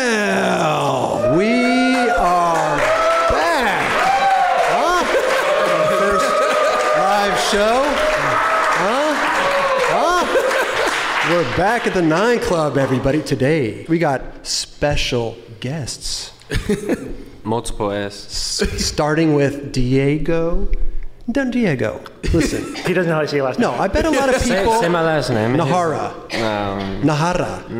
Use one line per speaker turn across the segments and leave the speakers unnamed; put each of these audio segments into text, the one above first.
Well, we are back. Huh? First uh, live show. Huh? Huh? We're back at the Nine Club, everybody. Today, we got special guests,
Multiple S.
s- starting with Diego. Don Diego. Listen,
He doesn't know how to say your last
no, I bet a lot of
Say,
people.
say my last name. It's-
Nahara.
Um,
Nahara. Hmm.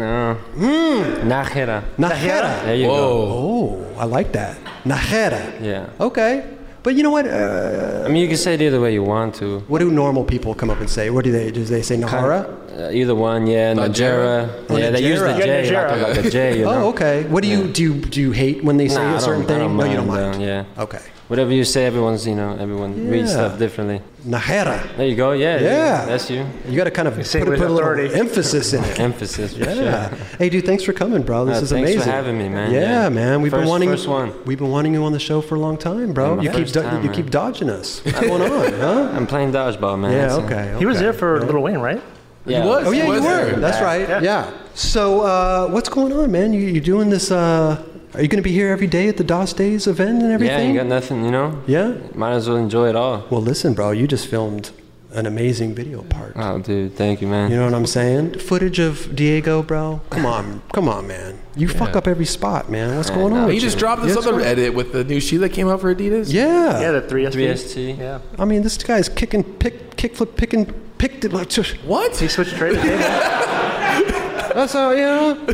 no. Najera.
Nahara.
There you go.
Oh, I like that. Najera.
Yeah.
Okay. But you know what? Uh,
I mean, you can say it either way you want to.
what do normal people come up and say? What do they do? They say Nahara.
Uh, either one, yeah. Najera.
Oh,
Yeah, they use the
Najera.
J,
Yeah,
like, like a J, you know.
Oh, okay. What do you do? You, do you hate when they say
Nah, I
a certain
don't- I
thing?
don't
no, you don't
mind,
mind.
uh, yeah.
Okay.
Whatever you say, everyone's, you know, everyone reads
Yeah.
stuff differently.
Nahara.
There you go, yeah. there you go.
Yeah.
That's you.
You got to kind of put,
say it
put
with
a little
authority.
emphasis in it.
Emphasis. for sure.
Yeah. Hey, dude, thanks for coming, bro. This
Uh,
is
thanks for
amazing.
having me, man.
Yeah,
Yeah.
man. We've been
First-
wanting
first one.
We've been wanting you on the show for a long time, bro.
my
you keep
first
do-
time,
you
man.
keep dodging us. What's going on, huh?
I'm playing dodgeball, man.
Yeah.
That's it.
Okay.
He was
okay.
there for Little Wayne, right?
Yeah.
was.
Oh yeah, you
Was
were.
there?
That's right. Yeah.
Yeah.
So uh, what's going on, man? You you doing this? Uh, are you going to be here every day at the DOS Days event and
Yeah,
everything?
you got nothing, you know?
Yeah?
Might as well enjoy it all.
Well, listen, bro. You just filmed an amazing video part.
Oh, dude, thank you, man.
You know what I'm saying? Footage of Diego, bro. Come on, come on, man. You fuck up every spot, man. What's going on?
He
with
just
you?
dropped this
Yeah, it's
other
cool.
edit with the new shoe that came out for Adidas.
Yeah.
Yeah, the three ST.
3ST.
Yeah.
I mean, this guy's kicking, pick, kickflip, picking, picked it. Like, tush.
What?
He switched trades. yeah.
that's how you know.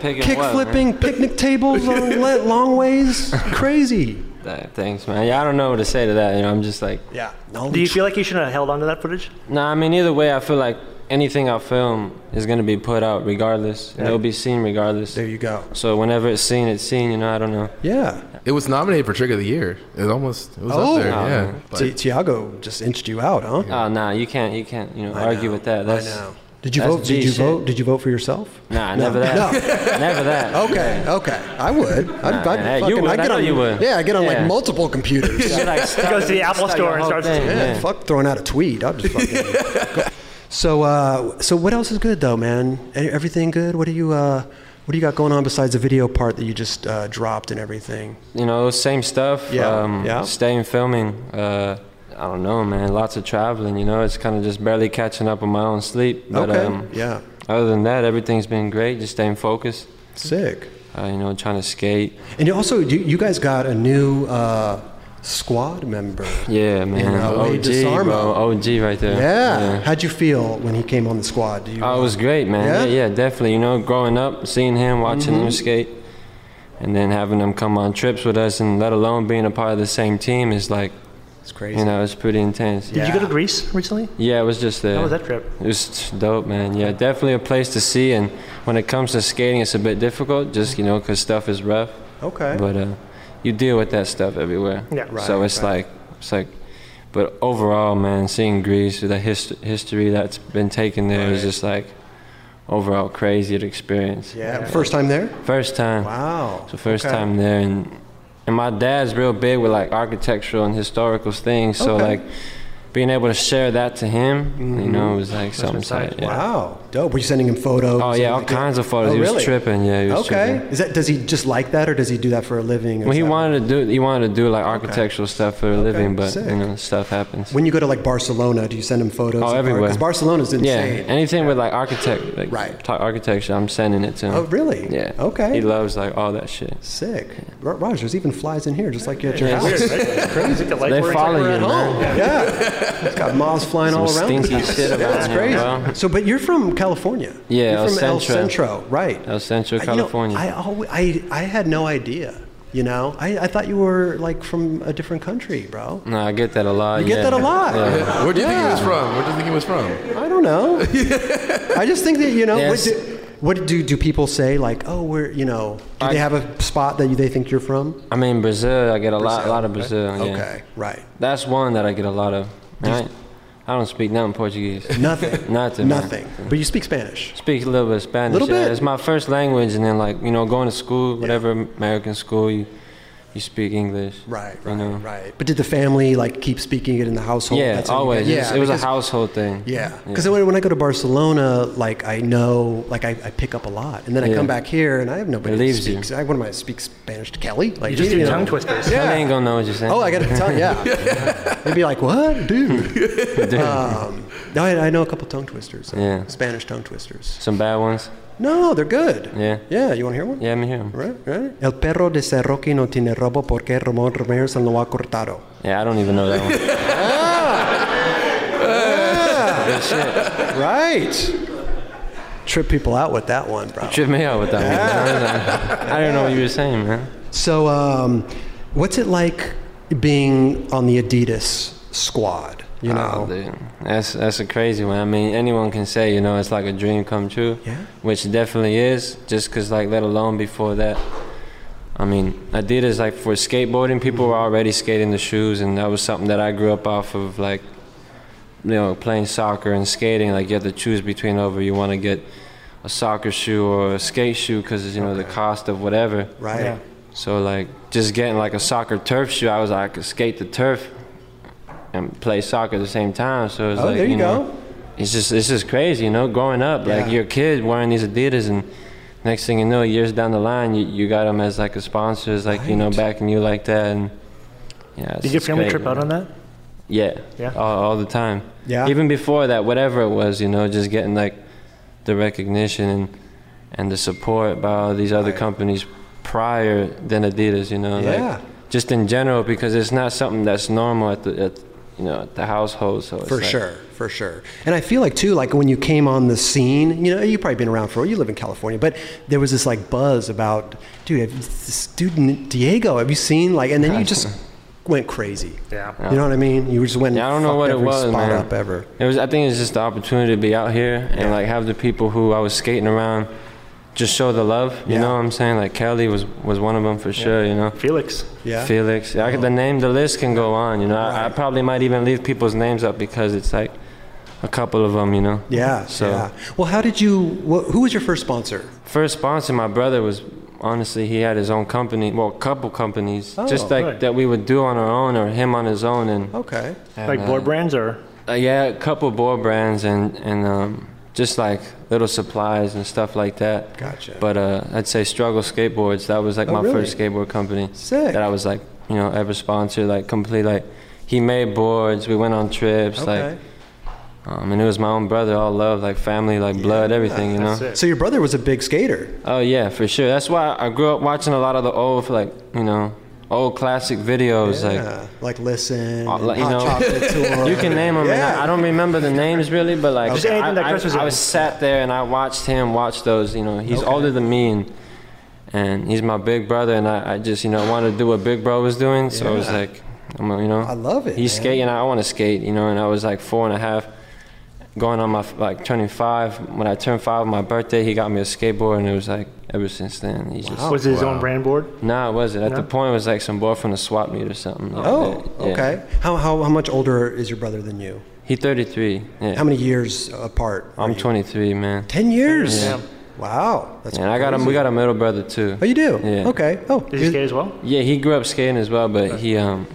Picking
Kick
what, man?
flipping, picnic tables, long, long ways. Crazy.
That- thanks, man. Yeah, I don't know what to say to that. You know, I'm just like,
Yeah. No.
Do you feel like you should have held on to that footage?
No, I mean either way, I feel like anything I film is gonna be put out regardless. and It'll be seen regardless.
There you go.
So whenever it's seen, it's seen. You know, I don't know.
Yeah.
It was nominated for Trick of the Year. It almost it was
Oh.
up there.
Oh,
yeah.
man.
But
Ti- Tiago just inched you out, huh?
Oh nah, you can't, you can't, you know,
I
argue
know,
with that. That's,
I know. Did you
that's
vote? Did
G
you
shit.
vote? Did you vote for yourself?
Nah,
No.
never that.
No.
never that.
Okay, okay. I would. I'd,
Nah,
I'd
man, you
fucking,
would.
I'd
I
get
know
on,
you would.
Yeah, I get on like
Yeah.
multiple computers. yeah.
Like, start-
goes to the Apple
start
Store
your
and
whole
starts-
thing, yeah.
fuck throwing out a tweet. I'll just fucking. go. so, uh, so what else is good though, man? E- Everything good? What do you, uh, what do you got going on besides the video part that you just uh, dropped and everything?
You know, same stuff.
Yeah,
Um,
yeah.
Staying filming. Uh, I don't know, man. Lots of traveling. You know, it's kind of just barely catching up on my own sleep. But,
okay.
Um,
yeah.
Other than that, everything's been great. Just staying focused.
Sick.
Uh, you know, trying to skate.
And you also, you, you guys got a new uh, squad member.
Yeah, man.
know, Wade
OG,
DeSarmo.
bro. OG right there.
Yeah. How'd you feel when he came on the squad? Do you,
Oh, it was great, man.
Yeah? Mm-hmm.
Yeah? yeah, definitely. You know, growing up, seeing him, watching him skate, and then having him come on trips with us, and let alone being a part of the same team is like,
it's crazy.
you know, it's pretty intense.
Did
Yeah,
you go to
Yeah.
Greece recently?
it was just there.
How was that trip?
It was dope, man. Yeah, definitely a place to see. And when it comes to skating, it's a bit difficult, just you know, 'cause stuff is rough.
Okay.
But uh, you deal with that stuff everywhere.
Yeah. Right,
so it's like it's like, but overall, man, seeing Greece, the hist- history that's been taken there is just like overall crazy to experience.
yeah. First time there?
First time.
Wow.
It's the first
Okay.
time there, and and my dad's real big with like architectural and historical things. So
Okay. Mm-hmm.
like, being able to share that to him, you know, was like something
nice.
tight. Yeah.
Wow. Dope. Were you sending him photos?
Oh yeah, all
Everything?
kinds of photos.
Oh,
he was
really?
tripping. Yeah, he was
Okay.
tripping.
Is that does he just like that or does he do that for a living? or
Well, he
something?
wanted to do he wanted to do like architectural stuff for a living, but
sick.
you know, stuff happens.
When you go to like Barcelona, do you send him photos?
Oh, everywhere.
Because Barcelona's
yeah,
insane.
anything with like architect, like
Right.
ta- architecture, I'm sending it to him.
Oh, really?
Yeah.
Okay.
He loves like all that shit.
Sick. Ro- Raj, there's even flies in here, just like you at your house.
Weird, right? crazy. The light
They
works.
follow you, man.
Yeah. It's got moths flying all
Some
around. the
stinky
place.
shit about
That's
him,
crazy.
bro.
So, but you're from California.
Yeah,
You're
El
from El
Centro.
Centro, right?
El Centro,
I- you know,
California.
I, always, I I had no idea. You know, I, I thought you were like from a different country, bro.
No, I get that a lot.
You get
yeah.
that a lot.
Yeah.
Where do you think
Yeah.
it was from? Where do you think it was from?
I don't know. I just think that you know.
Yes.
What, do, what do do people say? Like, oh, we're you know. Do
I-
they have a spot that you, they think you're from?
I mean, Brazil. I get a lot, a lot of Brazil. Yeah.
Okay, right.
That's one that I get a lot of. Right? I don't speak nothing Portuguese.
Nothing.
Nothing, man.
Nothing. But you speak Spanish.
Speak a little bit of Spanish.
Little
yeah.
bit.
It's my first language, and then like you know, going to school, whatever American school, you you speak English.
Right,
You
right,
know?
right. But did the family like keep speaking it in the household?
Yeah,
how you got-
always. It was- it was
because-
a household thing.
Yeah, because when, when I go to Barcelona, like I know, like I, I pick up a lot, and then I
Yeah.
come back here and I have nobody
It
that
leaves you.
speaks. I, what am I speak Spanish to Kelly? Like
You just
you
do
know.
tongue twisters.
I ain't gonna know what you're saying.
Oh, I got to tell yeah. They'd be like, "What, dude?" um, no, I, I know a couple tongue twisters. uh,
Yeah.
Spanish tongue twisters.
Some bad ones.
No, they're good.
Yeah.
Yeah, you want to hear one?
Yeah, I'm here.
Right, right. El perro de Cerroqui no tiene robo porque Ramón Ramirez se lo ha cortado.
Yeah, I don't even know that one.
Right. Trip people out with that one, bro.
Tripped me out with that one. I don't know what you were saying, man.
So, um, what's it like being on the Adidas squad? You
Oh,
know,
dude. That's that's a crazy one. I mean, anyone can say, you know, it's like a dream come true.
Yeah.
Which it definitely is, just 'cause like, let alone before that, I mean, Adidas, like, for skateboarding, people were already skating the shoes, and that was something that I grew up off of, like, you know, playing soccer and skating. Like, you have to choose between over you want to get a soccer shoe or a skate shoe 'cause because, you know, the cost of whatever.
right?
Yeah.
So like just getting like a soccer turf shoe, I was like I could skate the turf and play soccer at the same time. So it's
Oh,
like
there you go.
know, it's just it's just crazy, you know. Growing up, like
Yeah.
you're a kid wearing these Adidas, and next thing you know, years down the line, you, you got them as like a sponsor, it's like you know, backing you like that. And yeah, it's
Did your
just
family
great,
trip out
man.
on that?
Yeah.
Yeah.
All, all the time.
Yeah.
Even before that, whatever it was, you know, just getting like the recognition and and the support by all these other companies prior than Adidas, you know,
Yeah.
like just in general because it's not something that's normal at the at, you know at the household. So it's
For
like-
sure, for sure. And I feel like too, like when you came on the scene, you know, you've probably been around for. You live in California, but there was this like buzz about, dude, have you, this dude Diego, have you seen like? And then you just went crazy.
Yeah.
You know what I mean? You just went.
Yeah, I don't
and
know
fucked
what it
every
was,
spot
man.
up ever.
It was. I think it's just the opportunity to be out here and like have the people who I was skating around just show the love. You
Yeah.
know what I'm saying? Like Kelly was was one of them for sure. You know.
Felix.
Yeah.
Felix. I could, the name, the list can go on. You know, I, I
Right.
probably might even leave people's names up because it's like a couple of them. You know.
yeah.
So
yeah. Well, how did you? What, who was your first sponsor?
first sponsor, my brother was honestly he had his own company, well, a couple companies, just
Oh,
like
right.
that we would do on our own or him on his own, and
Okay.
Like board brands or
uh, yeah, a couple board brands and and um, just like little supplies and stuff like that.
Gotcha.
But uh, I'd say Struggle Skateboards. That was like
Oh,
my
really?
first skateboard company
Sick.
that I was like, you know, ever sponsored. Like complete like he made boards. We went on trips.
Okay.
Like um, and it was my own brother. All love, like family, like blood, everything. You know.
that's it.
so your brother was a big skater.
Oh yeah, for sure. That's why I grew up watching a lot of the old like you know old classic videos like.
yeah. like listen,
Uh, like, you
hot
know,
chocolate tour.
You can name them.
Yeah.
I, I don't remember the names really, but like
Just anything
I,
that
I-
Chris was
I
in.
was sat there and I watched him watch those. You know, he's older than me, and, and he's my big brother, and I, I just you know wanted to do what Big Bro was doing, so I was
Yeah.
like, I'm a- you know,
I love it,
He's
man.
skating, I want to skate, you know, and I was like four and a half. Going on my f- like turning five when I turned five on my birthday, he got me a skateboard, and it was like ever since then. He just
was it his own brand board?
nah, it wasn't. At
No?
the point, it was like some boy from the swap meet or something. like
Oh,
that. Yeah.
okay. How, how how much older is your brother than you?
He 33. Yeah.
How many years apart? are
I'm
you?
23, man.
Ten years.
Yeah.
Wow, that's.
And I got him. We got a middle brother too.
Oh, you do?
Yeah.
Okay. Oh,
Did he skate as well?
Yeah, he grew up skating as well, but he um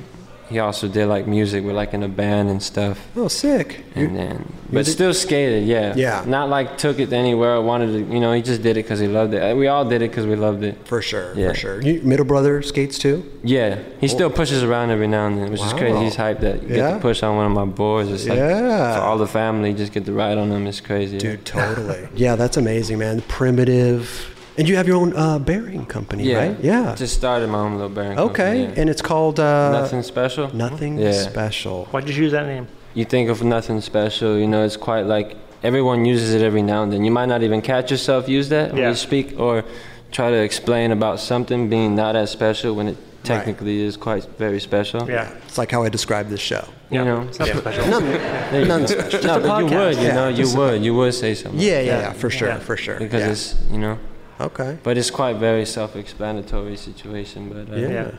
he also did like music with like in a band and stuff.
oh, sick.
And then, but still skated, yeah.
Yeah.
Not like took it anywhere. Wanted to, you know. He just did it because he loved it. Uh, We all did it because we loved it.
For sure.
Yeah.
For sure. You, middle brother skates too.
Yeah. He still pushes around every now and then, which is crazy.
Wow.
He's hyped that you get
Yeah.
to push on one of my boards. It's like
Yeah.
for all the family, just get to ride on them. It's crazy.
Dude, totally. yeah, that's amazing, man. Primitive. And you have your own uh, bearing company,
Yeah.
right? Yeah.
Just started my own little bearing.
okay,
company, yeah.
and it's called uh,
nothing special.
Nothing
Yeah.
special.
Why'd you choose that name?
you think of nothing special. You know, it's quite like everyone uses it every now and then. You might not even catch yourself use that when
Yeah.
you speak or try to explain about something being not as special when it technically is quite very special.
Yeah.
It's like how I describe this show.
You
Yeah.
know,
It's not professional.
There you go. No, but you would, you
Yeah,
know, you
just
would, you would say something
Yeah, yeah, yeah, for sure,
Yeah.
for sure.
because
yeah.
it's you know,
okay.
but it's quite very self-explanatory situation. But uh,
Yeah.
Yeah.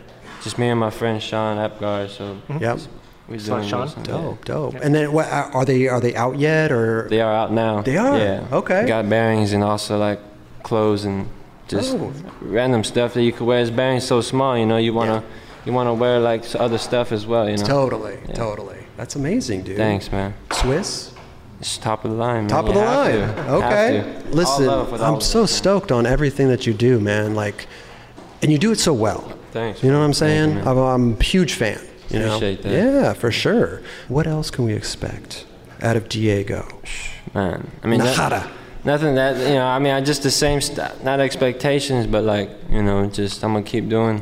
just me and my friend Sean Apgar, so
Mm-hmm. Yep. Oh,
we're
Slash
doing
Sean?
this and- yeah.
Dope, dope. And then what uh, are are they? Are they out yet or?
They are out now.
They are?
Yeah.
Okay.
Got bearings and also like clothes and just
Oh.
random stuff that you could wear. His bearing's so small, you know. You wanna you wanna wear like s- other stuff as well, you know.
Totally,
Yeah.
totally. That's amazing, dude.
Thanks, man.
Swiss.
It's top of the line. Man.
Top of
You
the
have
line.
to. Have
Okay.
to. All
Listen,
love with all
I'm
of
so
us, man.
stoked on everything that you do, man. Like, and you do it so well.
Thanks.
You know what I'm
Thank you,
saying?
man.
I'm, I'm a huge fan. You know?
Appreciate that.
Yeah, for sure. What else can we expect out of Diego?
Man, I mean, that-
Nahara.
nothing that you know. I mean, I just the same stuff. Not expectations, but like you know, just I'm gonna keep doing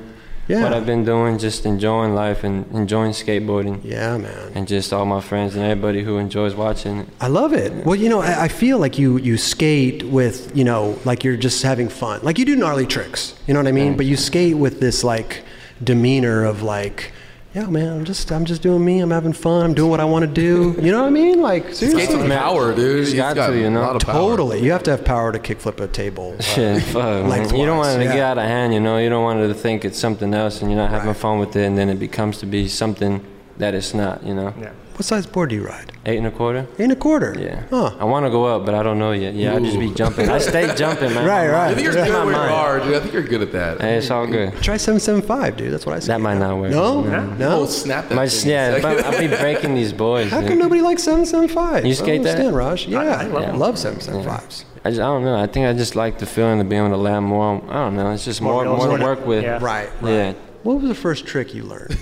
Yeah.
what I've been doing, just enjoying life and enjoying skateboarding,
Yeah, man.
and just all my friends and everybody who enjoys watching it.
I love it. Well, you know, I, I feel like you you skate with you know, like you're just having fun. Like you do gnarly tricks. You know what I mean? But you skate with this like demeanor of like. Yeah, man. I'm just, I'm just doing me. I'm having fun. I'm doing what I want to do. You know what I mean? Like seriously.
Gates of
Man,
power, dude.
he's
He's
got to, you know.
a lot of power.
Totally. You have to have power to kickflip a table.
Shit, fuck, man. You don't
Lengthwise,
want it to get
yeah.
out of hand, you know. You don't want it to think it's something else, and you're not having fun with it, and then it becomes to be something that it's not, you know.
Yeah.
What size board do you ride?
Eight and a quarter.
Eight and a quarter.
Yeah.
Huh.
I want to go up, but I don't know yet. Yeah, I just be jumping. I stay jumping, man.
Right,
My
right.
I
mind-
think you're
that's
good
my
where you
mind.
are, dude. I think you're good at that.
Hey, it's all good.
Try seven seven five, dude. That's what I said.
That might not work.
No.
Yeah.
Oh,
No.
snap that.
My,
thing.
yeah, but I be breaking these boys.
How
dude.
come nobody likes seven seven five?
You skate
I don't
that?
understand, Raj. Yeah, I,
love
love,
it.
seven seven fives.
I, just, I don't know. I think I just like the feeling of being able to land more. I don't know. It's just more,
real-
more,
more
to
to-
work with.
yeah.
Right. Right.
Yeah,
What was the first trick you learned?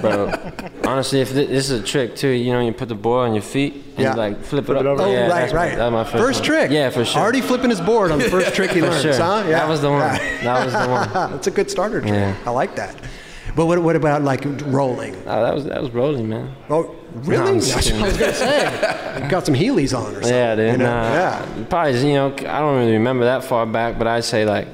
bro. Honestly, if thi- this is a trick too, you know, you put the board on your feet and
Yeah.
you like flip,
Flip
it
it
up.
over.
oh,
Yeah,
right,
that's my-
right.
that's my first, one.
trick.
Yeah, for sure.
Already flipping his board on the first trick he
for
learns,
sure.
huh? Yeah.
That was the one. That was the one.
That's a good starter trick.
Yeah.
I like that. But what, what about like rolling?
Oh, that was that was rolling, man.
Oh, really?
I'm
That's what I was gonna say. You got some Heelys on or something.
Yeah, dude.
you know?
nah.
Yeah.
Probably, you know, I don't really remember that far back, but I'd say like,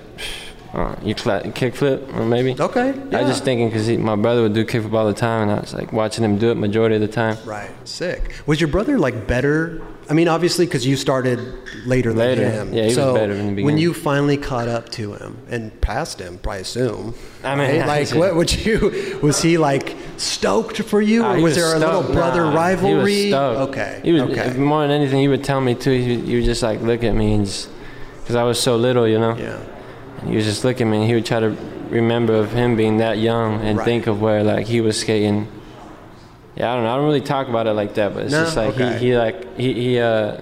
uh, you cla kickflip, or maybe.
Okay.
I
yeah.
was just thinking because my brother would do kickflip all the time, and I was like watching him do it majority of the time.
Right. Sick. Was your brother like better? I mean, obviously, because you started later,
Later.
than him.
Yeah, he was
so
better in the
When
beginning.
you finally caught up to him and passed him, I assume.
I mean,
right?
I
like,
see.
what would you? Was he like stoked for you,
Ah,
or
he
was, there a little
stoked.
brother
Nah,
rivalry?
He was stoked.
Okay.
He was,
okay.
More than anything, he would tell me too. He would, he would just like look at me and just because I was so little, you know.
yeah.
He was just looking at me, and he would try to remember of him being that young and
Right.
think of where like he was skating. Yeah, I don't know. I don't really talk about it like that, but it's
No?
just like
Okay.
he, he like he, he uh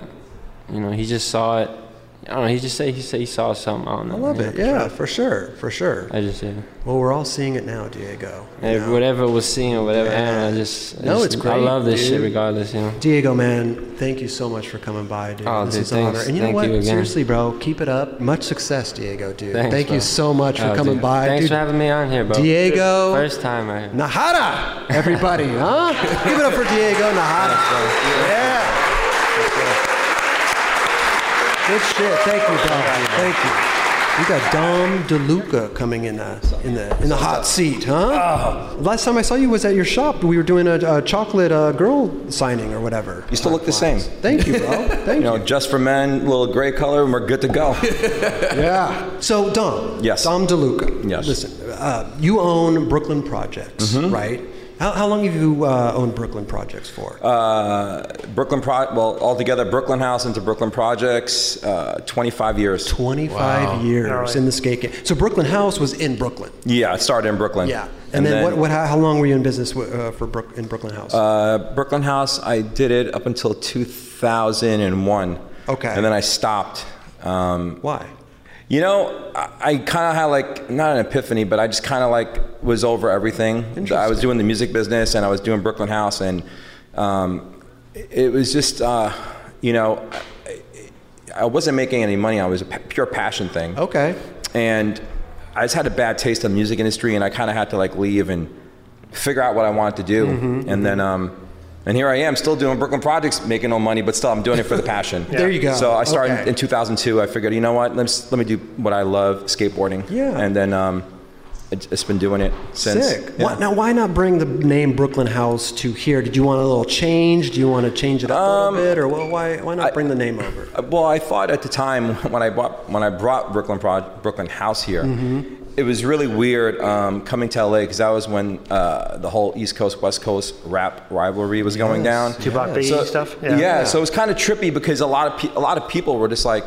you know he just saw it. I don't know. He just say he say he saw something. I don't know.
I love it. Yeah, for sure. For sure.
I just yeah.
Well, we're all seeing it now, Diego. you
Yeah,
know?
Whatever was seen or whatever, I
Yeah.
don't know, I just, I
No,
just-
it's great,
I love this shit
dude.
regardless, you know.
Diego, man, thank you so much for coming by, dude.
Oh,
this
dude,
is an honor.
thanks.
And you know
Thank
what?
you again.
Seriously, bro, keep it up. Much success, Diego, dude.
Thanks,
thank
bro.
you so much for
Oh,
coming
dude.
by,
Thanks
dude.
for having me on here, bro.
Diego
First time right here.
Nahara, everybody, huh? Give it up for Diego Nahara. Yeah. Good shit. Thank you, bro. Thank you. We got Dom DeLuca coming in the in the in the hot seat, huh?
Oh.
Last time I saw you was at your shop. We were doing a, a chocolate uh, girl signing or whatever.
You still look the same.
Thank you, bro. Thank
You know,
you.
just for men, little gray color, and we're good to go.
Yeah. So Dom.
Yes.
Dom DeLuca.
Yes.
Listen, uh, you own Brooklyn Projects,
Mm-hmm.
right? How, how long have you uh, owned Brooklyn Projects for?
Uh, Brooklyn Pro, well, altogether, Brooklyn House into Brooklyn Projects, uh, 25 years.
25
Wow.
years
All right.
in the skate game. So Brooklyn House was in Brooklyn.
Yeah, I started in Brooklyn.
Yeah. And, then, what, what, how, how long were you in business wi- uh, for Brook, in Brooklyn House?
Uh, Brooklyn House, I did it up until 2001.
Okay.
And then I stopped. Um,
Why?
You know, I, I kind of had like not an epiphany, but I just kind of like was over everything. I was doing the music business and I was doing Brooklyn House, and um, it it was just, uh, you know, I, I wasn't making any money. I was a p- pure passion thing,
Okay.
and I just had a bad taste in the music industry, and I kind of had to like leave and figure out what I wanted to do,
Mm-hmm,
and then. Um, and here I am, still doing Brooklyn Projects, making no money, but still I'm doing it for the passion.
There you go.
So I started
Okay.
in 2002. I figured, you know what? Let me, let me do what I love, skateboarding.
Yeah.
And then um, it, it's been doing it since.
Sick.
Yeah.
Why, now, why not bring the name Brooklyn House to here? Did you want a little change? Do you want to change it up a
Um,
little bit? Or wh- why, why not bring the name over?
Uh, Well, I thought at the time when I bought when I brought Brooklyn Proj- Brooklyn House here,
Mm-hmm.
it was really weird um, coming to LA because that was when uh, the whole East Coast West Coast rap rivalry was going down.
Tupac Biggie
so,
stuff?
Yeah. so it was kind of trippy because a lot of pe- a lot of people were just like,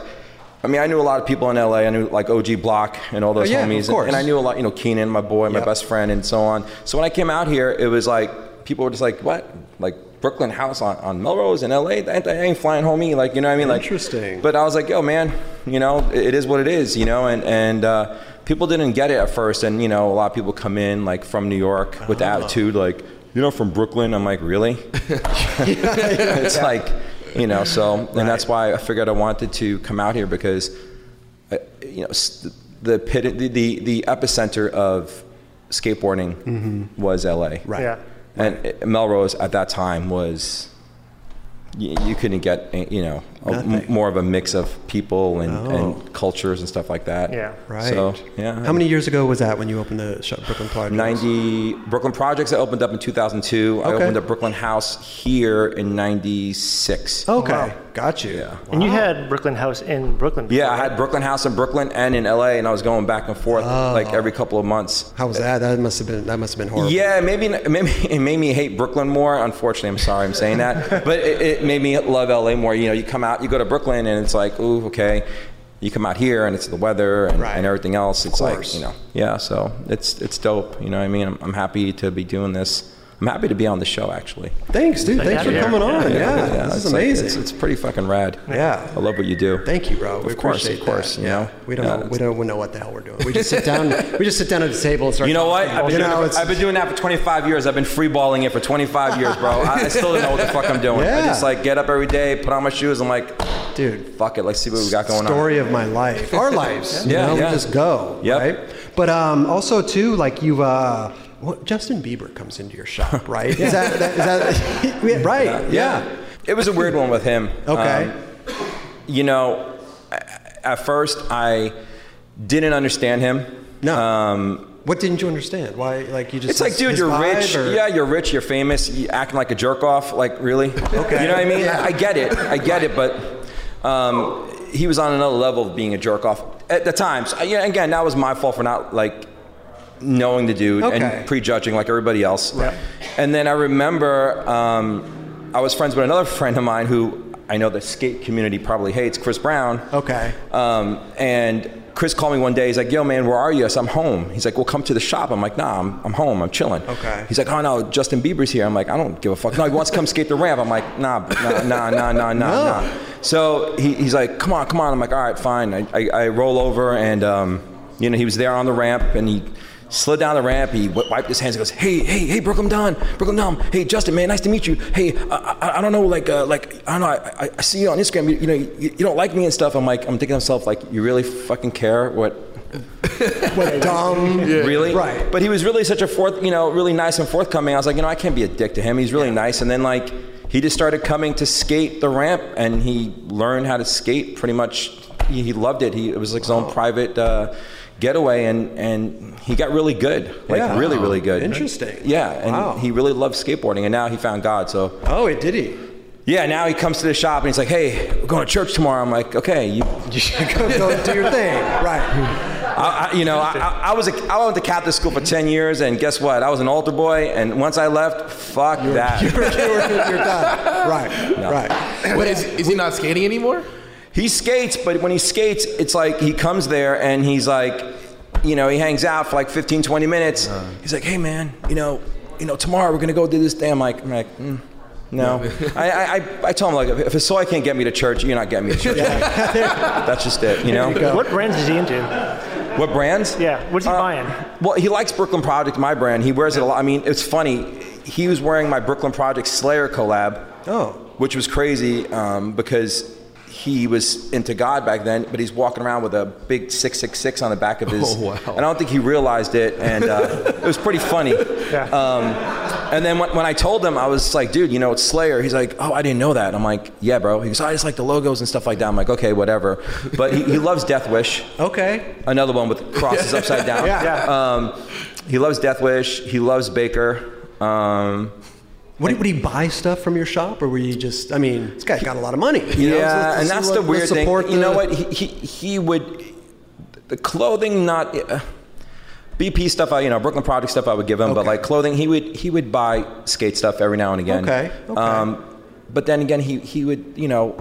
I mean, I knew a lot of people in LA. I knew like OG Block and all those
Oh, yeah, of
homies, and-
course.
and I knew a lot. You know, Keenan, my boy, my
Yep.
best friend, and so on. So when I came out here, it was like people were just like, "What?" Like Brooklyn House on, on Melrose in LA. That, that ain't flying, homie. Like you know what I mean? Like
Interesting.
But I was like, "Yo, man, you know, it, it is what it is." You know, and and uh, people didn't get it at first, and you know, a lot of people come in like from New York with the
Ah.
attitude like, "You're not from Brooklyn." I'm like, "Really?" it's like you know so and that's why i figured i wanted to come out here because uh, you know s- the pit the the, the epicenter of skateboarding was la
Mm-hmm. Right.
Yeah.
and it- melrose at that time was you, you couldn't get eh, you know a, m-
Nothing.
more of a mix of people and,
Oh.
and cultures and stuff like that
Yeah.
Right.
so yeah
How many years ago was that when you opened the Shop Brooklyn Project?
90 Brooklyn Projects. I opened up in 2002. I
Okay.
opened up Brooklyn House here in 96.
Okay.
Wow.
Got you.
Yeah.
And you had Brooklyn House in Brooklyn. before,
Yeah, I
right?
had Brooklyn House in Brooklyn and in LA, and I was going back and forth
Oh.
like every couple of months.
How was that? That must have been that must have been horrible.
Yeah, maybe maybe it made me hate Brooklyn more. Unfortunately, I'm sorry I'm saying that, but it, it made me love LA more. You know, you come out, you go to Brooklyn, and it's like, ooh, okay. You come out here, and it's the weather and,
Right.
and everything else. It's like
course.
you know, yeah. So it's it's dope. You know, what I mean, I'm, I'm happy to be doing this. I'm happy to be on the show actually.
Thanks, dude. Thanks for
Yeah.
coming on. Yeah. this is
it's like-
amazing.
it's, it's pretty fucking rad.
Yeah.
I love what you do.
Thank you, bro. We
Of course,
appreciate
of course.
that.
You know,
we don't
Yeah,
know,
it's-
we don't know what the hell we're doing. We just sit down. we just sit down at the table and start.
You know what? I've been,
you
doing,
know,
it
it's,
for- I've been doing that for 25 years. I've been freeballing it for 25 years, bro. I, I still don't know what the fuck I'm doing. I
Yeah.
just like get up every day, put on my shoes. I'm like,
dude.
fuck it. Let's see what we got going
story of my life, our lives.
Yeah,
you know,
yeah.
we just go.
Yep.
Right. But um, also too, like you, uh, what, Justin Bieber comes into your shop, right? Is that, that, is that yeah, right?
on.
yeah.
It was a weird one with him.
Okay.
Um, you know, a- at first I didn't understand him.
No.
Um,
what didn't you understand? Why? Like you just
It's like,
his-
dude,
his
you're
vibe,
rich.
or-
Yeah, you're rich. You're famous. You acting like a jerk off. Like, really? Okay. You know what I mean?
Yeah.
I get it. I get it. But um, he was on another level of being a jerk off at the time. So, yeah, again, that was my fault for not like knowing the dude
Okay.
and prejudging like everybody else.
Right.
And then I remember um, I was friends with another friend of mine who I know the skate community probably hates, Chris Brown.
Okay.
Um, and Chris called me one day. He's like, "Yo, man, where are you?" I said, "I'm home." He's like, "Well, come to the shop." I'm like, "Nah, I'm, I'm home. I'm chilling."
Okay.
He's like, "Oh no, Justin Bieber's here." I'm like, "I don't give a fuck." No, he wants to come skate the ramp. I'm like, "Nah, nah, nah, nah, nah, nah." nah. So he, he's like, "Come on, come on." I'm like, "All right, fine." I, I, I roll over and um, you know he was there on the ramp and he. Slid down the ramp. He wi- wiped his hands. He goes, "Hey, hey, hey, Brooklyn Don, Brooklyn Don. Hey, Justin, man, nice to meet you. Hey, I, I, I don't know, like, uh, like, I don't know. I, I- I see you on Instagram. You, you know, you, you don't like me and stuff. I'm like, I'm thinking to myself, like, you really fucking care what
What dumb?
really
Right.
but he was really such a forth you know really nice and forthcoming i was like you know i can't be a dick to him he's really nice and then like he just started coming to skate the ramp and he learned how to skate pretty much he, he loved it he it was like his own private uh, getaway and and he got really good like
Yeah.
really really good
Interesting.
yeah and
Wow.
he really loved skateboarding and now he found god so
Oh, it did he.
yeah now he comes to the shop and he's like hey we're going to church tomorrow i'm like okay you
You should go, go do your thing. Right.
I, I, you know, I, I I was a, I went to Catholic school for ten years, and guess what? I was an altar boy, and once I left, fuck that.
You're, you're- you're done. Right. Right.
But is, is he not skating anymore?
He skates, but when he skates, it's like he comes there and he's like, you know, he hangs out for like 15, 20 minutes.
Uh.
He's like, hey man, you know, you know, tomorrow we're gonna go do this thing. I'm like, I'm like, mm, no. I, I, I, I tell him like, if a soy can't get me to church, you're not getting me to church. That's just it, you know.
go.
What brands is he into?
What brands?
Yeah. What's he
Uh,
buying?
Well, he likes Brooklyn Project, my brand. He wears it a lot. I mean, it's funny. He was wearing my Brooklyn Project Slayer collab,
Oh.
which was crazy um, because he was into God back then. But he's walking around with a big six six six on the back of his.
Oh, wow.
And I don't think he realized it, and uh, it was pretty funny.
Yeah.
Um, and then when, when I told him, I was like, dude, you know, it's Slayer. He's like, oh, I didn't know that. I'm like, yeah, bro. He goes, I just like the logos and stuff like that. I'm like, okay, whatever. But he, he loves Death Wish
Okay.
another one with crosses upside down.
Yeah.
Yeah.
Um, he loves Death Wish. He loves Baker. Um,
What, would he buy stuff from your shop, or were you just? I mean, this guy's got a lot of money. you know, so
yeah, and
let's- let's
that's
let-
the
let's
weird thing.
support uh,
You know
the-
what? He, he, he would the clothing not uh, BP stuff. I you know Brooklyn Project stuff I would give him, but
Okay.
like clothing, he would he would buy skate stuff every now and again.
Okay, okay.
Um, but then again, he he would you know.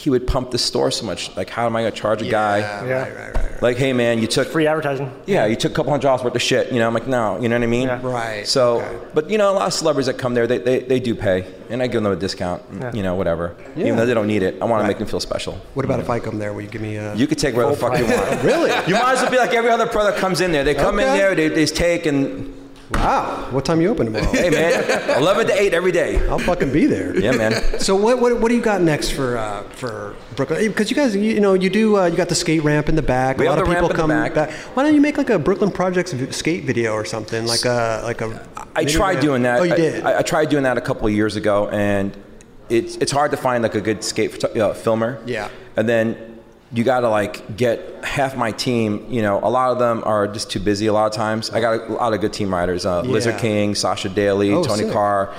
he would pump the store so much. Like, how am I going to charge a guy?
Yeah.
Right, right, right, right.
Like, hey man, you took
Free advertising.
yeah, you took a couple hundred dollars worth of shit. You know, I'm like, no, you know what I mean?
Yeah.
Right,
So,
okay.
but you know, a lot of celebrities that come there, they, they, they do pay, and I give them a discount. You know, whatever.
Yeah.
Even though they don't need it, I want to make them feel special.
What about if I come there? Will you give me a?
You could take whatever the fuck you want.
really?
You might as well be like every other brother comes in there. They come in
Okay.
there, they, they take and
Wow. What time you open tomorrow?
hey man, eleven to eight every day.
I'll fucking be there.
Yeah, man.
So what, what what do you got next for uh, for Brooklyn? Because you guys, you, you know, you do uh, you got the skate ramp in the back.
We
a
have
lot of
the
people
ramp in the
come
back.
Why don't you make like a Brooklyn Projects v- skate video or something? Like a like a.
I
mini
tried
ramp.
doing that.
Oh, you
I-
did.
I, I tried doing that a couple of years ago, and it's it's hard to find like a good skate photo- uh, filmer.
Yeah.
And then you got to like get half my team. You know, a lot of them are just too busy. A lot of times, I got a lot of good team riders: uh, Lizard
Yeah.
King, Sasha Daly,
Oh,
Tony
sick.
Carr,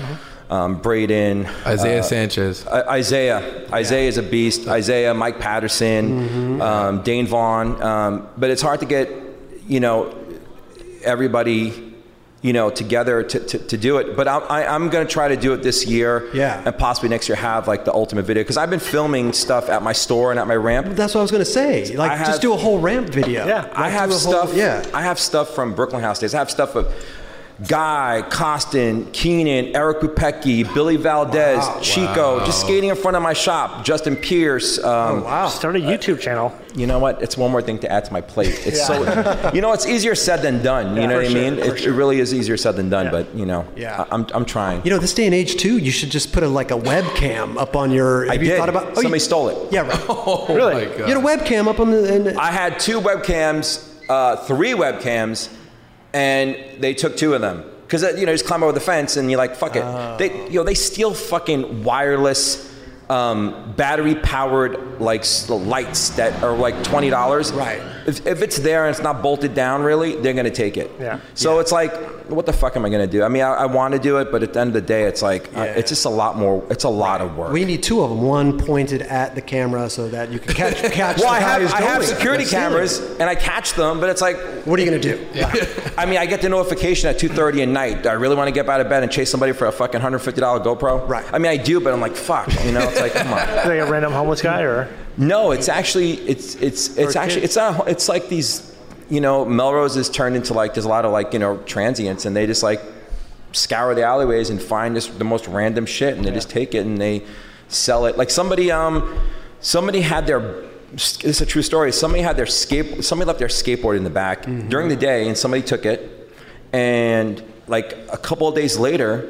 um, Braden, uh,
Isaiah Sanchez.
I- Isaiah. Isaiah is a beast. Isaiah, Mike Patterson,
Mm-hmm.
um, Dane Vaughn. Um, but it's hard to get, you know, everybody, you know, together to, to, to do it. But I'm, I, I'm going to try to do it this year.
Yeah.
And possibly next year have like the ultimate video. Because I've been filming stuff at my store and at my ramp.
That's what I was gonna say. Like,
I
just
have-
do a whole ramp video.
Yeah.
Like,
I have
do a whole-
stuff.
yeah.
I have stuff from Brooklyn House days. I have stuff of Guy, Costin, Keenan, Eric Kupecki, Billy Valdez, Chico, just skating in front of my shop. Justin Pierce. Um,
Oh, wow.
Start a YouTube channel.
You know what? It's one more thing to add to my plate. It's so. You know, it's easier said than done. You know what I mean? It, it really is easier said than done. But you know,
Yeah.
I, am I'm trying.
You know, this day and age too, you should just put a like a webcam up on your.
I
have you
did.
thought about? Oh, you-
Somebody stole it.
Yeah. Right.
Oh
Really?
my
you
god.
had a webcam up on the. And,
I had two webcams, uh, three webcams, and they took two of them because you know you just climb over the fence and you're like, fuck it. They you know they steal fucking wireless. Um, battery powered like s- lights that are like twenty dollars.
Right.
If, if it's there and it's not bolted down, really, they're gonna take it.
Yeah.
So it's like, what the fuck am I gonna do? I mean, I, I want to do it, but at the end of the day, it's like uh,
Yeah.
it's just a lot more. It's a lot of work.
we need two of them. One pointed at the camera so that you can catch catch.
well,
the
I
guy
have
who's
I have
doing it.
security
That's silly.
cameras and I catch them, but it's like
What are you gonna do?
I mean, I get the notification at 2:30 at night. Do I really want to get out of bed and chase somebody for a fucking $150 GoPro?
Right.
I mean, I do, but I'm like, fuck. You know, it's like, come on.
Like a random homeless guy or
No, it's actually, it's it's it's
a
actually,
kid.
it's not. It's like these, you know, Melrose is turned into like there's a lot of like you know transients, and they just like scour the alleyways and find just the most random shit, and they just take it and they sell it. Like somebody, um, somebody had their. This is a true story. Somebody had their skate. Somebody left their skateboard in the back during the day, and somebody took it and like a couple of days later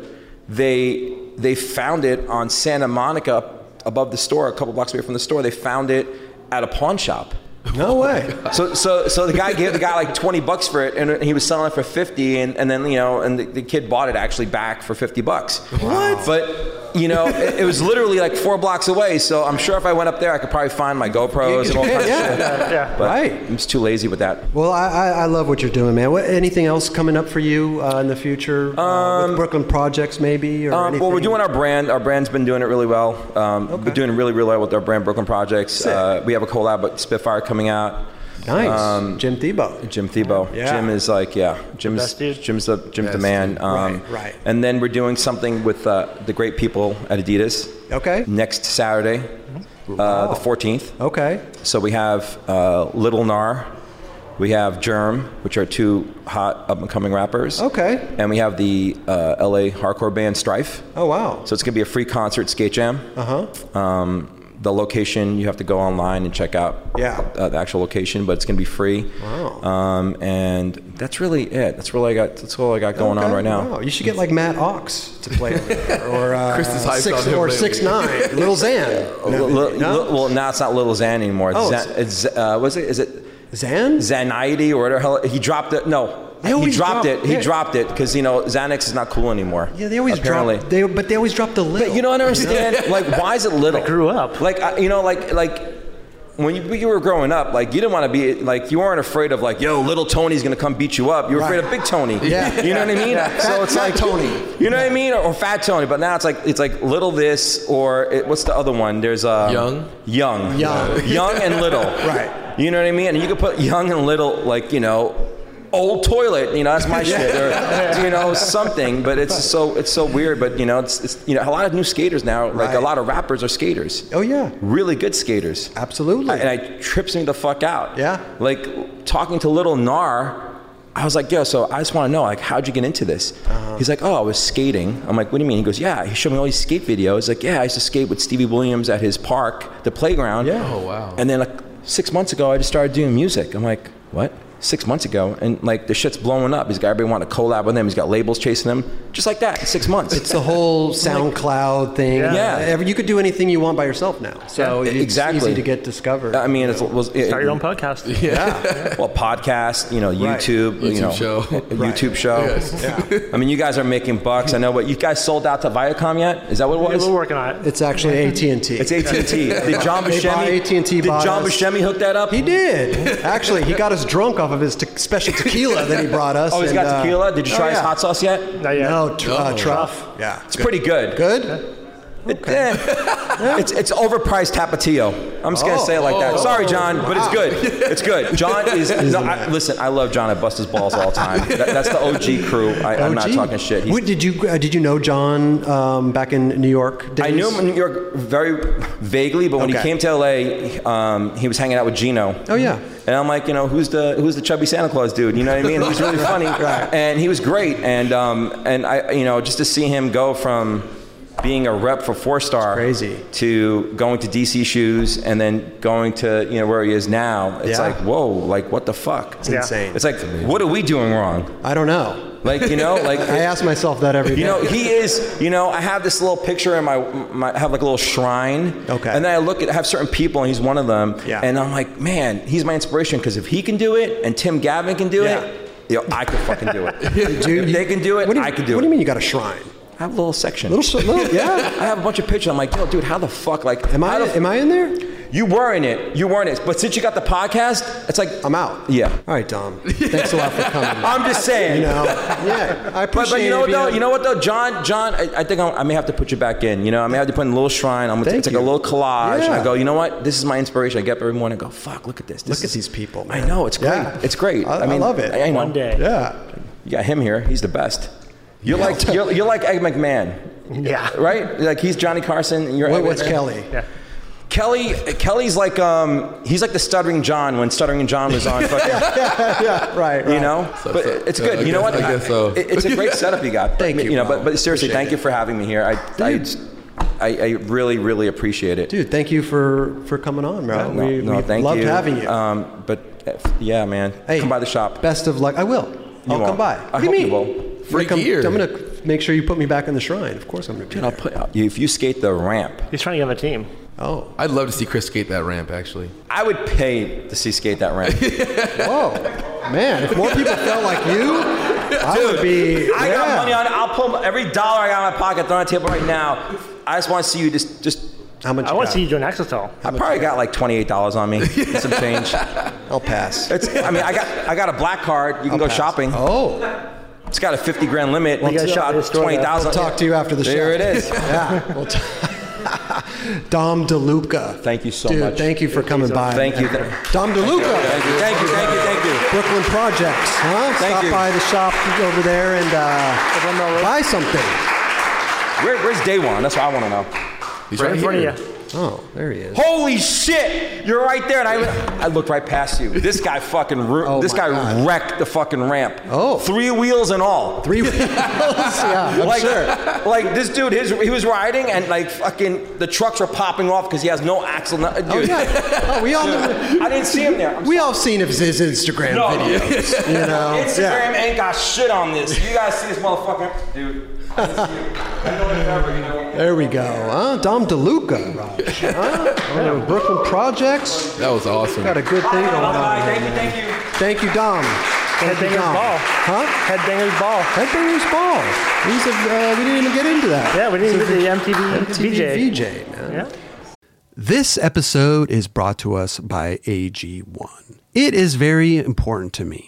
they they found it on santa monica up above the store a couple blocks away from the store they found it at a pawn shop
No way.
so so so the guy gave the guy like 20 bucks for it and he was selling it for 50 and, and then you know and the, the kid bought it actually back for 50 bucks what but you know it, it was literally like four blocks away so i'm sure if i went up there i could probably find my gopros and all kinds of shit
yeah.
yeah.
but
Right.
i'm just too lazy with that
Well, I, I, I love what you're doing, man. What, anything else coming up for you uh, in the future? Uh, with Brooklyn projects, maybe, or
Um,
anything?
well, we're doing our brand. Our brand's been doing it really well. Um, We're doing really, really well with our brand, Brooklyn Projects. Uh, we have a collab with Spitfire coming out.
nice.
um,
Jim Thebo.
Jim Thebo.
Yeah.
Jim is like, yeah, Jim's
best dude.
Jim's the Jim's the
Best
man.
dude.
Um,
Right, right.
And then we're doing something with uh, the great people at Adidas
Okay. Mm-hmm.
next Saturday, uh, the 14th.
Okay.
So we have uh, Little Nar, we have Germ, which are two hot up and coming rappers.
Okay.
And we have the uh, LA hardcore band Strife.
Oh wow.
So it's gonna be a free concert skate jam.
Uh huh.
Um, the location you have to go online and check out
Yeah.
uh, the actual location, but it's gonna be free.
Wow.
Um, and that's really it. That's really I got. That's all I got going on right now.
Wow. You should get like Matt Ox to play over there, or uh,
Chris is hyped
six,
on him
or
lately.
six nine, Little Zan.
Li- li-
No?
li- well, now it's not Little Xan anymore. It's,
Oh,
Xan- it's uh, was it? Is it
Zan?
Xanaity or whatever? the hell- He dropped it. No,
They
he
always
dropped
drop-
it. He
yeah.
dropped it because you know Xanax is not cool anymore.
Yeah, they always
apparently.
drop. They but they always drop the little.
But you don't understand. like, why is it little? I
grew up.
Like, I, you know, like, like. When you, you were growing up, like you didn't want to be like you weren't afraid of like yo little Tony's gonna come beat you up. You were afraid of big Tony.
Yeah.
you know what I mean. So it's
Fat
like
Tony.
You know what I mean, or, fat Tony. But now it's like it's like little this or it, what's the other one? There's uh
Young?
young,
Young.
young and little.
Right.
You know what I mean? And you could put young and little like you know old toilet, you know, that's my shit, or you know, something. But it's so it's so weird. But you know, it's, it's you know, a lot of new skaters now. Like a
Right.
lot of rappers are skaters.
Oh, yeah.
Really good skaters.
Absolutely.
I- and it trips me the fuck out.
Yeah.
Like talking to little Nar, I was like, yo, so I just want to know, like, how'd you get into this?
Uh-huh.
He's like, oh, I was skating. I'm like, what do you mean? He goes, yeah. He showed me all these skate videos. Like, yeah, I used to skate with Stevie Williams at his park, the playground.
Yeah.
Oh wow. And then like six months ago, I just started doing music. I'm like, what? Six months ago, and like the shit's blowing up. He's got everybody want to collab with him. He's got labels chasing him, just like that. in Six months.
It's the whole SoundCloud thing.
Yeah.
Every- you could do anything you want by yourself now. So it's
E-, Exactly.
easy to get discovered.
I mean, it's, it was, it,
Start your own podcast.
well, podcast, you know, YouTube, you
YouTube
know,
show.
a YouTube show. I mean, you guys are making bucks. I know, but you guys sold out to Viacom yet? Is that what
Yeah,
it was?
we're working on it.
it's actually AT&T.
It's AT and T. Did John
They bought
Buscemi?
AT&T
Did
bought
John
us.
Buscemi hook that up?
he did. Actually, he got us drunk off of his te- special tequila that he brought us.
Oh, he's
and,
got
uh,
tequila. Did you
oh,
try his
yeah.
hot sauce yet?
Not yet.
No, tr- uh,
Oh.
truff. Yeah.
It's pretty good.
Good?
It- eh. It's it's overpriced tapatio. I'm just gonna
Oh.
say it like that.
Oh.
Sorry, John, but it's good. It's good. John is. no, I, listen, I love John. I bust his balls all the time. That- that's the OG crew. I, I'm not
OG.
talking shit. He's-
Oh, What, did you uh, did you know John um, back in New York? Days?
I knew him in New York very vaguely, but when he
Okay.
came to LA, um, he was hanging out with Gino.
Oh, yeah.
And I'm like, you know, who's the who's the chubby Santa Claus dude? You know what I mean? He's really funny, and he was great. And um, and I, you know, just to see him go from being a rep for Four Star
crazy.
to going to DC Shoes and then going to you know where he is now. It's
Yeah.
like whoa, like what the fuck? It's,
Yeah.
Insane.
like what are we doing wrong?
I don't know.
Like you know, like
I ask myself that every day.
you know, he is. You know, I have this little picture in my, my I have like a little shrine.
Okay.
And then I look at I have certain people, and he's one of them.
Yeah.
And I'm like, man, he's my inspiration because if he can do it, and Tim Gavin can do
Yeah.
it, you know, I can fucking do it.
Dude,
if they can do it,
what do you,
I can do
What
it.
do you mean you got a shrine?
I have a little section.
Little, sh- little yeah.
I have a bunch of pictures. I'm like, yo, dude, how the fuck? Like,
Am I
how the f-
am I in there?
You were in it. You were in it. But since you got the podcast, it's like
I'm out.
Yeah.
All right, Dom. Thanks a lot for coming.
I'm just saying.
you know, yeah, I
But,
appreciate.
but you know what
being-
though, you know what though, John, John, I, I think i I may have to put you back in. You know, I may have to put in a little shrine. I'm gonna
Thank
take like a
you.
little collage. And
Yeah.
I go, you know what? This is my inspiration. I get up every morning. and go, fuck, look at this. this
Look at
is-
these people,
I
man.
know it's great.
Yeah.
It's great.
I- I love it.
I, know.
One day.
Yeah.
You got him here. He's the best. You're
Yeah.
like you're, you're like Egg McMahon,
Yeah.
right? Like he's Johnny Carson. And you're
What,
Egg
what's
McMahon.
Kelly?
Yeah.
Kelly Kelly's like um he's like the stuttering John when stuttering and John was on fucking
Yeah. Right.
you know
So-
but
so-
it's
so
good
I
you know
guess-
what
I guess so.
It- it's a great setup you got
Thank you,
you know but,
Paul.
but seriously
Appreciate
thank you for having me here I I,
Dude.
I I really really appreciate it
Dude, thank you for for coming on, bro.
no,
we
no,
we
thank
loved
you
having you.
um but eh, yeah man
hey,
come by the shop
Best of luck. I will. I'll
won't.
come by.
I
What do you
hope
mean?
you will.
I'm gonna
Freak
come-
year.
I'm gonna make sure you put me back in the shrine. Of course, I'm gonna be
I'll
there.
put if you skate the ramp
He's trying to get on the team.
Oh,
I'd love to see Chris skate that ramp. Actually,
I would pay to see skate that ramp
whoa, man! If more people felt like you, I would be.
I
yeah.
got money on it I'll pull every dollar I got in my pocket throw it on the table right now I just want to see you just just
How much?
I
you
want to
got?
see you doing Axel.
I probably got like twenty eight dollars on me and some change.
I'll pass.
It's, I mean, I got I got a black card. You can go
Pass.
shopping.
Oh,
It's got a 50 grand limit.
You
You
gotta shop
shop
at the store, though.
twenty thousand.
talk to you after the show.
There it is.
Yeah. Well, t- Dom DeLuca.
Thank you so
Dude,
much.
thank you for coming by.
Thank you.
Dom DeLuca.
Thank you. Thank you. Thank you. Thank you.
Brooklyn Projects, huh?
Thank
Stop
you.
by the shop over there and uh, buy something.
Where, where's Daywan? That's what I want to know.
he's
Right
right,
in front of
here.
you.
Oh, there he is.
Holy shit! You're right there, and I I looked right past you. This guy fucking ru-
Oh
this
my
guy
God.
wrecked the fucking ramp.
Oh.
Three wheels and all.
Three wheels. Yeah, I'm
like,
sure.
like this dude, his, he was riding and like fucking the trucks were popping off because he has no axle. No, dude,
Oh, yeah. Oh, we all
I didn't see him there. I'm
we all seen his, his Instagram
No.
videos. You know.
Instagram ain't got shit on this. You guys see this motherfucker, dude? this is you. I know it's over, you know.
There we go. Huh? Dom DeLuca, Raj. Huh? Owner of Brooklyn Projects.
That was awesome.
Got a good thing going on.
Bye,
here,
thank you,
man.
thank you.
Thank you, Dom. Thank you,
Headbangers
Dom.
Ball.
Huh?
Headbangers Ball.
Headbangers Ball. He's a, uh, we didn't even get into that.
Yeah, we didn't do
So
the MTV,
MTV
VJ.
VJ, man.
Yeah.
This episode is brought to us by AG1. It is very important to me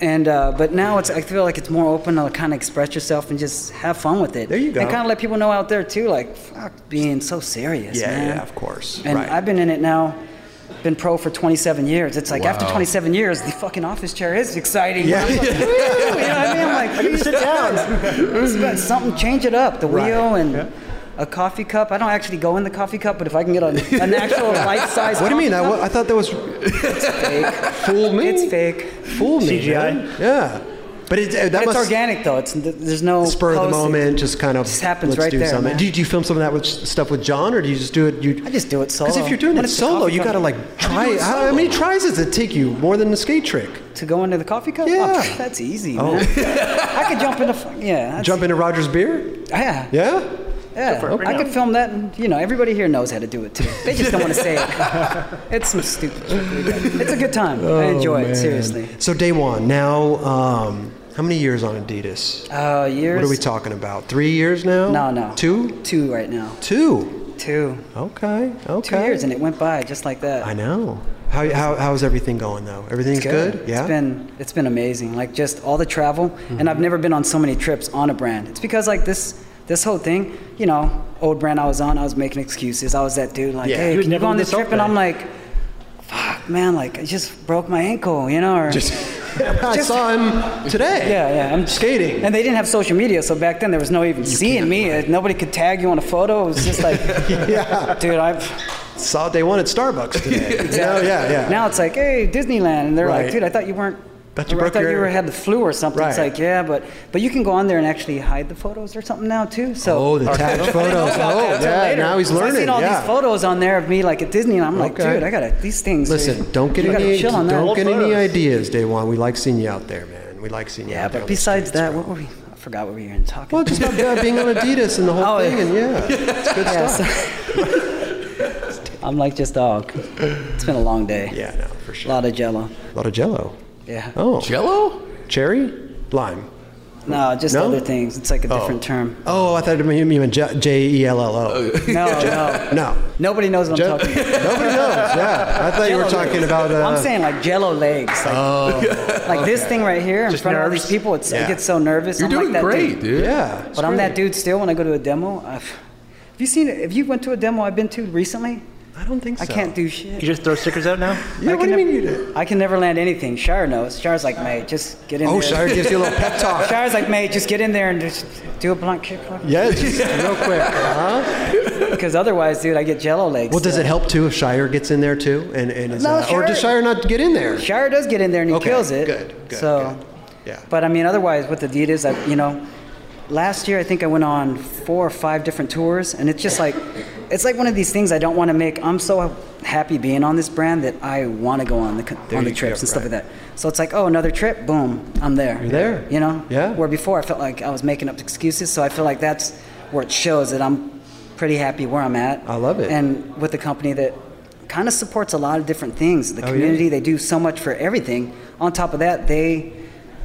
and uh, but now it's I feel like it's more open to kind of express yourself and just have fun with it.
There you go.
And kind of let people know out there too, like fuck being so serious.
Yeah,
man.
yeah, of course.
And
right.
I've been in it now, been pro for 27 years. It's like after 27 years, the fucking office chair is exciting.
Yeah.
I'm like, "Woo!" you know what I mean? I'm like,
Sit down.
it's about something. Change it up. The
Right.
wheel and. A coffee cup. I don't actually go in the coffee cup, but if I can get a, an actual bite-sized.
What do you mean? I,
coffee
wa- I thought that was
cup, it's fake.
fool me.
It's fake.
Fool me.
CGI.
man. Yeah, but it, uh, that
But it's
must
organic though. It's there's no
spur of the
posting.
moment. Just kind of
Just happens
let's
right
do
there,
something.
man.
Do you, do you film some of that with stuff with John, or do you just do it? You
I just do it solo.
because if you're doing
When
it
it's a
solo,
coffee
you
cup-
got to like try. it. How, how many tries does it take you? More than a skate trick.
to go into the coffee cup.
Yeah.
Oh, pff, that's easy. Man. I could jump into fu- yeah. that's-
Jump into Roger's beer.
Yeah. Yeah.
Yeah.
I could film that, and you know, everybody here knows how to do it too. They just don't want to say it. It's some stupid. shit we do. It's a good time. I enjoy it seriously.
Oh, So day one now. Um, how many years on Adidas?
Uh, years.
What are we talking about? Three years now?
No, no.
Two?
Two right now.
Two.
Two.
Okay. Okay.
Two years, and it went by just like that.
I know. How, how, how's everything going though? Everything's good. Yeah.
It's
Mm-hmm.
been it's been amazing. Like just all the travel, and I've never been on so many trips on a brand. It's because like this this whole thing, you know, old brand I was on, I was making excuses. I was that dude like,
Yeah.
hey,
You
would
can you
never
go on
do
this
this all
trip? And
day.
I'm like, fuck, man, like I just broke my ankle, you know, or
I
Just-
saw him today.
yeah, yeah, I'm
Skating.
And they didn't have social media, so back then there was no even seeing me. Nobody could tag you on a photo. It was just like,
Yeah.
dude, I've
Saw day one at Starbucks today.
Exactly.
Yeah, yeah, yeah.
Now it's like, hey, Disneyland, and they're
Right.
like, dude, I thought you weren't.
Thought you
or I
broke
thought you
your-
were, had the flu or something. It's
Right.
like, yeah, but but you can go on there and actually hide the photos or something now too. So
oh, the tagged photos. Oh, yeah.
later.
Now he's
So
learning.
I've seen all
yeah.
these photos on there of me like at Disney, and I'm like,
Okay.
dude, I gotta these things.
Listen, don't get
you
any
gotta chill on that.
don't get any
photos.
ideas day one. We like seeing you out there, man. We like seeing you.
yeah,
out there
but
on the
besides
streets,
that,
bro.
what were we? I forgot what we were even talking.
well, just about uh, being on Adidas and the whole
Oh,
thing,
yeah.
and yeah, it's good
Yeah,
stuff.
so- I'm like just dog. It's been a long day.
Yeah, no, for
A
sure.
lot of Jello.
A lot of Jello.
Yeah.
Oh,
Jello?
cherry, lime.
No, just
No?
other things. It's like a different term.
Oh, I thought you meant you meant J- J E L L O.
No, no.
No.
Nobody knows what
Je-
I'm
Nobody
talking about.
knows. Yeah, I thought you were
Jello
talking
legs.
about. Uh, Oh.
I'm saying like jello legs. Like, like this thing right here in
Just
front of all
nerves?
these people. It's,
Yeah.
I get so nervous.
You're
I'm
doing
like that
great,
Dude.
dude.
Yeah.
But I'm that dude still when I go to a demo. I've, have you seen it? Have you went to a demo I've been to recently?
I don't think so.
I can't do shit.
You just throw stickers out now?
Yeah,
I
what do
can
you
nev-
mean you did?
I can never land anything. Shar knows. Shar's like, mate, just get in
Oh,
there.
Shire gives you a little pep talk.
Shar's like, mate, just get in there and just do a blunt kick.
Yeah, just real quick. Huh?
Because otherwise, dude, I get jello legs.
Well, does
still.
it help too if Shire gets in there too, and and is,
No,
uh, or does Shire
Shire-
not get in there?
Shire does get in there and he
Okay,
kills it.
good, good,
So,
good. Yeah.
But I mean, otherwise with Adidas, I, you know, last year I think I went on four or five different tours, and it's just like, it's like one of these things I don't want to make. I'm so happy being on this brand that I want to go on the co- on the
you go,
trips and stuff
right.
like that. So it's like, oh, another trip, boom, I'm there. You're
there.
You know.
Yeah.
Where before I felt like I was making up excuses, so I feel like that's where it shows that I'm pretty happy where I'm at.
I love it.
And with a company that kind of supports a lot of different things. The
Oh, yeah.
community, they do so much for everything. On top of that, they,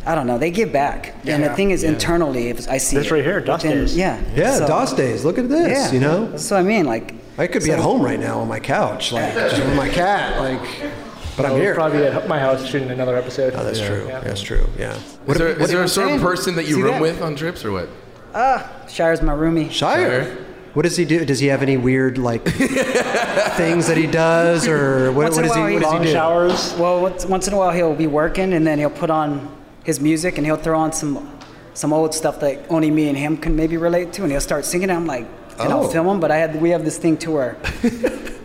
I don't know, they give back. And the thing is, internally, if I see
This
it
right here, DOS
within-
days.
Yeah.
Yeah,
so-
DOS days. Look at this.
Yeah.
You know,
That's what I mean. Like,
I could be
so-
at home right now on my couch, like just with my cat, like. But I'm
We're
here.
Probably at my house shooting another episode.
Oh, that's true.
Yeah.
That's true. Yeah.
Is there, is there
I'm
a certain
saying?
person that you
See
room
that? Ah,
with on trips or what?
Shire's my roomie.
Shire.
Shire.
What does he do? Does he have any weird like things that he does, or what,
Once in
what
a
does he?
while he-
What does he
Long
do?
showers.
Well, once, once in a while, he'll be working and then he'll put on his music and he'll throw on some some old stuff that only me and him can maybe relate to and he'll start singing. I'm like, and
Oh.
I'll film him, but I had, we have this thing to where,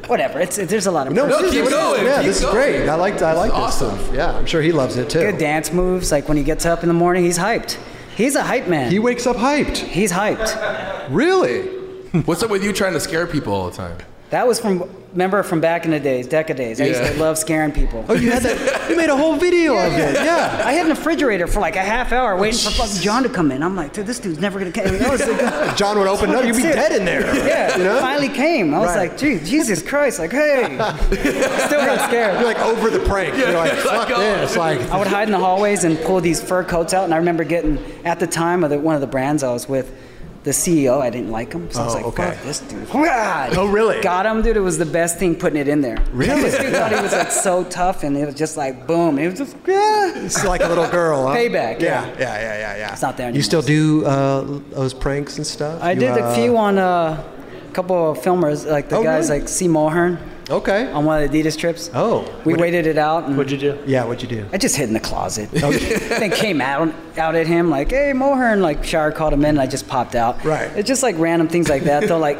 whatever, it's, it, there's a lot of
No,
personal-
this is-
keep
this is-
going,
Yeah,
keep
this
going.
is great. I like. I like this.
awesome.
Stuff. Yeah, I'm sure he loves it too.
good dance moves. Like when he gets up in the morning, he's hyped. He's a hype man.
He wakes up hyped.
He's hyped.
Really?
What's up with you trying to scare people all the time?
That was from remember from back in the days, Deca days. I used to
Yeah.
love scaring people.
Oh, you had that. You made a whole video of it. Yeah.
I had an refrigerator for like a half hour waiting for fucking John to come in. I'm like, dude, this dude's never gonna come. That was the-
John would open up. You'd be dead in there.
yeah,
You know?
finally came. I was like, gee, Jesus Christ, like, hey, still got scared.
You're like over the prank. You're like, fuck
oh."
this. Like,
I would hide in the hallways and pull these fur coats out. And I remember getting, at the time, of the, one of the brands I was with, the CEO, I didn't like him. So I was
Oh,
like,
okay.
fuck this dude. God.
Oh, really?
Got him, dude. It was the best thing putting it in there.
Really?
This dude thought he was like so tough and it was just like, boom. It was just, yeah.
it's like a little girl. Huh?
Payback,
Yeah.
yeah.
yeah, yeah, yeah, yeah,
It's not there anymore.
You still do uh, those pranks and stuff?
I
You,
did
uh,
a few on uh, a couple of filmers, like the
Oh,
guys
really?
like C. Mulhern
Okay.
on one of the Adidas trips.
Oh.
We waited it out. And
What'd you do?
yeah, what'd you do?
I just hid in the closet. then came out out at him like, "Hey, Mohern!" Like Shire called him in, and I just popped out.
Right.
It's just like random things like that. Though, like,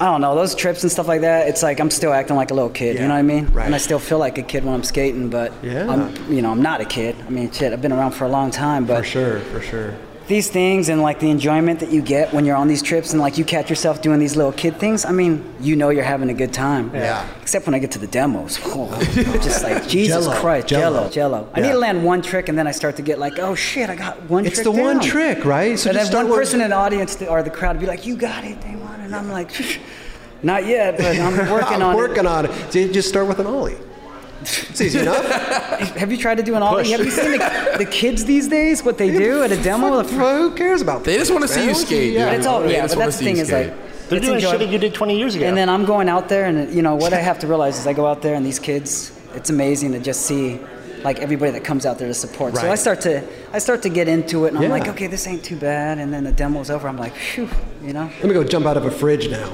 I don't know those trips and stuff like that. It's like I'm still acting like a little kid.
Yeah,
You know what I mean?
right.
And I still feel like a kid when I'm skating, but
Yeah.
I'm, you know, I'm not a kid. I mean, shit, I've been around for a long time, but
For sure, for sure.
these things and like the enjoyment that you get when you're on these trips and like you catch yourself doing these little kid things. I mean, you know you're having a good time.
Yeah.
Except when I get to the demos, oh, I'm just like Jesus
Jell-O,
Christ, Jello,
Jell-O.
Jello. I need
Yeah.
to land one trick and then I start to get like, oh shit, I got one.
It's
trick
the one
down.
trick, right? So
and
just
then
start
one
with-
person in the audience to- or the crowd be like, you got it, they want it, and I'm like. Not yet, but I'm working
I'm
on
working on it. So just start with an ollie. It's easy enough.
it. Have you tried to do an ollie? Have you seen the, the kids these days? What they do at a demo?
Fuck, who cares about
They just want to
Man,
see you
what
skate.
yeah.
dude.
But it's all
They
yeah.
just
But
wanna
that's the
see you
thing is
skate.
like
They're
it's
doing shit
enjoyable.
that you did 20 years ago.
And then I'm going out there, and you know what I have to realize is I go out there, and these kids, it's amazing to just see like everybody that comes out there to support. So I
Right.
start to I start to get into it, and I'm
Yeah.
like, okay, this ain't too bad. And then the demo's over, I'm like, phew, you know.
Let me go jump out of a fridge now.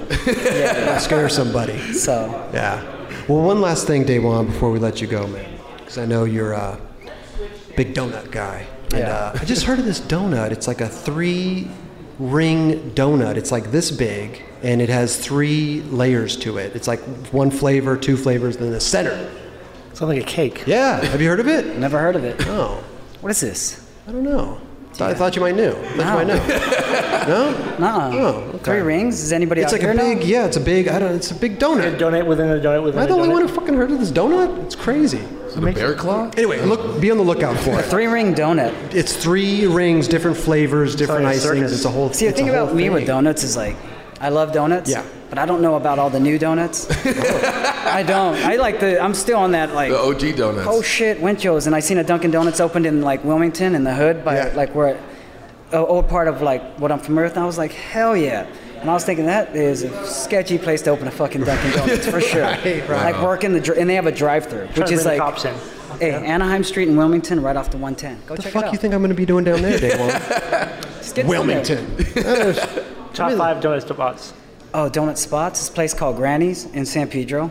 Scare somebody.
So
Yeah. Well, one last thing, Daywan, before we let you go, man, because I know you're a big donut guy. And uh, I just heard of this donut. It's like a three ring donut. It's like this big, and it has three layers to it. It's like one flavor, two flavors, then the center.
Sounds like a cake.
Yeah. Have you heard of it?
never heard of it.
No.
What is this?
I don't know. Th- I thought you might knew. I thought you might know. no?
Nuh-uh.
Oh, okay.
Three rings? Is anybody
It's
out
like
here
a
know?
big, yeah, it's a big, I don't it's a big
A
donut.
donut within a donut within
Am I
a
the only
donut.
one who fucking heard of this donut? It's crazy.
Is it a bear claw?
Anyway, look, be on the lookout for it.
Three ring donut.
It's three rings, different flavors, different
like a
icings.
circus.
It's a whole.
See, the
it's a
thing about
whole
me with
thing.
donuts is like, I love donuts.
Yeah.
But I don't know about all the new donuts. I don't. I like the. I'm still on that like.
The OG donuts.
Oh shit, Winchell's, and I seen a Dunkin' Donuts opened in like Wilmington in the hood by
Yeah.
like where, a old part of like what I'm familiar with. And I was like, hell yeah. And I was thinking that is a sketchy place to open a fucking Dunkin' Donuts for sure.
Right,
Like working the dr- and they have a drive-through, which
to
is
bring
like
the cops in.
Hey, Anaheim Street in Wilmington, right off the 110. Go
The
check
fuck
it out.
you think I'm going to be doing down there, Daywan?
Just get down there.
Wilmington.
Top five donut spots.
Oh, donut spots. This place called Granny's in San Pedro.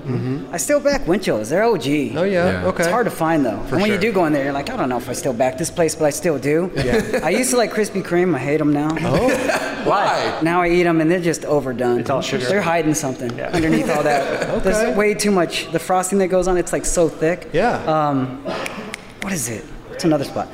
I still back Winchell's. They're OG.
Oh yeah.
Yeah.
Okay.
It's hard to find though. and when you do go in there, you're like, I don't know if I still back this place, but I still do. Yeah. I used to like Krispy Kreme. I hate them now.
Why?
Now I eat them and they're just overdone.
It's all sugar.
They're hiding something underneath all that.
Okay.
There's way too much. The frosting that goes on, it's like so thick.
Yeah.
Um, what is it? It's another spot.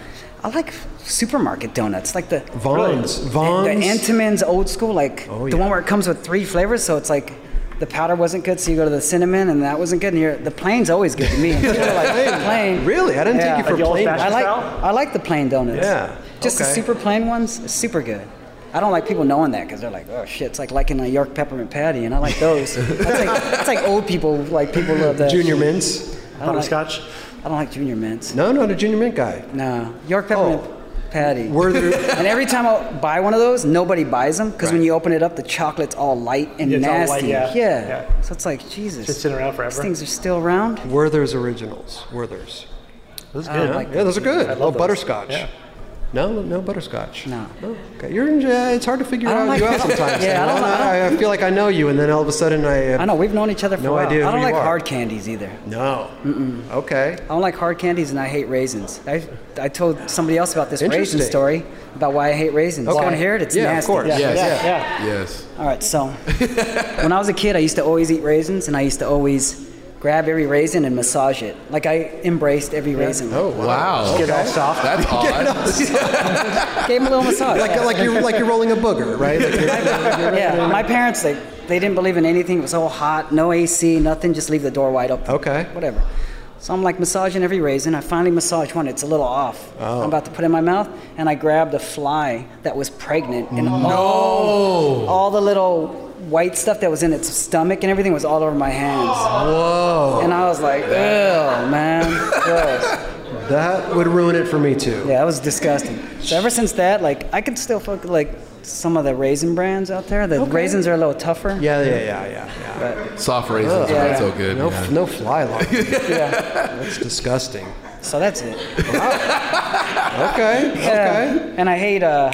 I like supermarket donuts, like the
Vons. Vons.
the Antiman's old school, like
Oh,
the
yeah.
one where it comes with three flavors. So it's like the powder wasn't good, so you go to the cinnamon, and that wasn't good. And you're, the plain's always good to me. People are like, plain.
Really? I didn't
Yeah.
take you
Like
for
the
plain.
I
old-fashioned-
like
style?
I like the plain donuts.
Yeah,
Just the
okay.
super plain ones, it's super good. I don't like people knowing that because they're like, oh shit, it's like liking a York peppermint patty, and I like those. That's like, it's like old people, like people love that.
Junior mints.
I don't, like,
Scotch.
I don't like junior mints.
No, not a junior mint guy. Oh.
No, York peppermint patty.
Were there?
and every time I buy one of those, nobody buys them because when you open it up, the chocolate's all light and
Yeah, it's all
nasty.
light, yeah,
Yeah.
yeah.
So it's like Jesus.
Just sitting around
These
forever.
things are still around.
Werther's originals. Werther's. Those
I don't like
yeah, those are good.
love
oh,
those.
butterscotch.
Yeah.
No, no butterscotch.
No.
Oh,
okay. You're in, uh, it's hard to figure
I
out
don't like-
you out sometimes.
Yeah, I don't-
Daywan.
I
I, I feel like I know you, and then all of a sudden I. Uh,
I know we've known each other for
No
a while.
idea
I
who
don't
you
like
are.
hard candies either.
No. Okay.
I don't like hard candies and I hate raisins. I, I told somebody else about this
Interesting.
raisin story about why I hate raisins.
Okay.
You want to hear it? It's
Yeah, of
nasty.
course. Yeah.
Yes.
Yeah.
Yes.
All right, so when I was a kid, I used to always eat raisins and I used to always grab every raisin and massage it. Like I embraced every raisin.
Oh wow.
Get all
Okay.
soft.
That's odd.
Gave him a little massage.
Like, like you're like you're rolling a booger, right? Like you're-
yeah, my parents they they didn't believe in anything. It was all hot, no AC, nothing. Just leave the door wide open.
Okay.
Whatever. So I'm like massaging every raisin. I finally massage one. It's a little off.
Oh.
I'm about to put it in my mouth, and I grabbed a fly that was pregnant, and all, all the little white stuff that was in its stomach and everything was all over my hands. Whoa. And I was like, ew, man. Gross.
that would ruin it for me too.
Yeah, that was disgusting. So ever since that, like I could still fuck like some of the raisin brands out there. The raisins are a little tougher.
Yeah, yeah, yeah, yeah. yeah.
Soft raisins are
Yeah.
not so good.
No,
yeah.
no fly line. That's disgusting.
So that's it.
Okay,
Yeah.
okay.
And I hate uh,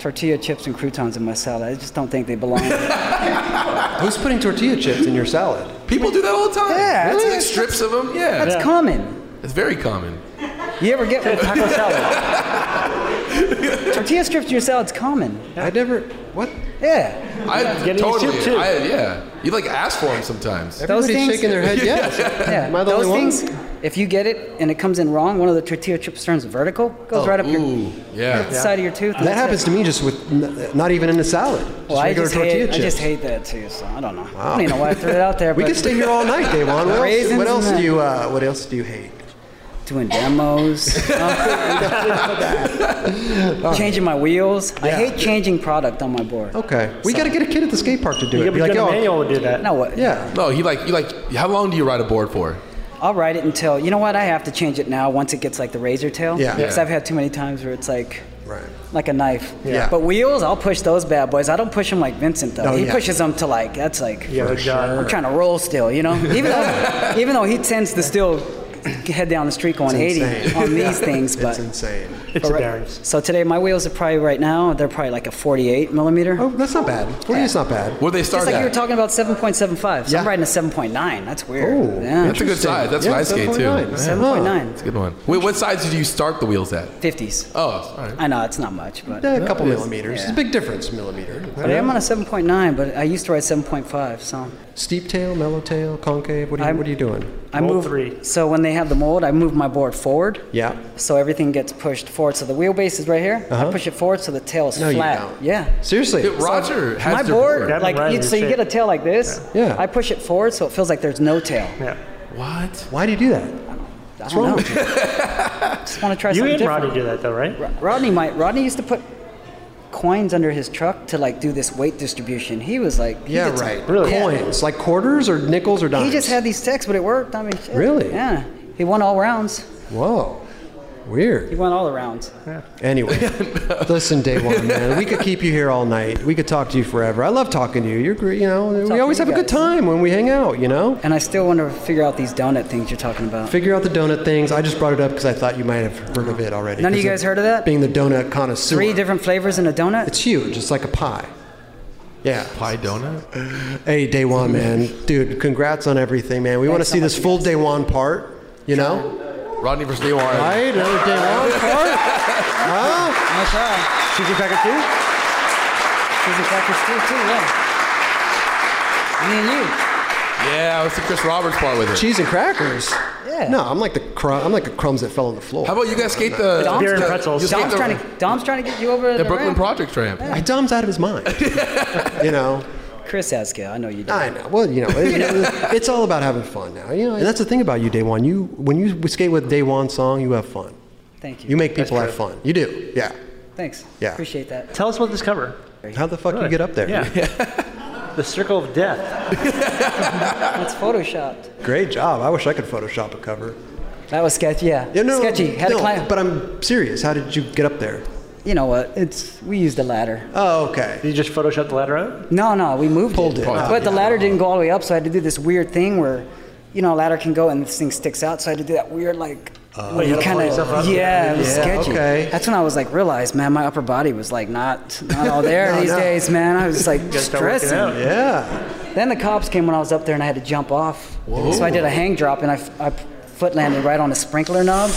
tortilla chips and croutons in my salad. I just don't think they belong. yeah,
Who's putting tortilla chips in your salad?
People do that all the time.
Yeah,
It's
that's-
like strips of them. Yeah.
that's common.
It's very common.
You ever get one? taco salad? tortilla strips in your salad's common.
I never. What?
Yeah.
I
getting a
totally.
chip, too.
I, yeah. You like ask for them sometimes.
Those
Everybody's
things-
shaking their head. Yes.
Yeah.
Am I the
Those
only one?
things, if you get it and it comes in wrong, one of the tortilla chips turns vertical, goes right up
Oh, Ooh.
your
Yeah.
side of your tooth. and
That
that's it.
happens to me just with n- not even in a salad. Just
Well, I
regular
just,
tortilla
hate, I
chips.
just hate that too, so I don't know. I don't even know why I threw it out there.
We
but
could stay here all night, Devon. What else,
Raisins
what else
and
do you? Uh, what else do you hate?
doing demos, changing my wheels. I hate changing product on my board.
Okay, we got to get a kid at the skate park to do
You
it.
could
Be
be
like,
good
yo,
manual would do that.
Now what?
yeah.
No, he like you like. How long do you ride a board for?
I'll write it until you know what. I have to change it now. Once it gets like the razor tail.
Yeah.
Because
Yeah.
I've had too many times where it's like.
Right.
Like a knife.
Yeah.
But wheels, I'll push those bad boys. I don't push them like Vincent though.
Oh,
he
yeah.
pushes them to like that's like.
Yeah, but John.
I'm trying to roll still, you know. Even though, even though he tends to still head down the street going 80
insane.
on these things, but
It's insane.
It's a bearings.
So today my wheels are probably right now they're probably like a 48 millimeter.
Oh, that's not bad. Forty is not bad.
Where they start
Just like
at?
you were talking about 7.75. So
Yeah.
I'm riding a 7.9. That's weird.
Oh,
yeah.
That's a good size. That's what I skate, too.
7.9.
It's a good one. Wait, what size did you start the wheels at?
50s.
Oh, all right.
I know it's not much, but
Yeah, a couple millimeters. It's a big difference, millimeter.
but I am on a 7.9. But I used to ride 7.5. So
Steep tail, mellow tail, concave. What are you,
I'm-
what are you doing?
I
Mold
move.
three.
So when they have the mold, I move my board forward.
Yeah.
So everything gets pushed forward. So the wheelbase is right here.
Uh-huh.
I push it forward so the tail is
No, you
flat.
don't.
Yeah.
Seriously.
Dude, Roger has
my
their
board,
That
like
reminds
you,
me
so you
shit.
get a tail like this.
Yeah. Yeah.
I push it forward so it feels like there's no tail.
Yeah.
What?
Why do you do that?
I don't know. Just want to try
You
something
and
different.
Rodney do that though, right?
Rodney might. Rodney used to put coins under his truck to like do this weight distribution. He was like, he
Yeah,
did some-
right.
Really?
Coins, like quarters or nickels or dimes.
He just had these texts, but it worked. I mean, shit.
Really?
Yeah. He won all rounds.
Whoa.
He
Weird.
won all the rounds.
Anyway, listen, day one, man. We could keep you here all night. We could talk to you forever. I love talking to you. You're great. You know,
Talk
we
to
always
you
have a good
guys.
time when we hang out. You know.
And I still want to figure out these donut things you're talking about.
Figure out the donut things. I just brought it up because I thought you might have heard of it already.
None of you
'cause
guys heard of that?
Being the donut connoisseur.
Three different flavors in a donut.
It's huge. It's like a pie. Yeah.
Pie donut?
Hey, Day One, man. Dude, congrats on everything, man. We want to
so
see this
much,
full Day One part, you know?
Rodney versus Leon.
Right? Another Day One part? Huh?
Nice try.
Should you pack it too?
Susan Cracker's too, too, yeah. Me and you.
Yeah, it's the Chris Roberts part with it.
Cheese and crackers?
Yeah.
No, I'm like the cr- I'm like the crumbs that fell on the floor.
How about you guys skate the
Dom's
you
Beer and
skate
pretzels.
the-
Dom's trying to Dom's trying to get you over
the
the
Brooklyn
ramp.
Project ramp?
I Dom's out of his mind. you know?
Chris Askew, I know you do.
I know. Well, you know, it- it's all about having fun now. You know, and that's the thing about you, Day One. You when you skate with Day One song, you have fun.
Thank you.
You make people have fun. You do. Yeah.
Thanks.
Yeah.
Appreciate that.
Tell us about this cover.
How the fuck you
Really?
get up there?
Yeah. the Circle of Death.
That's photoshopped.
Great job. I wish I could Photoshop a cover.
That was sketchy. Yeah.
Yeah, no,
sketchy. Had
no,
to climb.
But I'm serious. How did you get up there?
you know what? It's we used the ladder.
Oh, okay.
Did you just Photoshop the ladder out?
No, no, we moved
Pulled
it.
it.
Uh, But the ladder didn't go all the way up, so I had to do this weird thing where, you know, a ladder can go and this thing sticks out. So I had to do that weird like. where
Uh, you had to pull
kinda-
yourself up?
yeah, it was
Yeah,
sketchy.
okay.
That's when I was like, realized, man, my upper body was like not not all there
No,
these
no.
days, man. I was like
start working
stressing.
out.
Yeah.
Then the cops came when I was up there and I had to jump off. So I did a hang drop and I, f- I foot landed right on a sprinkler knob.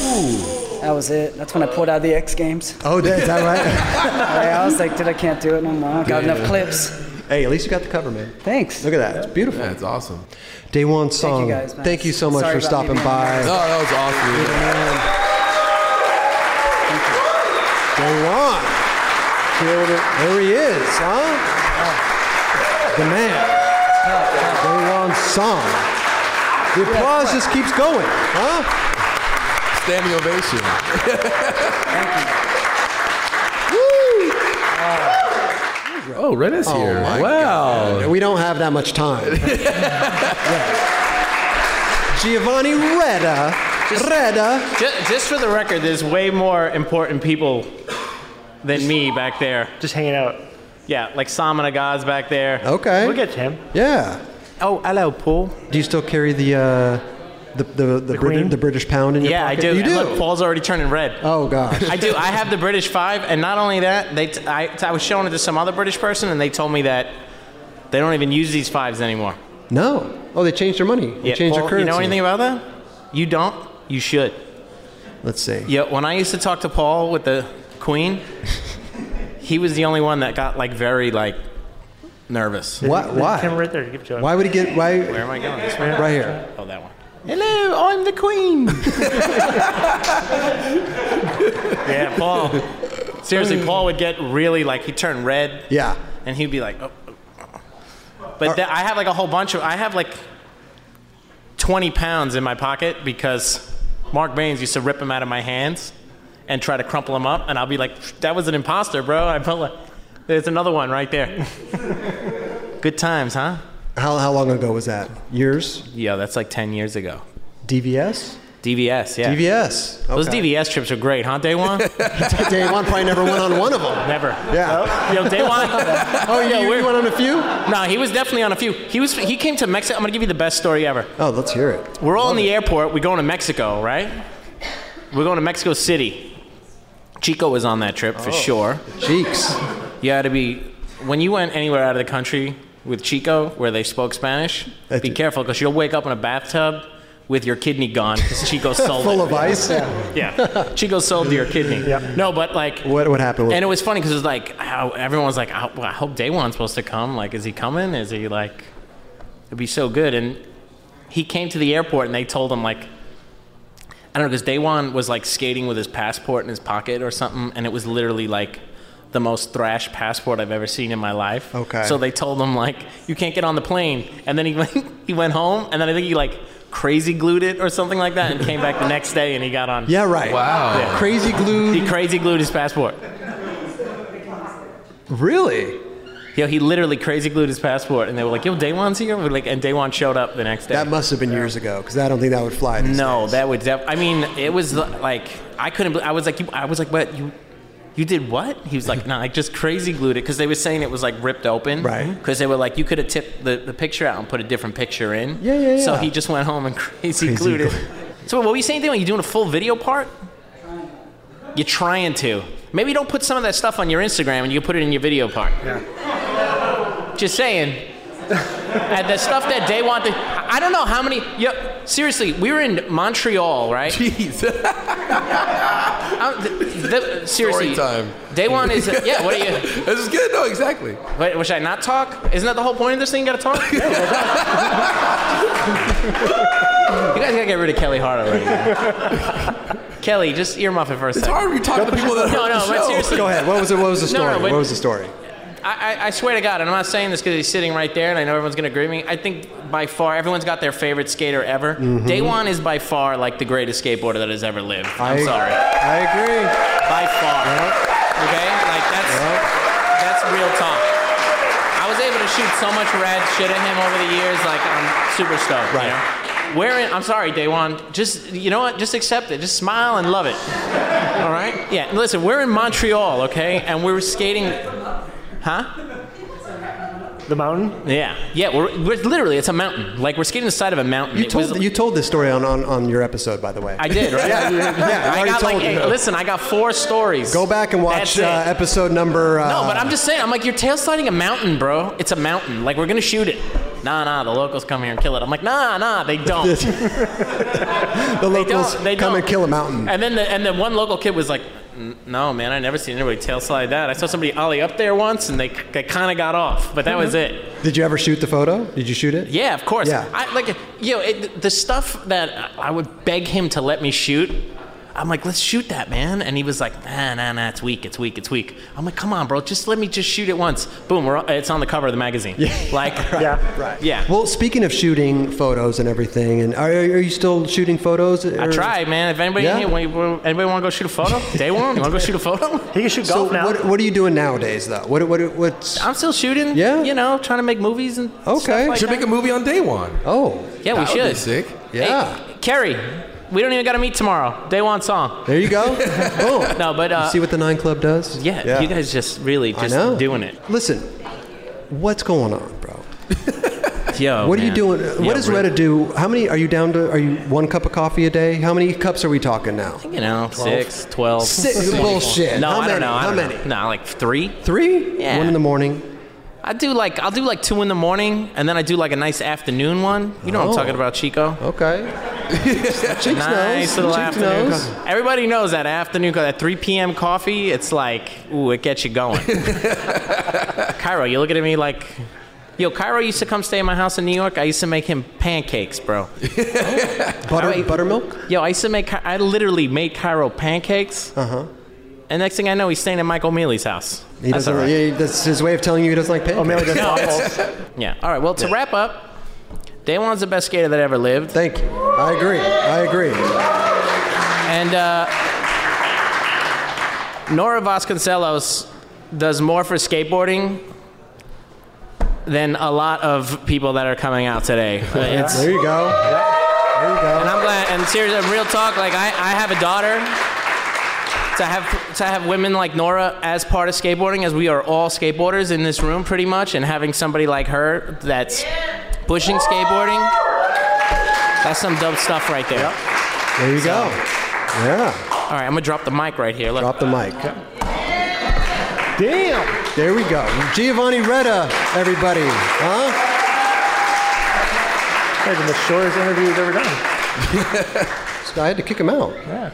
That was it. That's when I pulled out of the X Games.
Oh, is that right?
I was like, dude, I can't do it no more. I got enough clips.
Hey, at least you got the cover, man.
Thanks.
Look at that. It's beautiful.
That's awesome.
Day one song.
guys, man.
Thank you so much
Sorry
for
about
stopping
me being
by.
No, that was awesome. dude.
Day one. Killed it. There he is, huh? The man. Day one song. The applause just keeps going, huh?
Standing ovation. Woo! Oh, Ren is here.
my
wow.
We don't have that much time. Giovanni Reda. Reda.
Just, just for the record, there's way more important people than me back there.
Just hanging out.
Yeah, like Samana God's back there.
Okay.
We'll get to him.
Yeah.
Oh, hello, Paul.
Do you still carry the uh, the the, the, Brit-
Queen?
the British pound in your
Yeah, I
pocket?
do.
You
And
do.
Look, Paul's already turning red.
oh gosh.
I do. I have the British five, and not only that, they t- I, I was showing it to some other British person, and they told me that they don't even use these fives anymore.
no. Oh, they changed their money. They changed
Paul,
their currency.
You know anything about that? You don't. You should.
Let's see.
Yeah, when I used to talk to Paul with the Queen, he was the only one that got like very like nervous.
What?
Him
Why?
right there. Give it to him.
Why would he get? Why?
Where am I going? This one?
Right here.
Oh, that one. Hello, I'm the Queen. yeah, Paul. Seriously, Paul would get really like he'd turn red.
Yeah.
and he'd be like, oh. but th- I have like a whole bunch of I have like 20 pounds in my pocket because Mark Baines used to rip them out of my hands and try to crumple them up, and I'll be like, that was an imposter, bro. I felt like there's another one right there. Good times, huh?
How how long ago was that? Years?
Yeah, that's like 10 years ago.
DVS?
DVS, yeah.
DVS.
Those
Okay.
DVS trips are great, huh, Day One?
Day one probably never went on one of them.
Never.
Yeah.
Yo, Day One.
Oh, yeah. You, you went on a few?
No, he was definitely on a few. He was. He came to Mexico. I'm gonna give you the best story ever.
Oh, let's hear it.
We're all in the airport. We're going to Mexico, right? We're going to Mexico City. Chico was on that trip for sure.
Oh. Cheeks.
You had to be when you went anywhere out of the country with Chico, where they spoke Spanish.
That's
be
it.
careful because you'll wake up in a bathtub with your kidney gone because Chico sold
Full
it.
of ice.
yeah, Chico sold your kidney. No, but like
What what happened? With,
and it was funny because it was like how everyone was like, "Oh, well, I hope Day One's supposed to come. Like, is he coming? Is he like? It'd be so good. And he came to the airport, and they told him like, I don't know, because Day One was like skating with his passport in his pocket or something, and it was literally like the most thrash passport I've ever seen in my life.
Okay.
So they told him like, you can't get on the plane. And then he went, he went home, and then I think he like crazy glued it or something like that, and came back the next day, and he got on.
yeah, right.
Wow.
Crazy
He
glue.
crazy glued his passport.
Really?
Yo, he literally crazy glued his passport, and they were like, "Yo, Daywan's here," We're like, and Daywan showed up the next day.
That must have been years ago because I don't think that would fly. these
no,
days.
that would. Def- I mean, it was like I couldn't. bel I was like, you, I was like, what you? You did what? He was like, no, I just crazy glued it because they were saying it was like ripped open.
Right.
Because they were like, you could have tipped the, the picture out and put a different picture in.
Yeah, yeah,
So
yeah.
he just went home and crazy,
Crazy
glued it.
glue.
So what were you saying? Daywan? you doing a full video part? You're trying to. Maybe don't put some of that stuff on your Instagram and you put it in your video part. Just saying. and the stuff that they want to. I I don't know how many. Yep. Seriously, we were in Montreal, right?
Jeez.
I'm- the- the- seriously.
Story time.
Day one is. Yeah, what are you.
this is good. No, exactly.
Wait, should I not talk? Isn't that the whole point of this thing? You gotta talk? you guys gotta get rid of Kelly Hart already. man. Kelly, just earmuff it for a
It's
second.
hard when you talk to people that
No,
are
no,
on the
but
show.
seriously.
Go ahead. What was it? What was the
No, no,
story?
but-
what was the story?
I, I, I swear to God, and I'm not saying this because he's sitting right there, and I know everyone's going to agree with me. I think by far, everyone's got their favorite skater ever. Day One is by far like the greatest skateboarder that has ever lived. I'm
I-
sorry.
I agree.
By far. Okay? Like, that's, that's real talk. I was able to shoot so much rad shit at him over the years, like, I'm super stoked.
Right.
You know? We're in, I'm sorry, Day One. Just, you know what? Just accept it. Just smile and love it. All right? Yeah, listen, we're in Montreal, okay? And we were skating. Huh?
The mountain.
Yeah, yeah. We're, we're literally it's a mountain. Like we're skating the side of a mountain.
You
It
told
was-
you told this story on, on, on your episode, by the way.
I did, right?
Yeah, yeah, I
I
already
got like
told you.
eight- listen. I got four stories.
Go back and watch
That's
uh,
it.
episode number. Uh,
No, but I'm just saying. I'm like you're tail sliding a mountain, bro. It's a mountain. Like we're gonna shoot it. Nah, nah. The locals come here and kill it. I'm like, nah, nah. They don't.
the locals
don't- they
come
don't.
and kill a mountain.
and then the, and then one local kid was like, N- No, man, I never seen anybody tail slide that. I saw somebody ollie up there once, and they they kind of got off, but that was it.
Did you ever shoot the photo? Did you shoot it?
Yeah, of course.
Yeah.
I, like, you know, it, the stuff that I would beg him to let me shoot, I'm like, let's shoot that, man. And he was like, nah, nah, nah, it's weak, it's weak, it's weak. I'm like, come on, bro, just let me just shoot it once. Boom, we're, it's on the cover of the magazine. Like,
Yeah.
Right.
Yeah.
Well, speaking of shooting photos and everything, and are, are you still shooting photos?
I
or-
try, man. If anybody,
Yeah.
here- wa- wa- anybody want to go shoot a photo? Day one, you want to go shoot a photo?
He can shoot
So
golf now.
what, what are you doing nowadays, though? What what what's
I'm still shooting.
Yeah.
You know, trying to make movies and
Okay.
Stuff like
Should
that.
make a movie on day one.
oh
yeah, we
That
should.
Would be sick.
yeah.
Hey, Kerry, we don't even got to meet tomorrow. Day one song.
There you go. Boom.
No, but uh,
See what the nine club does?
yeah, you guys just really
I
just
know.
doing it.
Listen, what's going on, bro?
Yo,
What are you
Oh, man.
doing?
Yo,
what does
real-
Reddit do? How many are you down to? Are you one cup of coffee a day? How many cups are we talking now?
You know, six, twelve.
Six. Bullshit.
No,
How
I
many?
don't know. I
How
don't
many?
Know. No, like three.
Three.
Yeah.
One in the morning.
I do like I'll do like two in the morning, and then I do like a nice afternoon one. You know what
Oh.
I'm talking about, Chico?
Okay. Cheeks
Nice little
knows. Cheeks
afternoon.
knows.
co- Everybody knows that afternoon, co- that 3 p.m. coffee, it's like, ooh, it gets you going. Cairo, you're looking at me like, yo, Cairo used to come stay in my house in New York. I used to make him pancakes, bro.
Butter,
Alright.
buttermilk.
Yo, I used to make, Ky- I literally made Cairo pancakes. Uh huh. And next thing I know, he's staying at Michael Mealy's house.
Uh-huh. He
That's
doesn't.
all right.
yeah, that's his way of telling you he doesn't like pancakes.
oh, man, we just waffles.
Yeah. All right. Well, to wrap up, Day One's the best skater that ever lived.
Thank you. I agree. I agree.
And uh, Nora Vasconcelos does more for skateboarding than a lot of people that are coming out today. Uh, it's-
There you go. There you
and
go.
I'm glad. And seriously, real talk. Like I, I have a daughter. To have to have women like Nora as part of skateboarding, as we are all skateboarders in this room, pretty much, and having somebody like her that's pushing skateboarding. That's some dope stuff right there.
There you go. Yeah.
All right, I'm gonna drop the mic right here. Look.
Drop the mic.
Damn.
There we go. Giovanni Retta, everybody. Huh?
That's the shortest interview we've ever done.
I had to kick him out.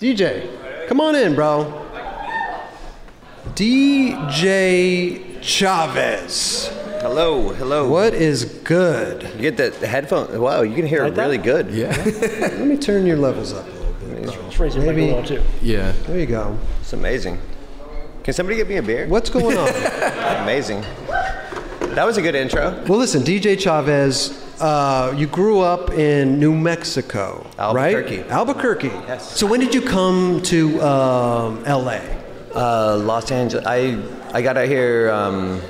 DJ, come on in, bro. DJ Chavez.
Hello, hello.
What is good?
You get the the headphone. Wow, you can hear it really good. Yeah.
Let me turn your levels up a little bit.
Let's raise your mic a
Maybe-
little, too.
Yeah.
There you go.
It's amazing. Can somebody get me a beer?
What's going on?
Amazing. That was a good intro.
Well, listen, DJ Chavez, uh, you grew up in New Mexico,
Albuquerque.
right? Albuquerque. Yes. So when did you come to um, LA?
Uh, Los Angeles. I I got out here um,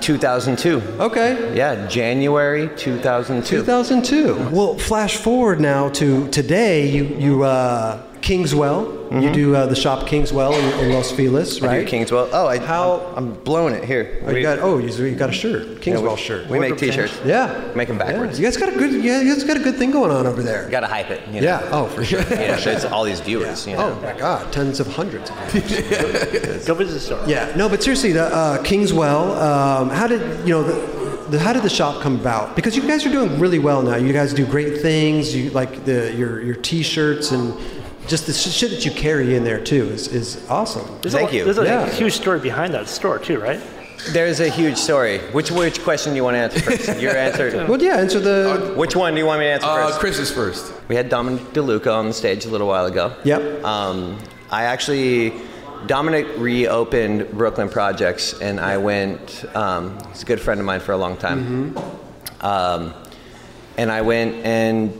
2002.
Okay.
Yeah, January 2002.
2002. Well, flash forward now to today. You you uh, Kingswell. You do uh, the shop Kingswell in, in Los Feliz,
Mm-hmm. I do
right?
Kingswell. Oh, I,
How-
I'm, I'm blowing it here.
Oh, you got oh, you, you got a shirt,
yeah,
Kingswell
we-
shirt.
We make t-shirts.
yeah.
Make 'em
Yeah.
backwards.
You guys got a good yeah, you guys got a good thing going on over there.
Gotta hype it. You know?
yeah. Oh, for sure.
You know, so it's all these viewers. You know?
Oh my God, tens of hundreds. Of
Go visit the store.
Yeah, no, but seriously, the uh, Kingswell. Um, how did you know? The, the, how did the shop come about? Because you guys are doing really well now. You guys do great things. You like the your your t-shirts and just the sh- shit that you carry in there too is is awesome.
There's a
Thank
lot-
you.
There's a
Yeah.
huge story behind that store too, right?
There's a huge story. Which which question do you want to answer first? Your answer.
Well, yeah, and so the
Which one do you want me to answer
Uh,
first?
Chris is first.
We had Dominic DeLuca on the stage a little while ago.
Yep.
Um, I actually, Dominic reopened Brooklyn Projects, and I went. Um, he's a good friend of mine for a long time.
Mm-hmm.
Um, and I went and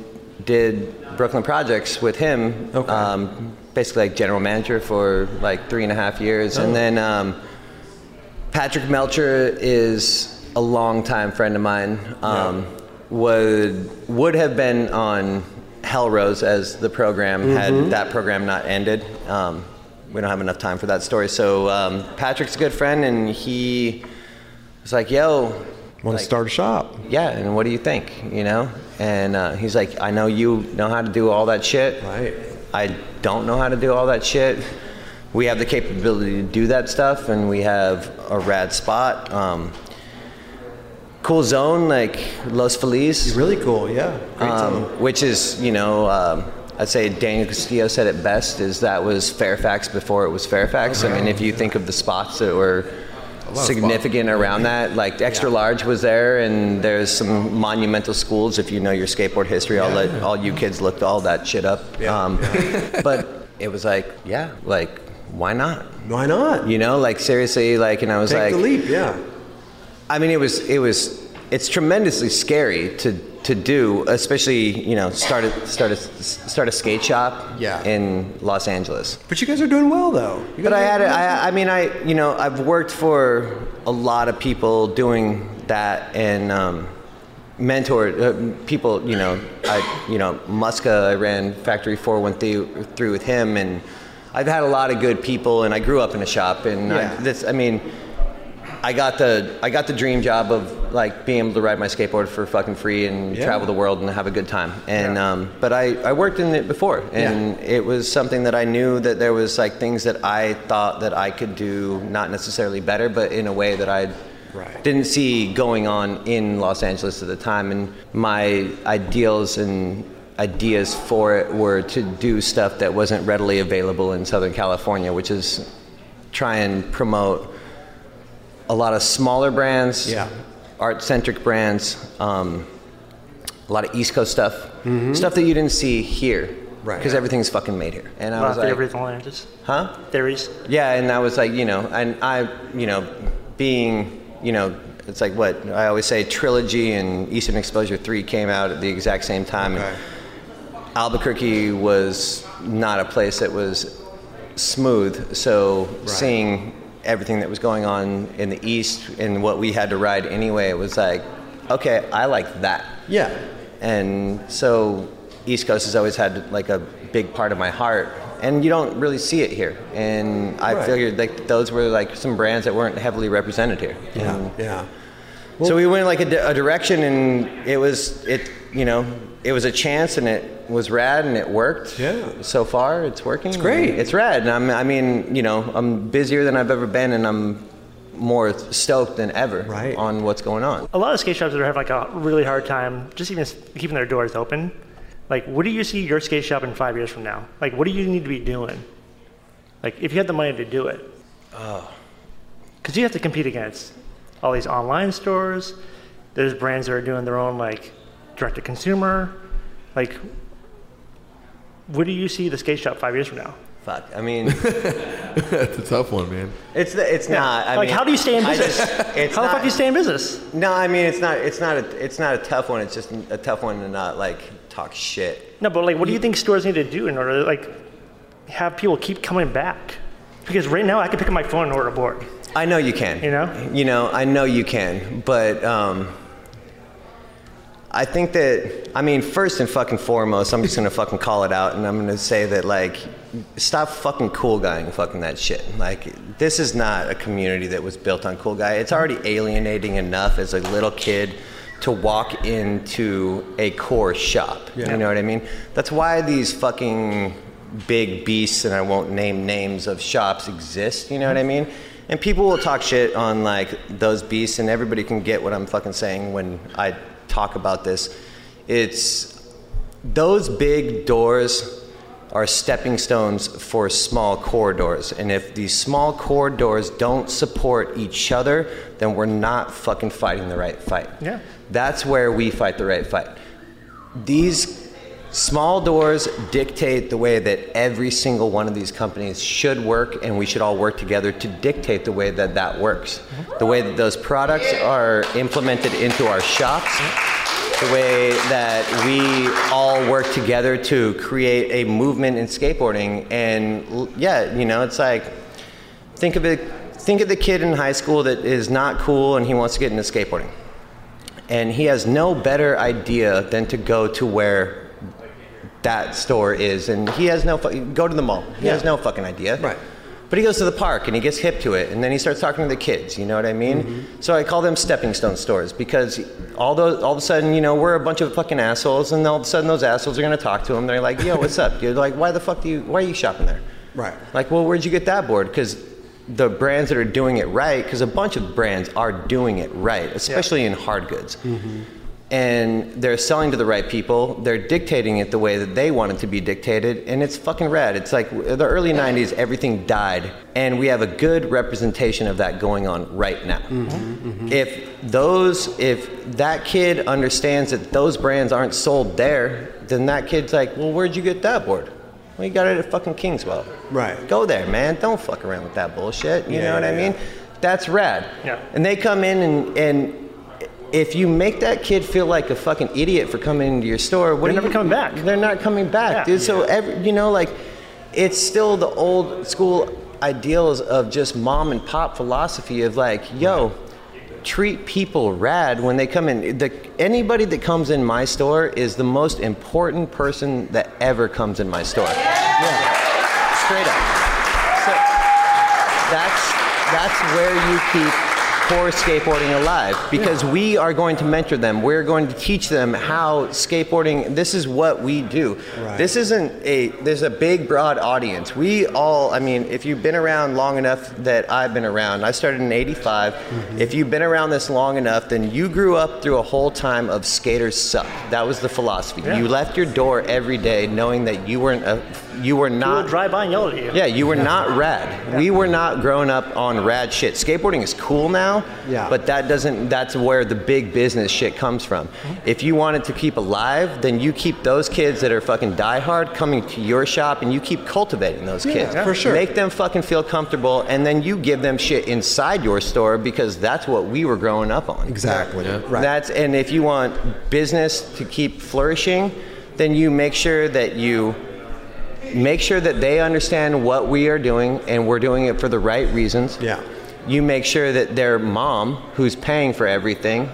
did Brooklyn Projects with him.
Okay.
Um, basically, like general manager for like three and a half years, and then. Um, Patrick Melcher is a longtime friend of mine. Um, Would would have been on Hellrose as the program had that program not ended. Um, we don't have enough time for that story. So um, Patrick's a good friend, and he was like, "Yo,
Want to
like,
start a shop?
yeah, and what do you think? You know? And uh, he's like, I know you know how to do all that shit.
Right.
I don't know how to do all that shit. We have the capability to do that stuff, and we have a rad spot. Um, cool zone, like Los Feliz
Really cool. Yeah. Great
um,
time.
which is you know um, I'd say Daniel Castillo said it best is that was Fairfax before it was Fairfax. I mean, if you think of the spots that were significant around that, like extra large was there, and there's some monumental schools. If you know your skateboard history, I'll let all you kids look all that shit up. Um, but it was like, yeah, like why not?
Why not?
You know, like seriously, like, and I was
Take
like,
the leap. Yeah.
I mean, it was it was it's tremendously scary to to do, especially you know start a start a start a skate shop
Yeah.
in Los Angeles.
But you guys are doing well though. You
But
guys
I
are
had
doing
I I mean I you know I've worked for a lot of people doing that and um, mentored uh, people. You know I you know Muska I ran Factory 413 through with him and. I've had a lot of good people, and I grew up in a shop, and
Yeah.
I, this, I mean, I got the I got the dream job of like being able to ride my skateboard for fucking free and
Yeah.
travel the world and have a good time. And um, but I, I worked in it before, and it was something that I knew that there was like things that I thought that I could do, not necessarily better, but in a way that I
Right.
didn't see going on in Los Angeles at the time. And my ideals and ideas for it were to do stuff that wasn't readily available in Southern California, which is try and promote a lot of smaller brands,
Yeah.
art centric brands, um, a lot of East Coast stuff, stuff that you didn't see here,
Mm-hmm. Right.
Because everything's fucking made here. And
A
I
lot
was
of
like,
theories and languages.
huh?
Theories.
Yeah, and I was like, you know, and I, you know, being, you know, it's like what I always say, trilogy and Eastern Exposure three came out at the exact same time. and
Okay.
Albuquerque was not a place that was smooth, so seeing everything that was going on in the East and what we had to ride anyway, it was like, okay, I like that
Yeah.
and so East Coast has always had like a big part of my heart, and you don't really see it here. And I
Right.
figured like those were like some brands that weren't heavily represented here.
Yeah.
And
Yeah.
so we went like a, di- a direction, and it was it you know it was a chance, and it was rad, and it worked.
Yeah.
So far, it's working. It's
great.
It's rad, and I'm, I mean you know I'm busier than I've ever been, and I'm more stoked than ever
Right.
on what's going on.
A lot of skate shops that are having like a really hard time just even s- keeping their doors open. Like, what do you see your skate shop in five years from now? Like, what do you need to be doing? Like, if you had the money to do it. Oh. Because you have to compete against all these online stores. There's brands that are doing their own like direct to consumer. Like, what do you see the skate shop five years from now?
Fuck. I mean.
That's a tough one, man.
It's it's not. I
like,
mean,
how do you stay in
I
business?
just- it's
how the
not-
fuck do you stay in business?
No, I mean it's not. It's not a. It's not a tough one. It's just a tough one to not like talk shit.
No, but like, what do you think stores need to do in order to like have people keep coming back? Because right now, I can pick up my phone and order a board.
I know you can.
You know?
You know. I know you can. But um, I think that. I mean, first and fucking foremost, I'm just gonna fucking call it out, and I'm gonna say that like, stop fucking cool guying fucking that shit. Like, this is not a community that was built on cool guy. It's already alienating enough as a little kid to walk into a core shop. You know what I mean? That's why these fucking big beasts, and I won't name names of shops, exist. You know what I mean? And people will talk shit on like those beasts, and everybody can get what I'm fucking saying when I talk about this. It's those big doors are stepping stones for small corridors. And if these small corridors don't support each other, then we're not fucking fighting the right fight.
Yeah.
That's where we fight the right fight. These small doors dictate the way that every single one of these companies should work, and we should all work together to dictate the way that that works. The way that those products are implemented into our shops, the way that we all work together to create a movement in skateboarding. And l- yeah, you know, it's like, Think of it. Think of the kid in high school that is not cool and he wants to get into skateboarding, and he has no better idea than to go to where that store is, and he has no fu- go to the mall. He has no fucking idea.
Right.
But he goes to the park and he gets hip to it, and then he starts talking to the kids. You know what I mean? So I call them stepping stone stores because all those, all of a sudden, you know, we're a bunch of fucking assholes, and all of a sudden, those assholes are gonna talk to him. They're like, "Yo, what's up, dude? Like, why the fuck do you? Why are you shopping there?"
Right.
Like, well, where'd you get that board? Because the brands that are doing it right, because a bunch of brands are doing it right, especially in hard goods.
Mm-hmm.
And they're selling to the right people. They're dictating it the way that they want it to be dictated, and it's fucking rad. It's like w- the early '90s, everything died, and we have a good representation of that going on right now. If those, if that kid understands that those brands aren't sold there, then that kid's like, "Well, where'd you get that board? Well, you got it at fucking Kingswell."
Right.
Go there, man. Don't fuck around with that bullshit. You know what I mean? That's rad.
Yeah.
And they come in and and if you make that kid feel like a fucking idiot for coming into your store, what
They're
do
never
you-
coming back.
They're not coming back,
Yeah.
dude. So every, you know, like, it's still the old school ideals of just mom and pop philosophy of like, yo, treat people rad when they come in. The, anybody that comes in my store is the most important person that ever comes in my store. Straight up. So that's that's where you keep core skateboarding alive because we are going to mentor them. We're going to teach them how skateboarding. This is what we do. This isn't a. There's a big broad audience. We all. I mean, if you've been around long enough that I've been around. I started in '85. If you've been around this long enough, then you grew up through a whole time of skaters suck. That was the philosophy. You left your door every day knowing that you weren't a. You were
We'll
not
drive by and yell at you.
yeah, you were not rad. We were not growing up on rad shit. Skateboarding is cool now,
Yeah.
but that doesn't that's where the big business shit comes from.
Mm-hmm.
If you want it to keep alive, then you keep those kids that are fucking diehard coming to your shop and you keep cultivating those kids.
for sure.
Make them fucking feel comfortable and then you give them shit inside your store because that's what we were growing up on.
Exactly. Right.
That's and if you want business to keep flourishing, then you make sure that you make sure that they understand what we are doing and we're doing it for the right reasons.
Yeah.
You make sure that their mom, who's paying for everything,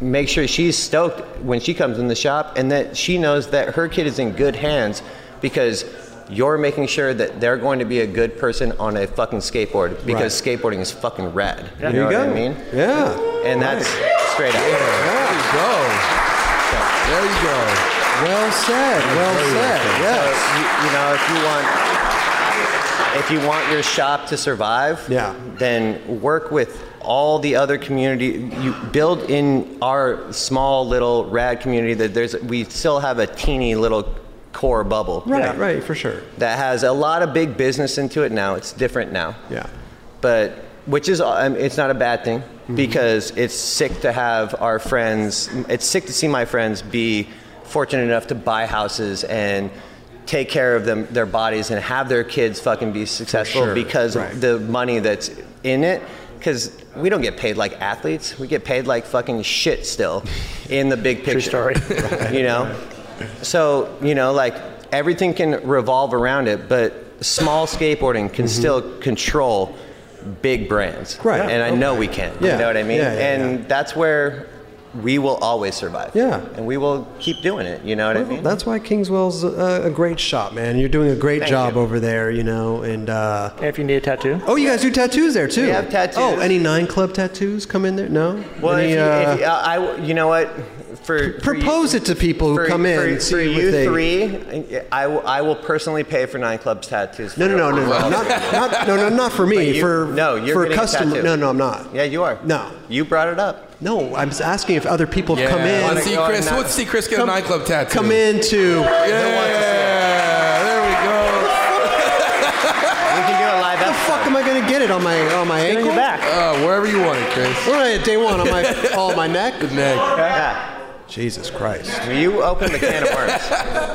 make sure she's stoked when she comes in the shop and that she knows that her kid is in good hands because you're making sure that they're going to be a good person on a fucking skateboard because skateboarding is fucking rad.
Yeah.
You know
There
what
go.
I mean?
Yeah.
And that's straight up.
There you go.
Well said. Well said. Yes.
you, you know, if you want if you want your shop to survive,
Yeah.
then work with all the other community. You build in our small little rad community that there's we still have a teeny little core bubble
Right. Right. For sure.
that has a lot of big business into it now. It's different now
Yeah.
but which is I mean, it's not a bad thing
Mm-hmm.
because it's sick to have our friends it's sick to see my friends be fortunate enough to buy houses and take care of them their bodies and have their kids fucking be successful because
right.
the money that's in it because we don't get paid like athletes we get paid like fucking shit still in the big picture
story.
you know so you know like everything can revolve around it but small skateboarding can still control big brands
Mm-hmm. Right.
and i know we can
Yeah.
you know what i mean
Yeah, yeah,
and that's where we will always survive
Yeah.
and we will keep doing it you know what i mean
That's why Kingswell's a, a great shop, man. You're doing a great job over there, you know. And uh,
And if you need a tattoo.
oh, you guys do tattoos there too.
We have tattoos.
Oh, any nine club tattoos come in there? No.
well
Any,
if you,
uh,
if you, I, I- you know what for for you-
propose it to people who
for,
come in
for,
and see
for
what
you
they-
three I will, I will personally pay for nine clubs tattoos
No,
for
no, no, no, no, not, not, no, no, not for me.
But you-
for
no, you're
for
getting a
customer.
tattoo.
No, no, I'm not.
yeah you are
No.
you brought it up
No, I'm just asking if other people have come
Yeah.
in.
Let's see
Like,
Chris.
oh,
Let's
uh,
no.
see Chris get a nightclub tattoo.
Come in to
Yeah. There we go.
we can do a live
the
episode
fuck am I gonna get it on my on my
And
ankle?
you're back.
Uh, wherever you want it, Chris.
Right, day one on my on my neck.
Good neck.
yeah
Jesus Christ!
You opened the can of worms.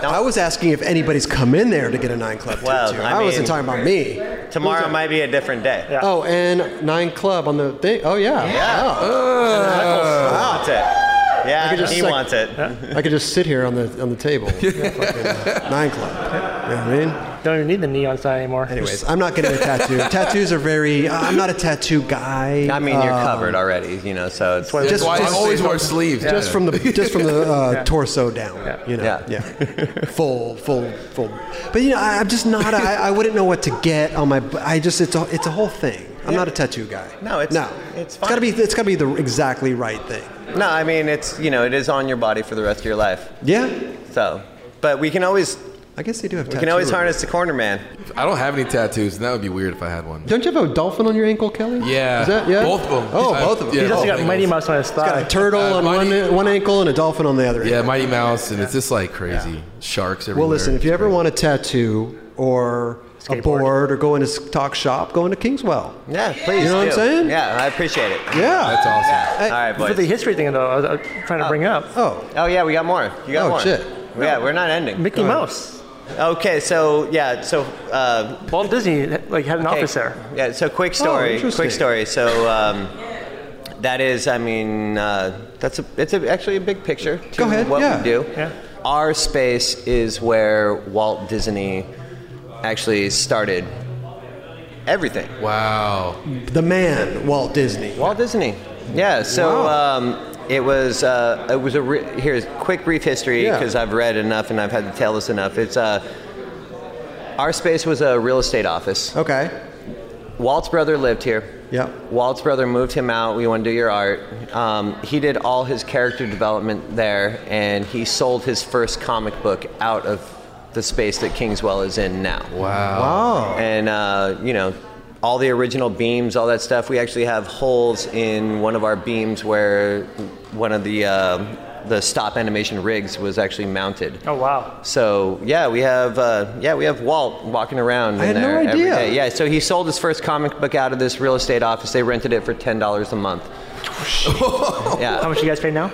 I was asking if anybody's come in there to get a nine club
Well,
tattoo.
I
I, wasn't
mean-
talking about me.
Tomorrow might be a different day.
Yeah.
Oh, and nine club on the thing. Oh yeah.
Yeah.
Wow.
That's it. Yeah,
could just
he
suck-
wants it.
I could just sit here on the on the table. Fucking Nine club. You know what I mean?
Don't even need the neon sign anymore.
Anyways, I'm not getting a tattoo. Tattoos are very. I'm not a tattoo guy.
I mean, you're
Uh,
covered already, you know, so it's.
why-
That's
Just-
why I
just-
always wear sleeves.
Just
yeah.
from the just from the uh, torso down, you know,
Yeah.
yeah. full, full, full. But you know, I, I'm just not. I, I wouldn't know what to get on my. b- I just it's a it's a whole thing. I'm not a tattoo guy.
No, it's-
no.
it's
it's gotta be
fine.
it's gotta be the exactly right thing.
No, I mean, it's, you know, it is on your body for the rest of your life.
Yeah,
So, but we can always,
I guess they do have.
we can always
tattoo-
harness the corner man.
I don't have any tattoos, and that would be weird if I had one.
Don't you have a dolphin on your ankle, Kelly?
Yeah.
Is that, yeah?
Both of them.
Oh,
I-
both of them.
yeah,
He's also
both
got
ankles.
Mighty Mouse on his thigh.
Got a turtle
Uh,
on
Mighty-
one, one ankle and a dolphin on the other.
Yeah,
ankle.
Mighty Mouse, and it's just like crazy sharks everywhere.
Well, listen, if you ever want a tattoo or a
Skateboard.
board or go into s- talk shop, go into Kingswell.
Yeah, please.
You know what I'm
do.
saying?
Yeah, I appreciate it.
Yeah.
that's awesome.
Hey,
All right,
For
boys.
the history thing, though, I was, I was trying to bring up
Oh,
oh, yeah, we got more. You got
Oh,
more.
shit.
Yeah, we're not ending.
Mickey Mouse.
Okay, so, yeah, so uh,
Walt Disney like had an
Okay.
office there.
Yeah. So quick story.
Oh, interesting.
quick story. So um, that is, I mean, uh, that's a, it's a, actually a big picture. To
Go ahead,
What
yeah.
we do.
Yeah.
Our space is where Walt Disney actually started everything.
Wow.
the man, Walt Disney.
Walt Disney. Yeah. So
Wow.
um, it was. Uh, it was a re- here's quick brief history
Yeah.
because I've read enough and I've had to tell this enough. It's uh, our space was a real estate office.
Okay.
Walt's brother lived here.
Yep.
Walt's brother moved him out. We want to do your art. Um, he did all his character development there, and he sold his first comic book out of the space that Kingswell is in now.
Wow.
And uh, you know, all the original beams, all that stuff. We actually have holes in one of our beams where one of the uh, the stop animation rigs was actually mounted.
Oh wow.
So yeah, we have uh, yeah we have Walt walking around.
I
in
had no
there every
idea.
day. Yeah, so he sold his first comic book out of this real estate office. They rented it for ten dollars a month.
How
yeah,
much you guys pay now?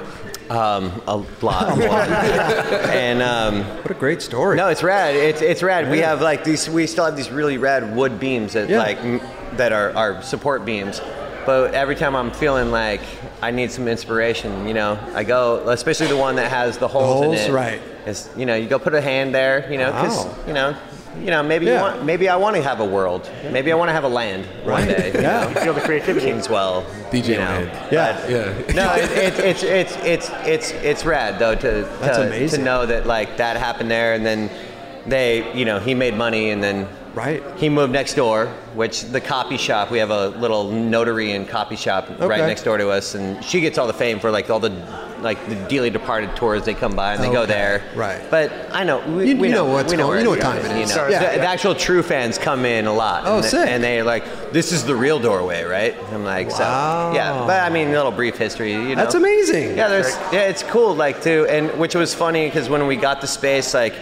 um, a lot. and um,
What a great story.
no, it's rad. It's it's rad. We have like these. We still have these really rad wood beams that
Yeah.
like m- that are our support beams. But every time I'm feeling like I need some inspiration, you know, I go, especially the one that has the holes,
holes,
in it.
right.
It's, you know, you go put a hand there, you know, because
Wow.
you know, you know, maybe
Oh. Yeah.
you want, maybe I want to have a world. Maybe I want to have a land one day. you
Yeah.
know.
Feel the creativity.
Kingswell,
DJ
you know.
land.
Yeah.
Yeah.
No, it, it, it's it's it's it's it's rad though to
That's
to,
amazing.
to know that like that happened there, and then they you know he made money, and then
Right.
he moved next door, which the copy shop we have a little notary and copy shop right
Okay.
next door to us, and she gets all the fame for like all the like the dearly departed tours they come by and they go
Oh, Okay,
there.
right.
But I know we,
You-
we
you
know,
know what's
we know
going-
where
you know
it
what time
is,
it
you
is.
know.
Sorry.
The-
Yeah.
the actual true fans come in a lot.
Oh,
and, they-
sick.
And they're like, this is the real doorway, right? I'm like,
Wow.
so yeah. But I mean, little brief history. You know,
That's amazing.
Yeah, there's yeah, it's cool. Like too, and which was funny because when we got the space, like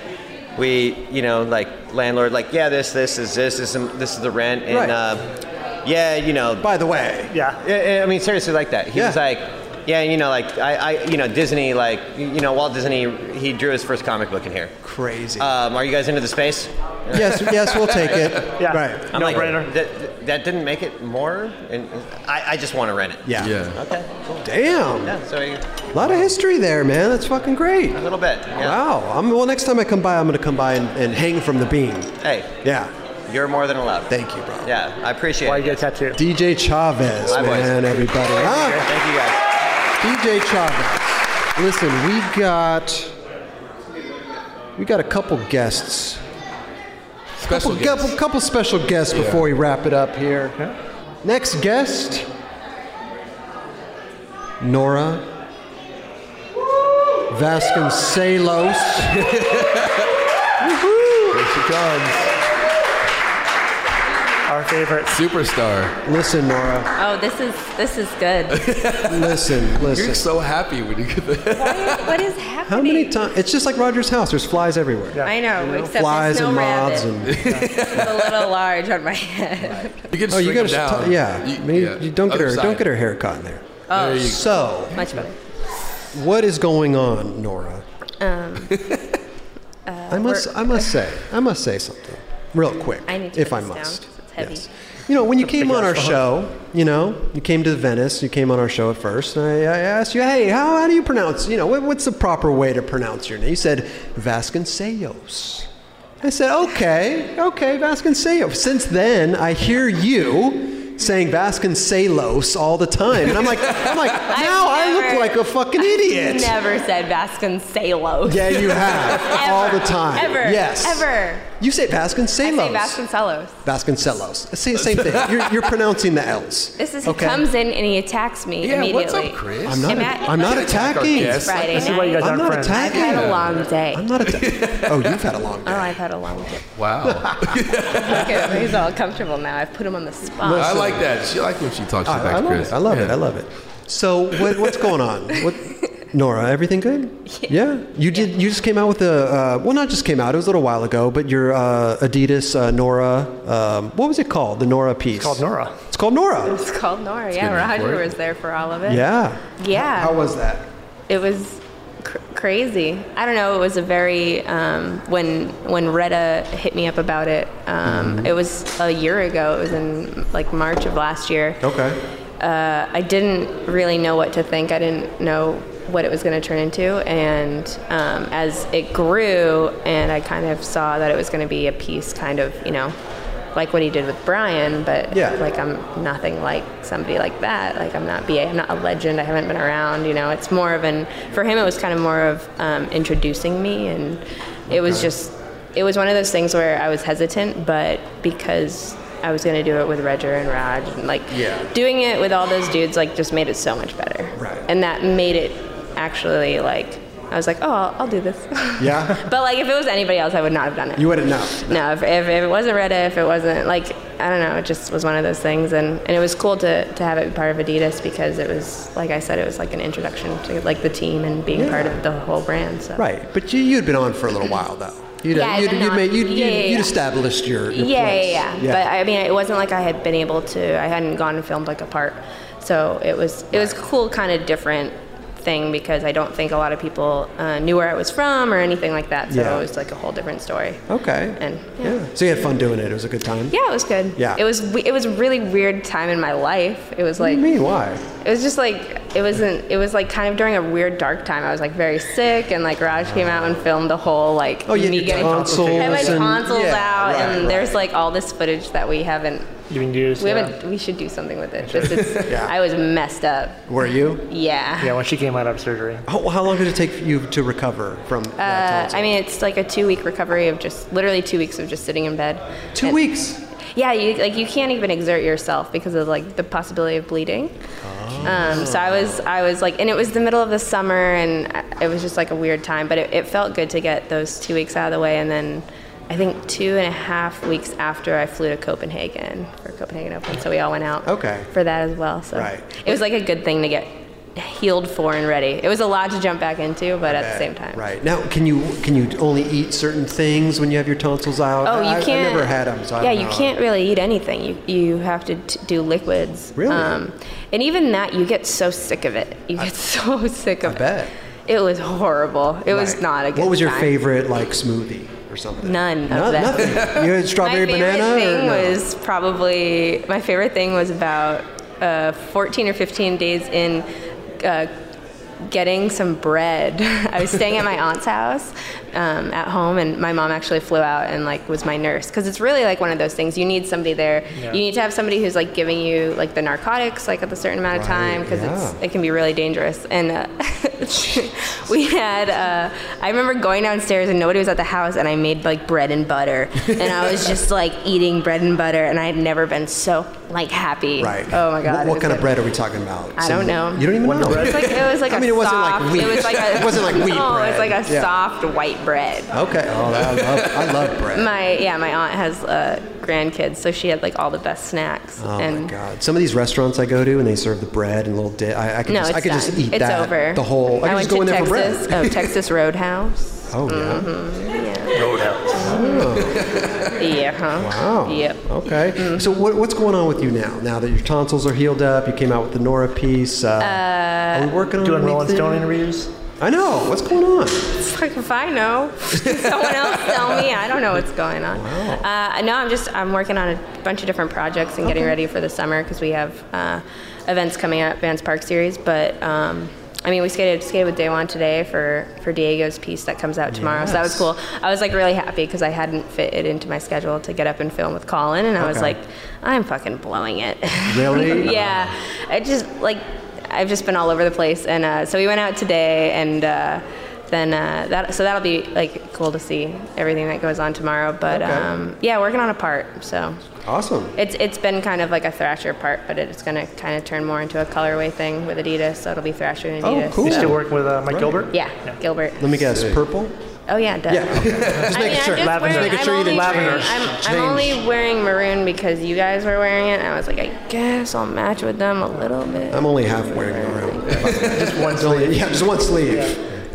we, you know, like landlord, like yeah, this, this is this is this is the rent, and
Right.
uh, yeah, you know,
By the way.
Yeah.
yeah, I mean, seriously, like that. He
Yeah.
was like, yeah, you know, like I, I, you know, Disney, like you know, Walt Disney, he drew his first comic book in here.
Crazy.
Um, are you guys into the space?
yes, yes, we'll take it.
Yeah.
Right.
I'm
no
like,
brainer.
That, that didn't make it more, and I, I just want to rent it.
Yeah.
Yeah.
Okay. Cool.
Damn.
Yeah. So a
A lot of history there, man. That's fucking great.
little bit. Yeah.
Wow. I'm, well, next time I come by, I'm going to come by and, and hang from the beam.
Hey,
Yeah.
you're more than allowed.
Thank you, bro.
Yeah, I appreciate
Why
it.
you get a tattoo?
DJ Chavez,
Hi, boys.
man, everybody. Ah,
Thank you guys.
DJ Chavez. Listen, we got we got a couple guests.
Special
couple,
guest.
couple, couple special guests before we wrap it up here. Next guest, Nora Vasconcelos. Woohoo!
Here she comes.
Our favorite.
Superstar.
Listen, Nora.
Oh, this is this is good.
Listen,
You're
listen.
so happy when you get the
What is, what is happening?
How many times? It's just like Roger's house. There's flies everywhere.
I know, except the
Flies
snow
and
rabbit
moths and
is a little large on my head.
You can
oh, you
string
got
them
to
down.
yeah.
You-
Maybe-
yeah.
you don't get
Other
her
side.
don't get her hair caught in there.
Oh,
There you go.
So,
much better.
what is going on, Nora?
Um, Uh,
I must, I must say, I must say something real quick,
I need to
if
put
I
this down
must.
'cause it's heavy.
You know, when you came on our show, you know, you came to Venice, you came on our show at first, and I, I asked you, hey, how, how do you pronounce, you know, what, what's the proper way to pronounce your name? You said Vasconcelos. I said, okay, okay, Vasconcelos. Since then, I hear you saying Vasconcelos all the time. And I'm like, I'm like, now I
never-
look like a fucking idiot.
Never said Vasconcelos.
Yeah, you have all
Ever.
the time.
Ever.
Yes.
Ever.
You say
I
Vasconcelos.
say Vasconcelos.
Vasconcelos. Same, same thing. You're, you're pronouncing the L's.
This is he comes in and he attacks me
Yeah,
immediately.
what's up, Chris?
I'm not.
Am I-
I'm not attacking.
Yes.
Friday
This is
night.
why you guys
I'm
aren't
not
friends.
I've had a
attacking.
long day.
I'm not attacking. Oh, you've had a long
Oh,
day.
I've had a long day.
Wow.
He's good. He's all comfortable now. I've put him on the
Oh. I
spot.
like that. She like when she talks shit
I, I
back to
love
Chris.
it. I love it.
Yeah.
I love it. So what, what's going on? What, Nora, everything good? Yeah. You did. You just came out with a. Uh, well, not just came out. It was a little while ago. But your uh, Adidas uh, Nora. Um, what was it called? The Nora piece. It's
Called Nora.
It's called Nora.
It's called Nora. Yeah, Roger was there for all of it.
Yeah.
Yeah.
How was that?
it was cr- crazy. I don't know. It was a very um, when when Retta hit me up about it. Um,
Mm-hmm.
It was a year ago. It was in like March of last year.
Okay.
Uh, I didn't really know what to think. I didn't know what it was going to turn into, and um, as it grew, and I kind of saw that it was going to be a piece, kind of you know. Like what he did with Brian, but
Yeah.
like I'm nothing like somebody like that. Like I'm not BA. I'm not a legend. I haven't been around. You know, it's more of an for him. It was kind of more of um, introducing me, and it was just it was one of those things where I was hesitant, but because I was going to do it with Roger and Raj, and like doing it with all those dudes, like just made it so much better.
Right.
And that made it actually like I was like, oh, I'll, I'll do this.
Yeah.
but like if it was anybody else, I would not have done it.
You wouldn't know.
No, if, if, if it wasn't Reddit, if it wasn't like I don't know, it just was one of those things, and, and it was cool to, to have it be part of Adidas because it was like I said, it was like an introduction to like the team and being part of the whole brand. So
Right, but you you'd been on for a little while though. You'd,
Yeah, I'd
you'd,
been
you'd,
on.
made, you'd,
Yeah,
you'd,
yeah,
you'd
yeah.
established your, your
yeah,
place.
yeah, yeah, But I mean, it wasn't like I had been able to. I hadn't gone and filmed like a part, so it was it was cool, kind of different thing because I don't think a lot of people uh, knew where I was from or anything like that. So
Yeah.
it was like a whole different story.
okay.
And
yeah. so you had fun doing it. It was a good time.
Yeah, it was good.
Yeah.
It was we- it was a really weird time in my life. It was like
What do you mean? Why?
it was just like it wasn't it was like kind of during a weird dark time. I was like very sick and like Raj came out and filmed the whole like
Oh, you had
me
your
getting
tonsils
I had my
and-
tonsils
yeah,
out
right,
and
right.
there's like all this footage that we haven't
You can use.
we
yeah.
haven't we should do something with it. This is I was messed up.
Were you?
Yeah.
Yeah, when she came out of surgery.
How, how long did it take you to recover from
Uh,
that?
I mean, it's like a two-week recovery of just literally two weeks of just sitting in bed.
two
And-
weeks.
Yeah, you, like you can't even exert yourself because of like the possibility of bleeding. um, so I was, I was like, and it was the middle of the summer, and I- it was just like a weird time. But it, it felt good to get those two weeks out of the way, and then I think two and a half weeks after I flew to Copenhagen for Copenhagen Open, so we all went out.
Okay.
For that as well, so
Right.
it was like a good thing to get healed for and ready. It was a lot to jump back into, but at the same time,
Right now, can you can you only eat certain things when you have your tonsils out?
Oh, you
I,
can't.
I, never had them, so I
yeah,
don't
you
know.
can't really eat anything. You you have to t- do liquids. Um,
Really?
and even that, you get so sick of it. You get so sick of
I
it.
bet.
It was horrible. It was
Right.
not a good.
What was your
time.
favorite like smoothie or something?
None of
No-
that.
Nothing. You had strawberry
my favorite
banana. or
thing
no?
was probably my favorite thing was about uh, 14 or 15 days in uh, getting some bread. I was staying at my aunt's house um, at home, and my mom actually flew out and like was my nurse because it's really like one of those things. You need somebody there. You need to have somebody who's like giving you like the narcotics like at a certain amount of time because it's
yeah.
it can be really dangerous. And uh, we had uh, I remember going downstairs and nobody was at the house, and I made like bread and butter, and I was just like eating bread and butter, and I had never been so like happy.
right.
Oh my god.
What,
it
what
was good.
kind of bread are we talking about?
I don't know.
You don't even know.
It was like it was like
I
a
mean, it wasn't like
soft.
wheat.
It was like a,
It wasn't like wheat
No, it was
bread.
like a
Yeah.
soft white bread.
Okay. Oh, I love, I love bread.
My yeah, my aunt has uh, grandkids, so she had like all the best snacks.
Oh
and
my God! Some of these restaurants I go to, and they serve the bread and little dip. I, I could
No,
just,
it's
I could
done.
just eat
it's
that.
over.
The whole.
I
I, could
went
just go in
to
there for bread.
Texas, oh, Mm-hmm. Texas Roadhouse.
Oh yeah.
Oh. Yeah, huh?
Wow.
Yep.
Okay. So what, what's going on with you now? Now that your tonsils are healed up, you came out with the Nora piece. Uh, are we working on
Doing Rolling
anything?
Stone interviews.
I know. What's going on?
It's like if I know, someone else tell me. I don't know what's going on. Uh, no, I'm just I'm working on a bunch of different projects and getting ready for the summer because we have uh, events coming up, Vans Park Series. But um, I mean, we skated skated with Day One today for for Diego's piece that comes out tomorrow. So that was cool. I was like really happy because I hadn't fit it into my schedule to get up and film with Colin, and I was
Okay.
like, I'm fucking blowing it.
Really?
yeah. I Uh, just like I've just been all over the place, and uh, so we went out today, and uh, then uh, that so that'll be like cool to see everything that goes on tomorrow. But
Okay.
um, yeah, working on a part, so
Awesome.
it's it's been kind of like a Thrasher part, but it's gonna kind of turn more into a colorway thing with Adidas. So it'll be Thrasher and
Oh,
Adidas.
cool.
You
so-
still working with uh, Mike
Right.
Gilbert?
yeah, Gilbert.
Let me guess. Purple.
Oh yeah, duh.
Yeah.
I mean, I'm just
Lavender.
wearing,
Making
I'm
sure you
only
didn't
wearing,
change.
I'm, I'm only wearing maroon because you guys were wearing it, and I was like, I guess I'll match with them a little bit.
I'm only half wearing it around. just one sleeve. Yeah, just one sleeve.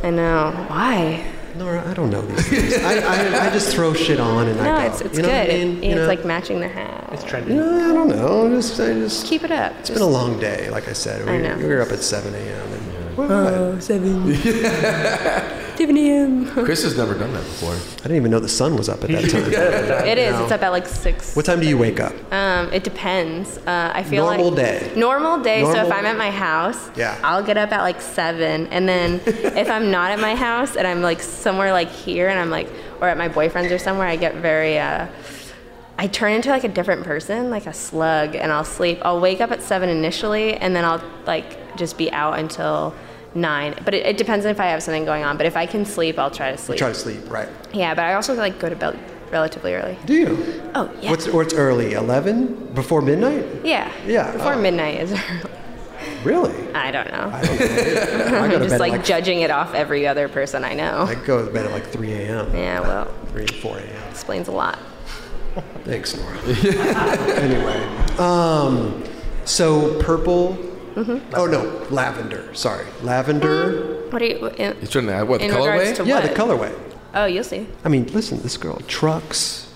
I know. Why?
Nora, I don't know these things. I, I, I just throw shit on and
No,
I go.
it's, it's
you know
good.
What I mean?
It-
You
it's
know?
like matching the hat.
It's trending.
Yeah, I don't know. I just, I just.
Keep it up.
It's been a long day, like I said. We,
I know.
we were up at 7 a.m. and What?
Oh,
Chris has never done that before.
I didn't even know the sun was up at that time.
It is. It's up at like six.
What time do you wake up?
Um, it depends. Uh, I feel
Normal
like
day.
Normal day. So if
Normal-
I'm at my house,
Yeah.
I'll get up at like seven, and then if I'm not at my house and I'm like somewhere like here, and I'm like or at my boyfriend's or somewhere, I get very. Uh, I turn into like a different person, like a slug, and I'll sleep. I'll wake up at seven initially, and then I'll like just be out until nine. But it, it depends if I have something going on. But if I can sleep, I'll try to sleep.
Try to sleep, right?
Yeah, but I also like go to bed relatively early.
Do you?
Oh yeah.
What's or it's early? 11 before midnight?
yeah.
Yeah,
Before
oh.
midnight is early.
Really?
I don't know.
I go
I'm
to
just
bed
like,
at like
judging it off every other person I know.
I go to bed at like 3 a.m.
yeah, well,
3 4 a.m.
explains a lot.
Thanks, Nora. anyway, um, so purple.
Mm-hmm.
Oh no, lavender. Sorry, lavender.
What are you in,
He's trying to what the
in regards
colorway?
to
Yeah,
what?
the colorway.
Oh, you'll see.
I mean, listen, this girl trucks.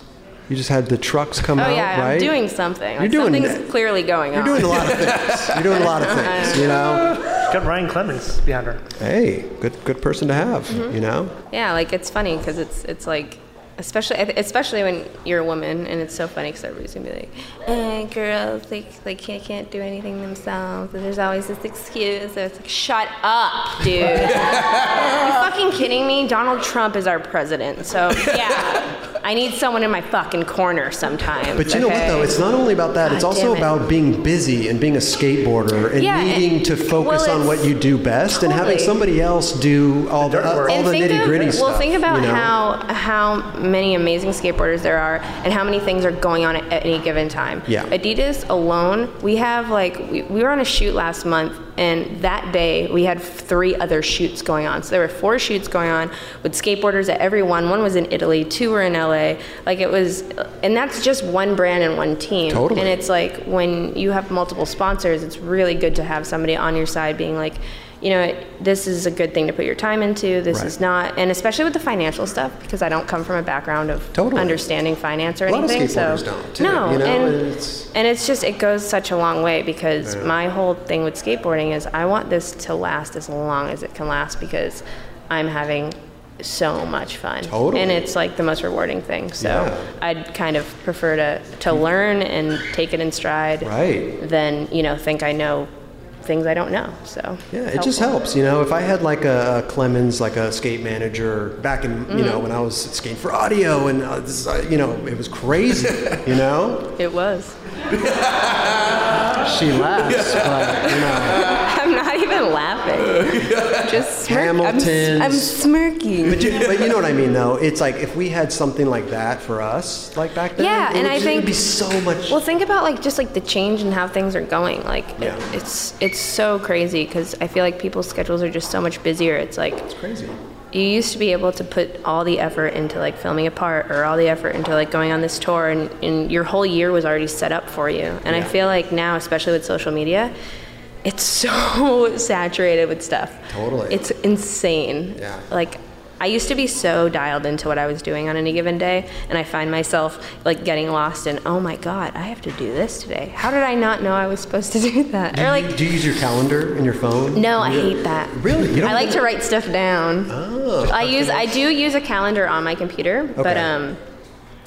You just had the trucks come
Oh
out,
yeah,
right?
I'm doing something. Like,
You're doing
something's
that.
clearly going
You're
on.
doing a lot of things. You're doing a lot of things. You know.
She's got Ryan Clemens behind her.
Hey, good good person to have.
Mm-hmm.
You know.
yeah, like it's funny because it's it's like. Especially, I thi- especially when you're a woman, and it's so funny because everybody's gonna be like, eh, "Girls, they they can't, can't do anything themselves," and there's always this excuse. And it's like, "Shut up, dude! Are you fucking kidding me? Donald Trump is our president, so yeah, I need someone in my fucking corner sometimes."
But you know what
okay?
though? It's not only about that.
God
it's
damn
also
it.
about being busy and being a skateboarder and
Yeah, and-
needing to focus
well,
on what
it's-
you do best and having
totally.
somebody else do all the, uh,
work.
all
And
the
think
nitty gritty
of,
stuff.
Well, think about
you know?
how how many amazing skateboarders there are, and how many things are going on at any given time.
Yeah.
Adidas alone, we have like we, we were on a shoot last month, and that day we had three other shoots going on. So there were four shoots going on with skateboarders at every one. One was in Italy, two were in LA. Like it was, and that's just one brand and one team.
Totally.
And it's like when you have multiple sponsors, it's really good to have somebody on your side being like. You know, this is a good thing to put your time into. This
Right.
is not, and especially with the financial stuff, because I don't come from a background of
Totally.
understanding finance or
A lot of
anything.
skateboarders
so
don't, too,
no,
you know,
and,
and it's-
and it's just it goes such a long way because my whole thing with skateboarding is I want this to last as long as it can last because I'm having so much fun.
Totally.
And it's like the most rewarding thing. So
Yeah.
I'd kind of prefer to to learn and take it in stride
Right.
than, you know, think I know things I don't know. So
Yeah, it
it's
just
helpful.
helps, you know. If I had like a, a Clemens, like a skate manager back in, you
Mm-hmm.
know, when I was skating for audio, and uh, this, uh, you know, it was crazy, you know.
It was.
She laughs, but you know.
I'm not even laughing. Just smirk. I'm s- I'm,
Hamiltons.
smirking.
But you, but you know what I mean, though. It's like if we had something like that for us, like back then,
Yeah,
it
and
would
I
just- it would
think-
be so much.
Well, think about like just like the change in how things are going. Like it-
Yeah.
it's it's so crazy because I feel like people's schedules are just so much busier. It's like
crazy.
you used to be able to put all the effort into like filming a part or all the effort into like going on this tour and, and your whole year was already set up for you and i feel like now especially with social media it's so saturated with stuff
Totally.
it's insane
Yeah.
like I used to be so dialed into what I was doing on any given day, and I find myself like getting lost in, oh my God, I have to do this today. How did I not know I was supposed to do that?
Do
Or
you,
like,
do you use your calendar and your phone?
no, I hate that.
Really? You don't
I like
have-
to write stuff down.
Oh.
I use I do use a calendar on my computer, but
Okay.
um,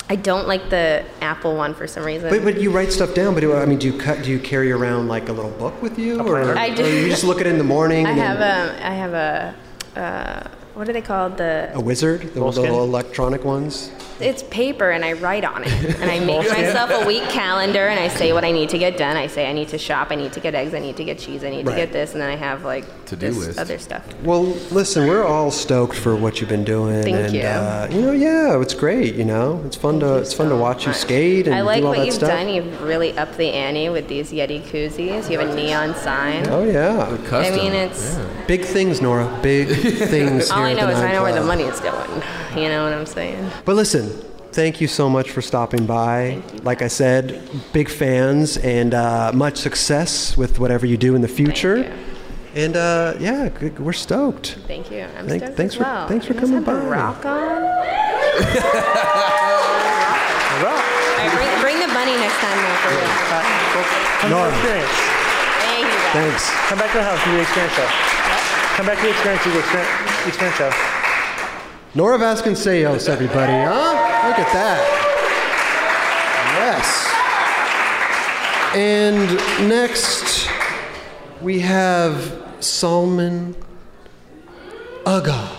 I don't like the Apple one for some reason.
But, but you write stuff down. But do, I mean, do you cut? Do you carry around like a little book with you, or,
I do.
or you just look at it in the morning?
I
and
have
then-
a I have a uh, what are they called the
a wizard, the, the little electronic ones.
It's paper and I write on it. And I make
Bullshit.
myself a week calendar and I say what I need to get done. I say I need to shop, I need to get eggs, I need to get cheese, I need
Right.
to get this, and then I have like
To-do
this
list.
other stuff.
Well, listen, we're all stoked for what you've been doing.
Thank
and,
you.
Uh, you know, yeah, it's great. You know, it's fun to it's fun to watch you skate and
I like
do all
what
that
you've
stuff.
done. You've really upped the ante with these Yeti koozies. You have a neon sign.
Oh yeah,
custom, I mean, it's-
big things, Nora. Big things.
All
here
I
at
know
the
is I know where the
nightclub.
money is going. You know what I'm saying?
But listen, thank you so much for stopping by. Like I said, big fans and uh, much success with whatever you do in the future. And uh, yeah, g- we're stoked.
Thank you. I'm
Thank-
stoked
thanks
as
for-
well.
thanks for
You guys
coming
have the
by.
Rock on. All right, bring, bring the bunny next time. though, for real.
Come to the experience.
Thank you. guys.
Thanks.
Come back to the house to the experience show. Come back to the experience to the experience, the experience show.
Nora Vasconcelos, everybody, huh? Look at that. Yes. And next, we have Solomon Aga.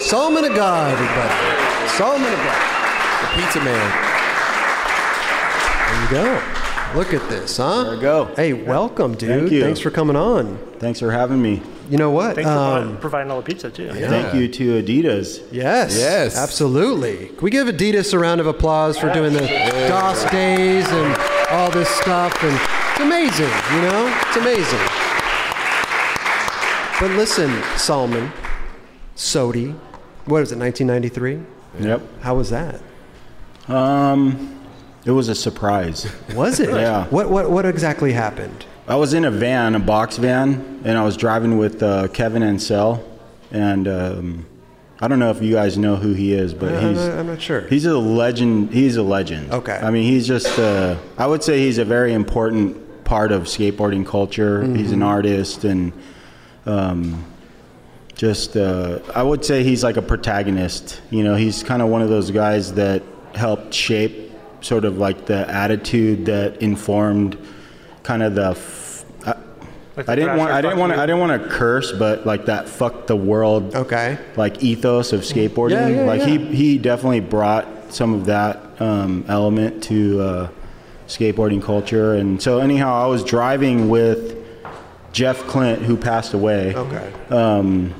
Solomon Aga, everybody. Solomon Aga. The pizza man. There you go. Look at this, huh? There we go. Hey, welcome, dude.
Thank you.
Thanks for coming on.
Thanks for having me.
You know what?
Thanks for
Um,
provi- providing all the pizza too.
Thank you to Adidas.
Yes.
Yes.
Absolutely. Can we give Adidas a round of applause for doing the
Yeah.
DOS days and all this stuff? And it's amazing, you know? It's amazing. But listen, Solomon, Sodi, what was it, 1993?
Yep.
How was that?
Um, it was a surprise.
Was it?
yeah.
What what what exactly happened?
I was in a van, a box van, and I was driving with uh, Kevin Ansel, and um, I don't know if you guys know who he is, but
I- Uh, I'm
he's
not- I'm not sure.
He's a legend. He's a legend. Okay. I mean, he's just. Uh, I would say he's a very important part of skateboarding culture.
Mm-hmm.
He's an
Mhm.
artist and um, just. Uh, I would say he's like a protagonist. You know, he's kind of one of those guys that helped shape sort of like the attitude that informed kind of the. F- I, I didn't want. I didn't want. to I didn't want to curse, but like that "fuck the world"
okay
like ethos of skateboarding.
Yeah, yeah,
like
yeah.
he he definitely brought some of that um, element to uh, skateboarding culture. And so anyhow, I was driving with Jeff Clint, who passed away.
Okay.
Um,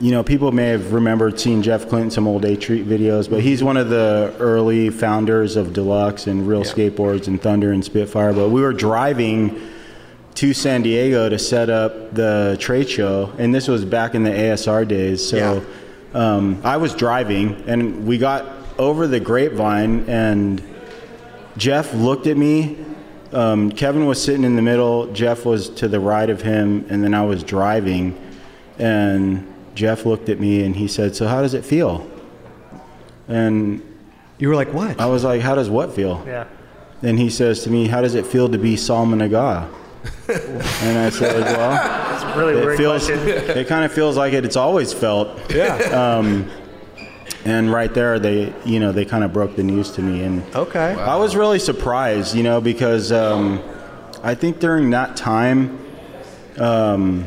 you know, people may have remembered seeing Jeff Clint in some old A Treat videos, but he's one of the early founders of Deluxe and Real Skateboards and Thunder and Spitfire. But we were driving to San Diego to set up the trade show, and this was back in the ASR days. So um, I was driving, and we got over the grapevine, and Jeff looked at me. Um, Kevin was sitting in the middle. Jeff was to the right of him, and then I was driving. And Jeff looked at me, and he said, "So how does it feel?" And
you were like, "What?"
I was like, "How does what feel?"
Yeah.
And he says to me, "How does it feel to be Salman Aga?" and I said, "Well."
It's a really weird
feels,
question.
It kind of feels like it. It's always felt.
Yeah.
Um, and right there, they you know they kind of broke the news to me, and
okay,
I was really surprised, you know, because um, I think during that time, um,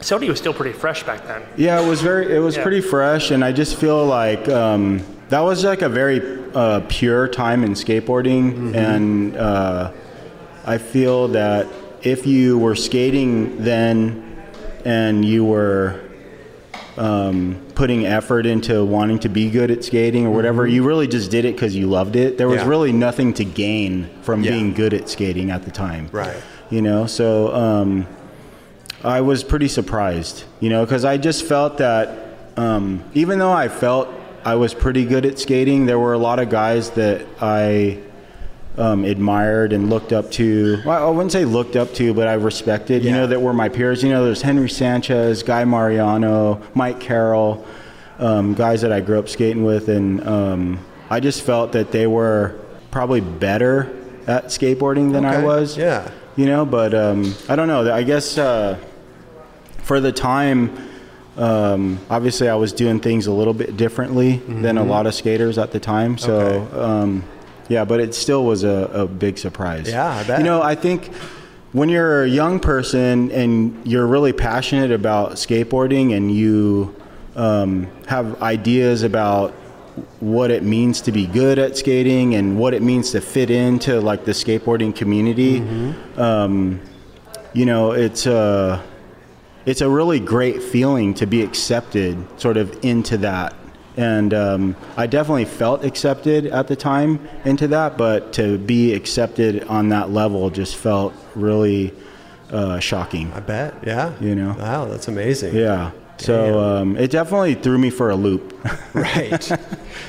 Sony was still pretty fresh back then.
yeah, it was very, it was
Yeah.
pretty fresh, and I just feel like um, that was like a very uh, pure time in skateboarding,
Mm-hmm.
and uh, I feel that if you were skating then, and you were um, putting effort into wanting to be good at skating or whatever, you really just did it because you loved it. There was
Mm-hmm. Yeah.
really nothing to gain from
Yeah.
being good at skating at the time
Right.
you know so um, i was pretty surprised you know because i just felt that um, even though i felt i was pretty good at skating there were a lot of guys that i um, admired and looked up to. Well, I wouldn't say looked up to, but I respected. You know, that were my peers. You know, there's Henry Sanchez, Guy Mariano, Mike Carroll, um, guys that I grew up skating with, and um, I just felt that they were probably better at skateboarding than I
Okay,
was.
yeah.
You know, but um, I don't know. I guess. Uh, for the time, um, obviously I was doing things a little bit differently than a
Mhm.
lot of skaters at the time. So, um, yeah, but it still was a, a big surprise.
Yeah, I bet.
You know, I think when you're a young person and you're really passionate about skateboarding and you um, have ideas about what it means to be good at skating and what it means to fit into like the skateboarding community,
Mm-hmm.
Mm-hmm.
um, you know, it's a it's a really great feeling to be accepted, sort of into that. And um, I definitely felt accepted at the time into that, but to be accepted on that level just felt really uh, shocking. I
bet, yeah.
You know?
Wow, that's amazing.
Yeah. So um, it definitely threw me for a loop.
right.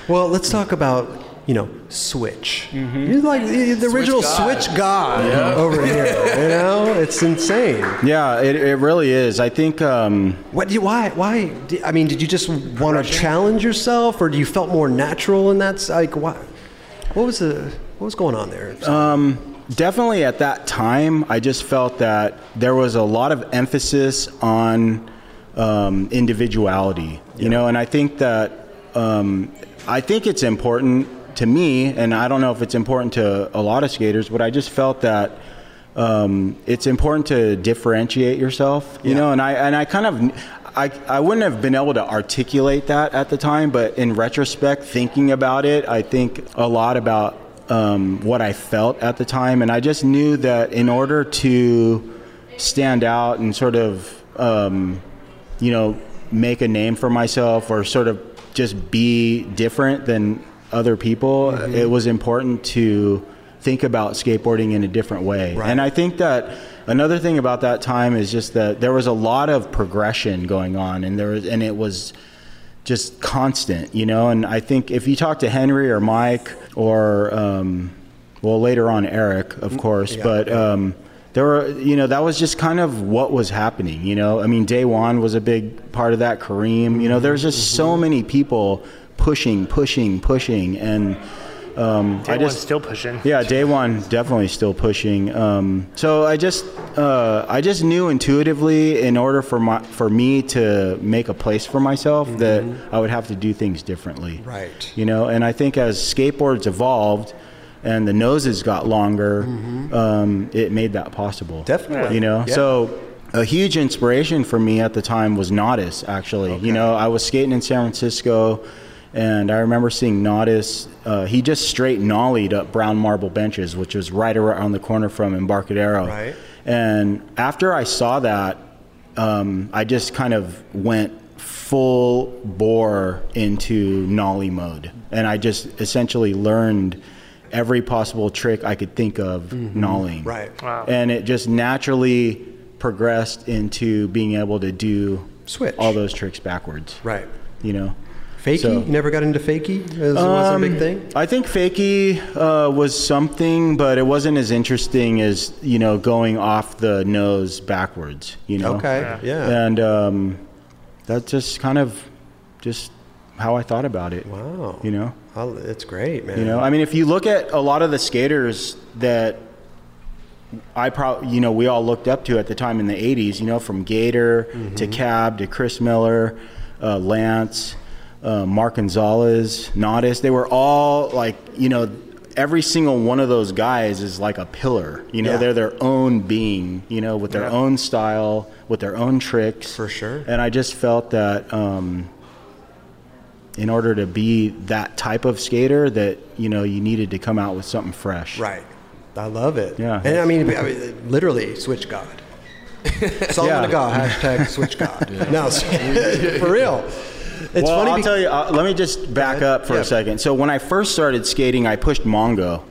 Well, let's talk about you know Switch.
Mm-hmm.
You're like the, the
Switch
original
God.
Switch God
Yeah.
over here. You know, it's insane.
Yeah, it, it really is. I think. Um,
what? Do you, why? Why? di- I mean, did you just want to challenge yourself, or do you felt more natural in that? s- Like, why? What was the? What was going on there?
Um, definitely at that time, I just felt that there was a lot of emphasis on um, individuality, you know, and I think that um, I think it's important to me, and I don't know if it's important to a lot of skaters, but I just felt that um, it's important to differentiate yourself, you know, and I and I kind of. I, I wouldn't have been able to articulate that at the time, but in retrospect, thinking about it, I think a lot about um, what I felt at the time, and I just knew that in order to stand out and sort of, um, you know, make a name for myself or sort of just be different than other people, it was important to think about skateboarding in a different way. And I think that another thing about that time is just that there was a lot of progression going on, and there was, and it was just constant, you know. And I think if you talk to Henry or Mike or um, well later on Eric,
Mm,
of course,
yeah,
but um, there were you know that was just kind of what was happening, you know. I mean, Day One was a big part of that. Kareem, you know, there's just so
Mm-hmm.
many people pushing, pushing, pushing, and. Um,
Day
I
one's
just
still pushing.
yeah, day one definitely still pushing. Um, so I just uh, I just knew intuitively in order for my for me to make a place for myself that I would have to do things differently.
Mm-hmm. Right.
You know, and I think as skateboards evolved and the noses got longer, um, it made that possible.
Mm-hmm. Definitely.
You know,
Yeah.
so a huge inspiration for me at the time was Nautis, actually. You know, I was skating in San Francisco, and I remember seeing Nautis. Uh, he just straight nollied up brown marble benches, which was right around the corner from Embarcadero.
Right.
And after I saw that, um, I just kind of went full bore into nollie mode. And I just essentially learned every possible trick I could think of
Mm-hmm.
nollying.
Right.
Wow.
Mm-hmm. And it just naturally progressed into being able to do
Switch.
all those tricks backwards.
Right.
You know?
Fakey?
So-
you never got into fakey? Was, was a big
um,
thing?
I think fakey uh, was something, but it wasn't as interesting as you know going off the nose backwards. You know.
Okay, Yeah. yeah.
And um, that's just kind of just how I thought about it.
Wow.
You know.
Oh, it's great, man.
You know, I mean, if you look at a lot of the skaters that I probably, you know, we all looked up to at the time in the 80s, you know, from Gator to
Mm-hmm.
Cab to Chris Miller, uh, Lance, uh, Mark Gonzalez, Nautis, they were all like, you know, every single one of those guys is like a pillar. You know,
Yeah.
they're their own being, you know, with their
Yeah.
own style, with their own tricks. For
sure.
And I just felt that, um, in order to be that type of skater that you know you needed to come out with something fresh
right I love it.
yeah
And I mean, I mean, literally, switch God. Solomon
Yeah.
yeah. God, hashtag switch God. No, for real. It's
well,
funny
I'll
be-
tell you. Uh, let me just back up for
Yeah.
a second. So when I first started skating, I pushed Mongo,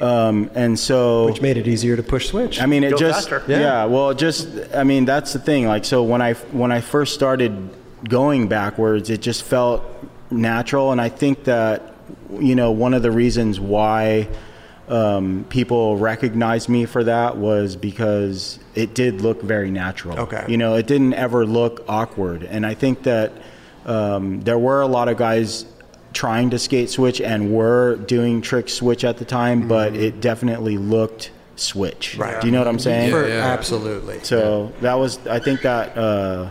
um, and so which
made it easier to push switch.
I mean, it
Go
just
faster.
Yeah.
Yeah.
Well, it just I mean that's the thing. Like so when I when I first started going backwards, it just felt natural, and I think that you know one of the reasons why um, people recognized me for that was because it did look very natural.
Okay.
You know, it didn't ever look awkward. And I think that um, there were a lot of guys trying to skate switch and were doing trick switch at the time, but
Mm-hmm.
it definitely looked switch. Right. Do you know what I'm saying?
For- Absolutely.
So that was, I think that uh,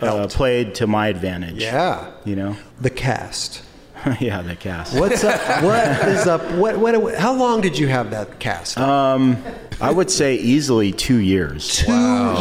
uh, played to my advantage.
Yeah.
You know?
The cast.
yeah, the cast.
What's up? what is up? What, what? How long did you have that cast?
Um, I would say easily two years.
Two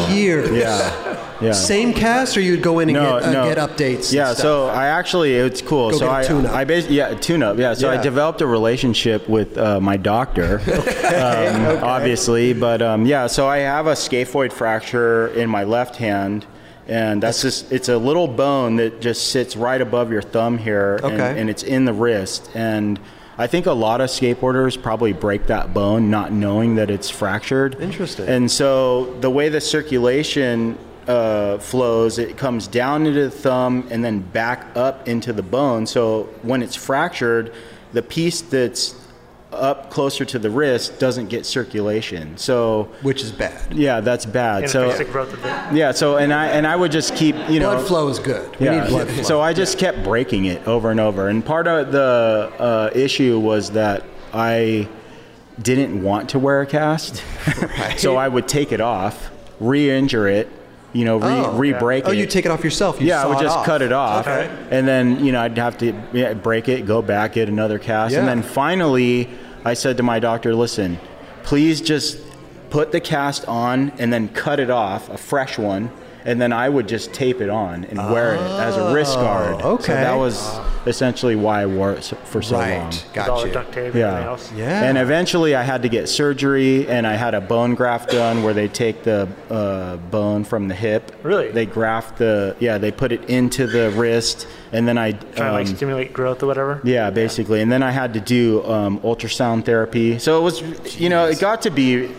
years.
Oh. Yeah. Yeah.
Same cast, or you'd go in and
No,
get, uh,
no.
get updates. and
Yeah,
stuff?
so I actually it's cool.
Go
so
get a
I,
tune-up.
I bas- yeah, tune up. Yeah, so
Yeah.
I developed a relationship with uh, my doctor, um, obviously. But um, yeah, so I have a scaphoid fracture in my left hand, and that's just it's a little bone that just sits right above your thumb here, and-
Okay.
and, it's in the wrist and. I think a lot of skateboarders probably break that bone not knowing that it's fractured.
Interesting.
And so the way the circulation uh, flows, it comes down into the thumb and then back up into the bone. So when it's fractured, the piece that's up closer to the wrist doesn't get circulation. So
which is bad.
Yeah, that's bad. so
Interface the growth of it.
yeah, so and I and I would just keep you know
Blood flow is good. We
yeah.
need blood flow.
So I just kept breaking it over and over. And part of the uh, issue was that I didn't want to wear a cast, so I would take it off, re-injure it, you know, re-
Oh.
re-break
Oh,
it.
you take it off yourself. You
yeah, I
saw
would just
off.
cut it off,
Okay.
and then you know I'd have to yeah, break it, go back, get another cast, and
Yeah.
then finally I said to my doctor, "Listen, please just put the cast on and then cut it off, a fresh one, and then I would just tape it on and wear it as a wrist guard."
Oh,
so
okay.
that was essentially why I wore it so- for so
Right.
long.
Got
With all the
you.
duct tape and everything
Yeah.
else.
And eventually I had to get surgery and I had a bone graft done where they take the uh, bone from the hip.
Really?
They graft the, yeah, they put it into the wrist and then I.
Trying to like
um,
stimulate growth or whatever.
yeah, basically. And then I had to do um, ultrasound therapy. So it was, you know, it got to be um,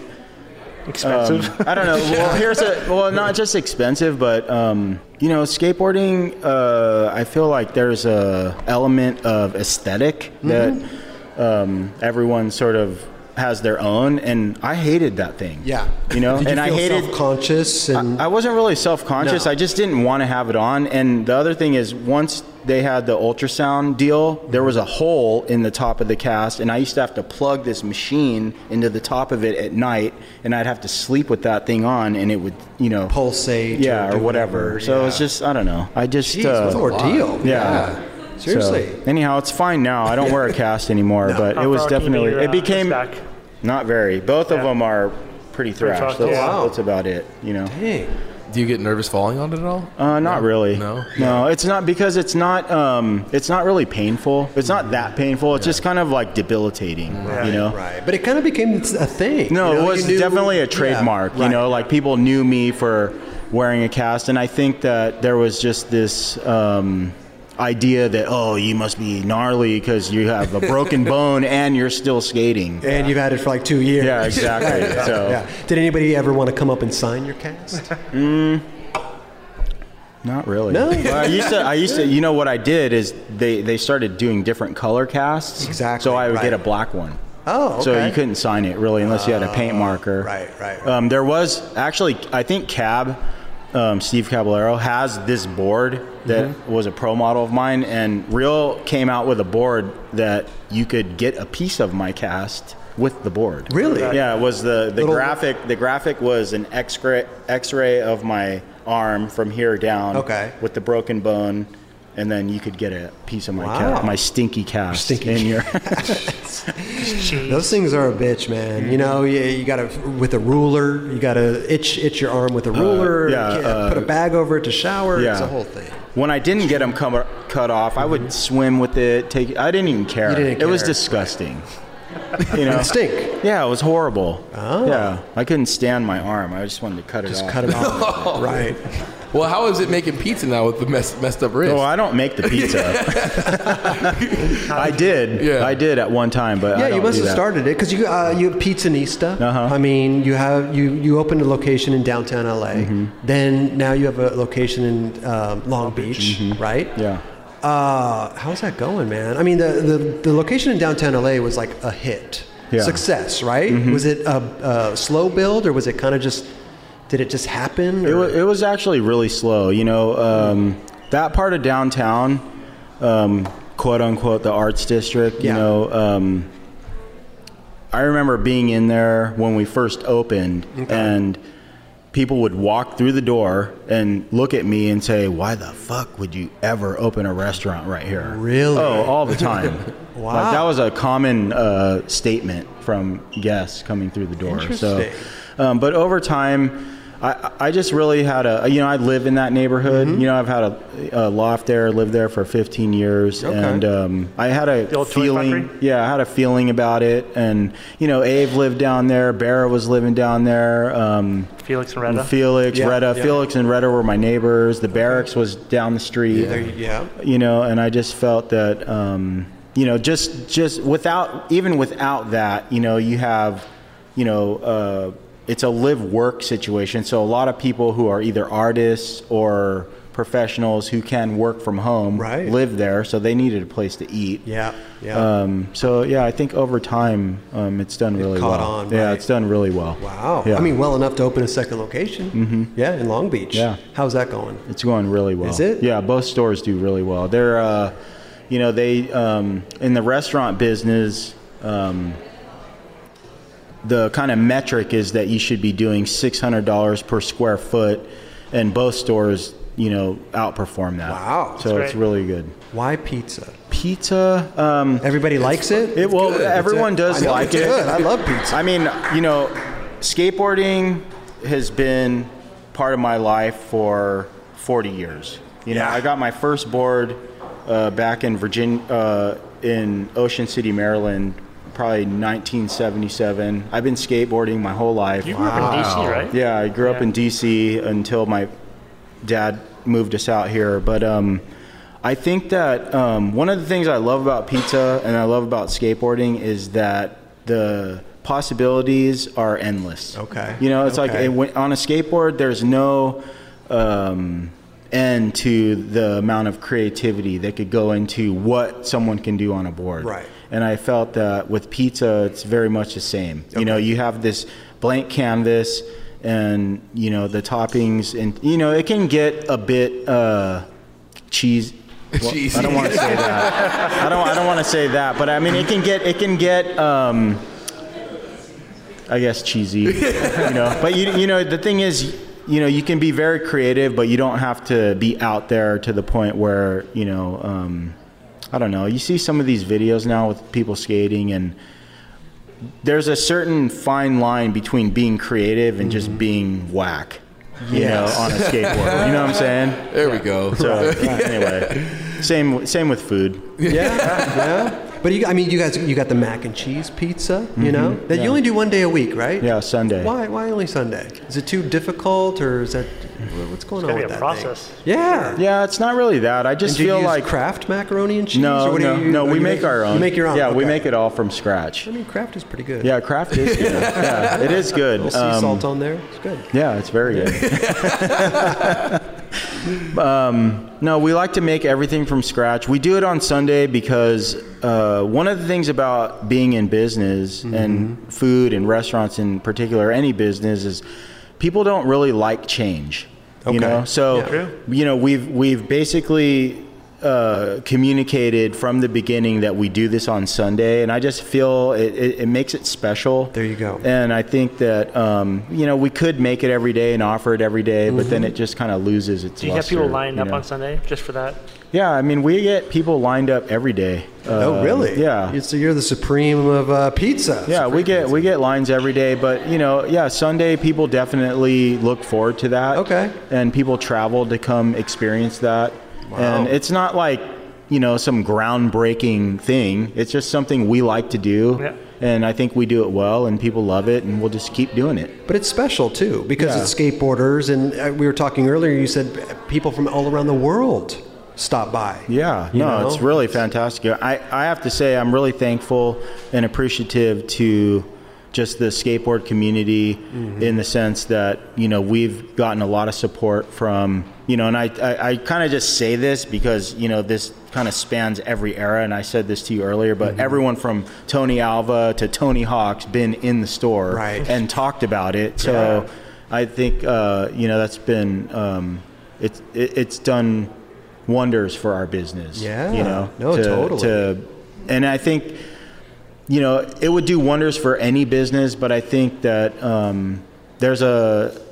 Expensive.
I don't know. Well, here's a well, not just expensive, but um, you know, skateboarding. Uh, I feel like there's a element of aesthetic
Mm-hmm.
that um, everyone sort of has their own, and I hated that thing.
Yeah.
You know,
Did you
and I
feel
hated
self-conscious and
I wasn't really self conscious.
No.
I just didn't want to have it on. And the other thing is, once they had the ultrasound deal, there was a hole in the top of the cast, and I used to have to plug this machine into the top of it at night, and I'd have to sleep with that thing on, and it would, you know,
pulsate.
yeah,
do
or whatever. So it was just, I don't know. I just, uh,
Jeez, what an
Yeah.
ordeal. Yeah. Seriously.
So, anyhow, it's fine now. I don't wear a cast anymore, but it was
How far can you
definitely.
be,
It
uh,
became
back?
not very. Both of
Yeah.
them are pretty
Pretty
thrashed.
thrashed,
That's,
yeah.
that's about it. You know.
Do you get nervous falling on it at all?
Uh, not really.
No?
No, it's not because it's not um, it's not really painful. It's not that painful. It's just kind of like debilitating, you know.
Right. But it kind of became a thing.
No,
you know,
it was
you knew-
definitely
yeah,
a trademark,
right.
you know, like people knew me for wearing a cast and I think that there was just this um, idea that oh, you must be gnarly cuz you have a broken bone and you're still skating.
And you've had it for like two years.
Yeah, exactly.
Yeah,
So-
yeah. Did anybody ever want to come up and sign your cast?
Mm, Not really.
No?
Well, I used to. I used to. You know what I did is they they started doing different color casts.
Exactly,
So I would
right.
get a black one.
Oh,
So
okay. Oh,
you couldn't sign it really unless you had a paint marker.
right, right, right.
Um, there was actually I think Cab, um, Steve Caballero has this board that was a pro model of mine, and Real came out with a board that you could get a piece of my cast with the board.
Really?
Yeah, it was the, the
Little-
graphic. The graphic was an X-ray X-ray of my arm from here down.
Okay.
With the broken bone, and then you could get a piece of my
Wow.
ca- my stinky cast
Stinky
in your.
Those things are a bitch, man. You know, you, you got to with a ruler. You got to itch itch your arm with a ruler.
yeah,
you can't
uh,
put a bag over it to shower.
yeah.
It's a whole thing.
When I didn't get them come, cut off, I would swim with it. Take I didn't even care.
Mm-hmm. You didn't
It was
care,
disgusting. you know,
It stink.
yeah, it was horrible.
Oh.
Yeah, I couldn't stand my arm. I just wanted to cut it
Just
off.
cut it off. right.
Well, how is it making pizza now with the mess, messed up wrist?
Oh, I don't make the pizza. I did.
Yeah.
I did at one time, but I
Yeah,
don't
you must
do
have
that.
started it because you uh, you pizzanista.
Uh-huh.
I mean, you have you you opened a location in downtown LA.
Mm-hmm.
Then now you have a location in um, Long Beach, right?
Mm-hmm. Yeah.
Uh, how's that going, man? I mean, the, the the location in downtown LA was like a hit.
Yeah. Mm-hmm.
success, right? Was it a, a slow build or was it kind of just, did it just happen?
It was, it was actually really slow. You know, um, that part of downtown, um, quote unquote, the arts district, you know, um, I remember being in there when we first opened and people would walk through the door and look at me and say, why the fuck would you ever open a restaurant right here?
Really?
Oh, all the time.
Wow.
Like, that was a common uh, statement from guests coming through the door. So,
Interesting.
um, but over time, I, I just really had a, you know, I live in that neighborhood.
Mm-hmm.
You know, I've had a, a loft there, lived there for 15 years.
Okay.
And um, I had a
The old toy
feeling,
factory?
yeah, I had a feeling about it. And, you know, Ave lived down there, Barra was living down there. Um,
Felix and Retta.
Felix,
Yeah,
Retta.
yeah.
Felix and Retta were my neighbors. The barracks was down the street.
Yeah. There you- yeah.
You know, and I just felt that, um, you know, just just without even without that, you know, you have, you know, uh, it's a live work situation. So a lot of people who are either artists or professionals who can work from home
Right.
live there, so they needed a place to eat.
Yeah, yeah.
Um, so yeah, I think over time, um, it's done really
caught
well.
on,
yeah,
right.
it's done really well.
Wow.
Yeah.
I mean, well enough to open a second location. Mm-hmm. Yeah, in Long Beach.
Yeah.
How's that going?
It's going really well.
Is it?
Yeah, both stores do really well. They're, uh, you know, they um, in the restaurant business, um, the kind of metric is that you should be doing six hundred dollars per square foot, and both stores, you know, outperform that. Wow, so
That's
it's
great.
really good.
Why pizza?
Pizza. Um,
Everybody likes it.
It well,
Good. It's
everyone
a-
does
I know,
like
it's
it.
good. I love pizza.
I mean, you know, skateboarding has been part of my life for 40 years. You know, I got my first board uh, back in Virginia, uh, in Ocean City, Maryland, probably 1977. I've been skateboarding my whole life.
You grew up in DC, Wow. right?
Yeah, I grew up
Yeah.
in DC until my dad moved us out here. But um, I think that um, one of the things I love about pizza and I love about skateboarding is that the possibilities are endless.
Okay.
You know, it's like
Okay.
it, when- on a skateboard, there's no um, end to the amount of creativity that could go into what someone can do on a board.
Right.
And I felt that with pizza, it's very much the same. You know, you have this blank canvas, and you know the toppings, and you know it can get a bit uh, cheese. well, I don't want to say that. I don't. I don't want to say that. But I mean, it can get. It can get. Um, I guess cheesy, you know. But you, you know, the thing is, you know, you can be very creative, but you don't have to be out there to the point where, you know, um, I don't know. You see some of these videos now with people skating, and there's a certain fine line between being creative and just being whack, you
Mm-hmm. Yes.
know, on a skateboard. You know what I'm saying?
There we go.
So
Right.
anyway, same same with food.
yeah, yeah. But you, I mean, you guys, you got the mac and cheese pizza. You know
Mhm,
that
yeah.
you only do one day a week, right?
Yeah, Sunday.
Why? Why only Sunday? Is it too difficult, or is that what's going on
gotta
with
be a
that
process.
thing? Yeah.
Yeah, it's not really that. I just
And do you
feel
use
like
Kraft macaroni and cheese.
No,
or what do
no,
you-
no.
or
We
you
make, our own.
You make your own.
Yeah, we
okay.
make it all from scratch.
I mean, Kraft is pretty good.
Yeah, Kraft is good. yeah, it is good.
Little sea
Um,
salt on there. It's good.
Yeah, it's very good. um, no, we like to make everything from scratch. We do it on Sunday because uh, one of the things about being in business
Mm-hmm.
and food and restaurants in particular, any business, is people don't really like change.
Okay.
You know, so
Yeah. True.
you know we've we've basically uh, communicated from the beginning that we do this on Sunday, and I just feel it, it, it makes it special.
There you go.
And I think that um, you know we could make it every day and offer it every day,
Mm-hmm.
but then it just kind of loses its.
Do you have people
luster,
lined
you
up
know?
on Sunday just for that?
Yeah, I mean we get people lined up every day.
oh,
Um,
really?
Yeah.
You- So you're the supreme of uh, pizza.
Yeah, we get we get lines every day, but you know, yeah, Sunday people definitely look forward to that.
Okay.
And people travel to come experience that. And it's not like, you know, some groundbreaking thing. It's just something we like to do.
Yeah.
And I think we do it well and people love it and we'll just keep doing it.
But it's special too because
Yeah.
it's skateboarders, and uh, we were talking earlier. You said people from all around the world stop by.
Yeah,
You
no,
know?
it's really fantastic. I, I have to say, I'm really thankful and appreciative to just the skateboard community
Mm-hmm.
in the sense that you know we've gotten a lot of support from you know, and I I, I kind of just say this because you know this kind of spans every era, and I said this to you earlier, but
Mhm.
everyone from Tony Alva to Tony Hawk's been in the store
Right.
and talked about it. So
Yeah.
I think uh, you know that's been um, it's it, it's done wonders for our business.
Yeah.
you know,
No,
to-
totally.
To, and I think you know it would do wonders for any business, but I think that um, there's a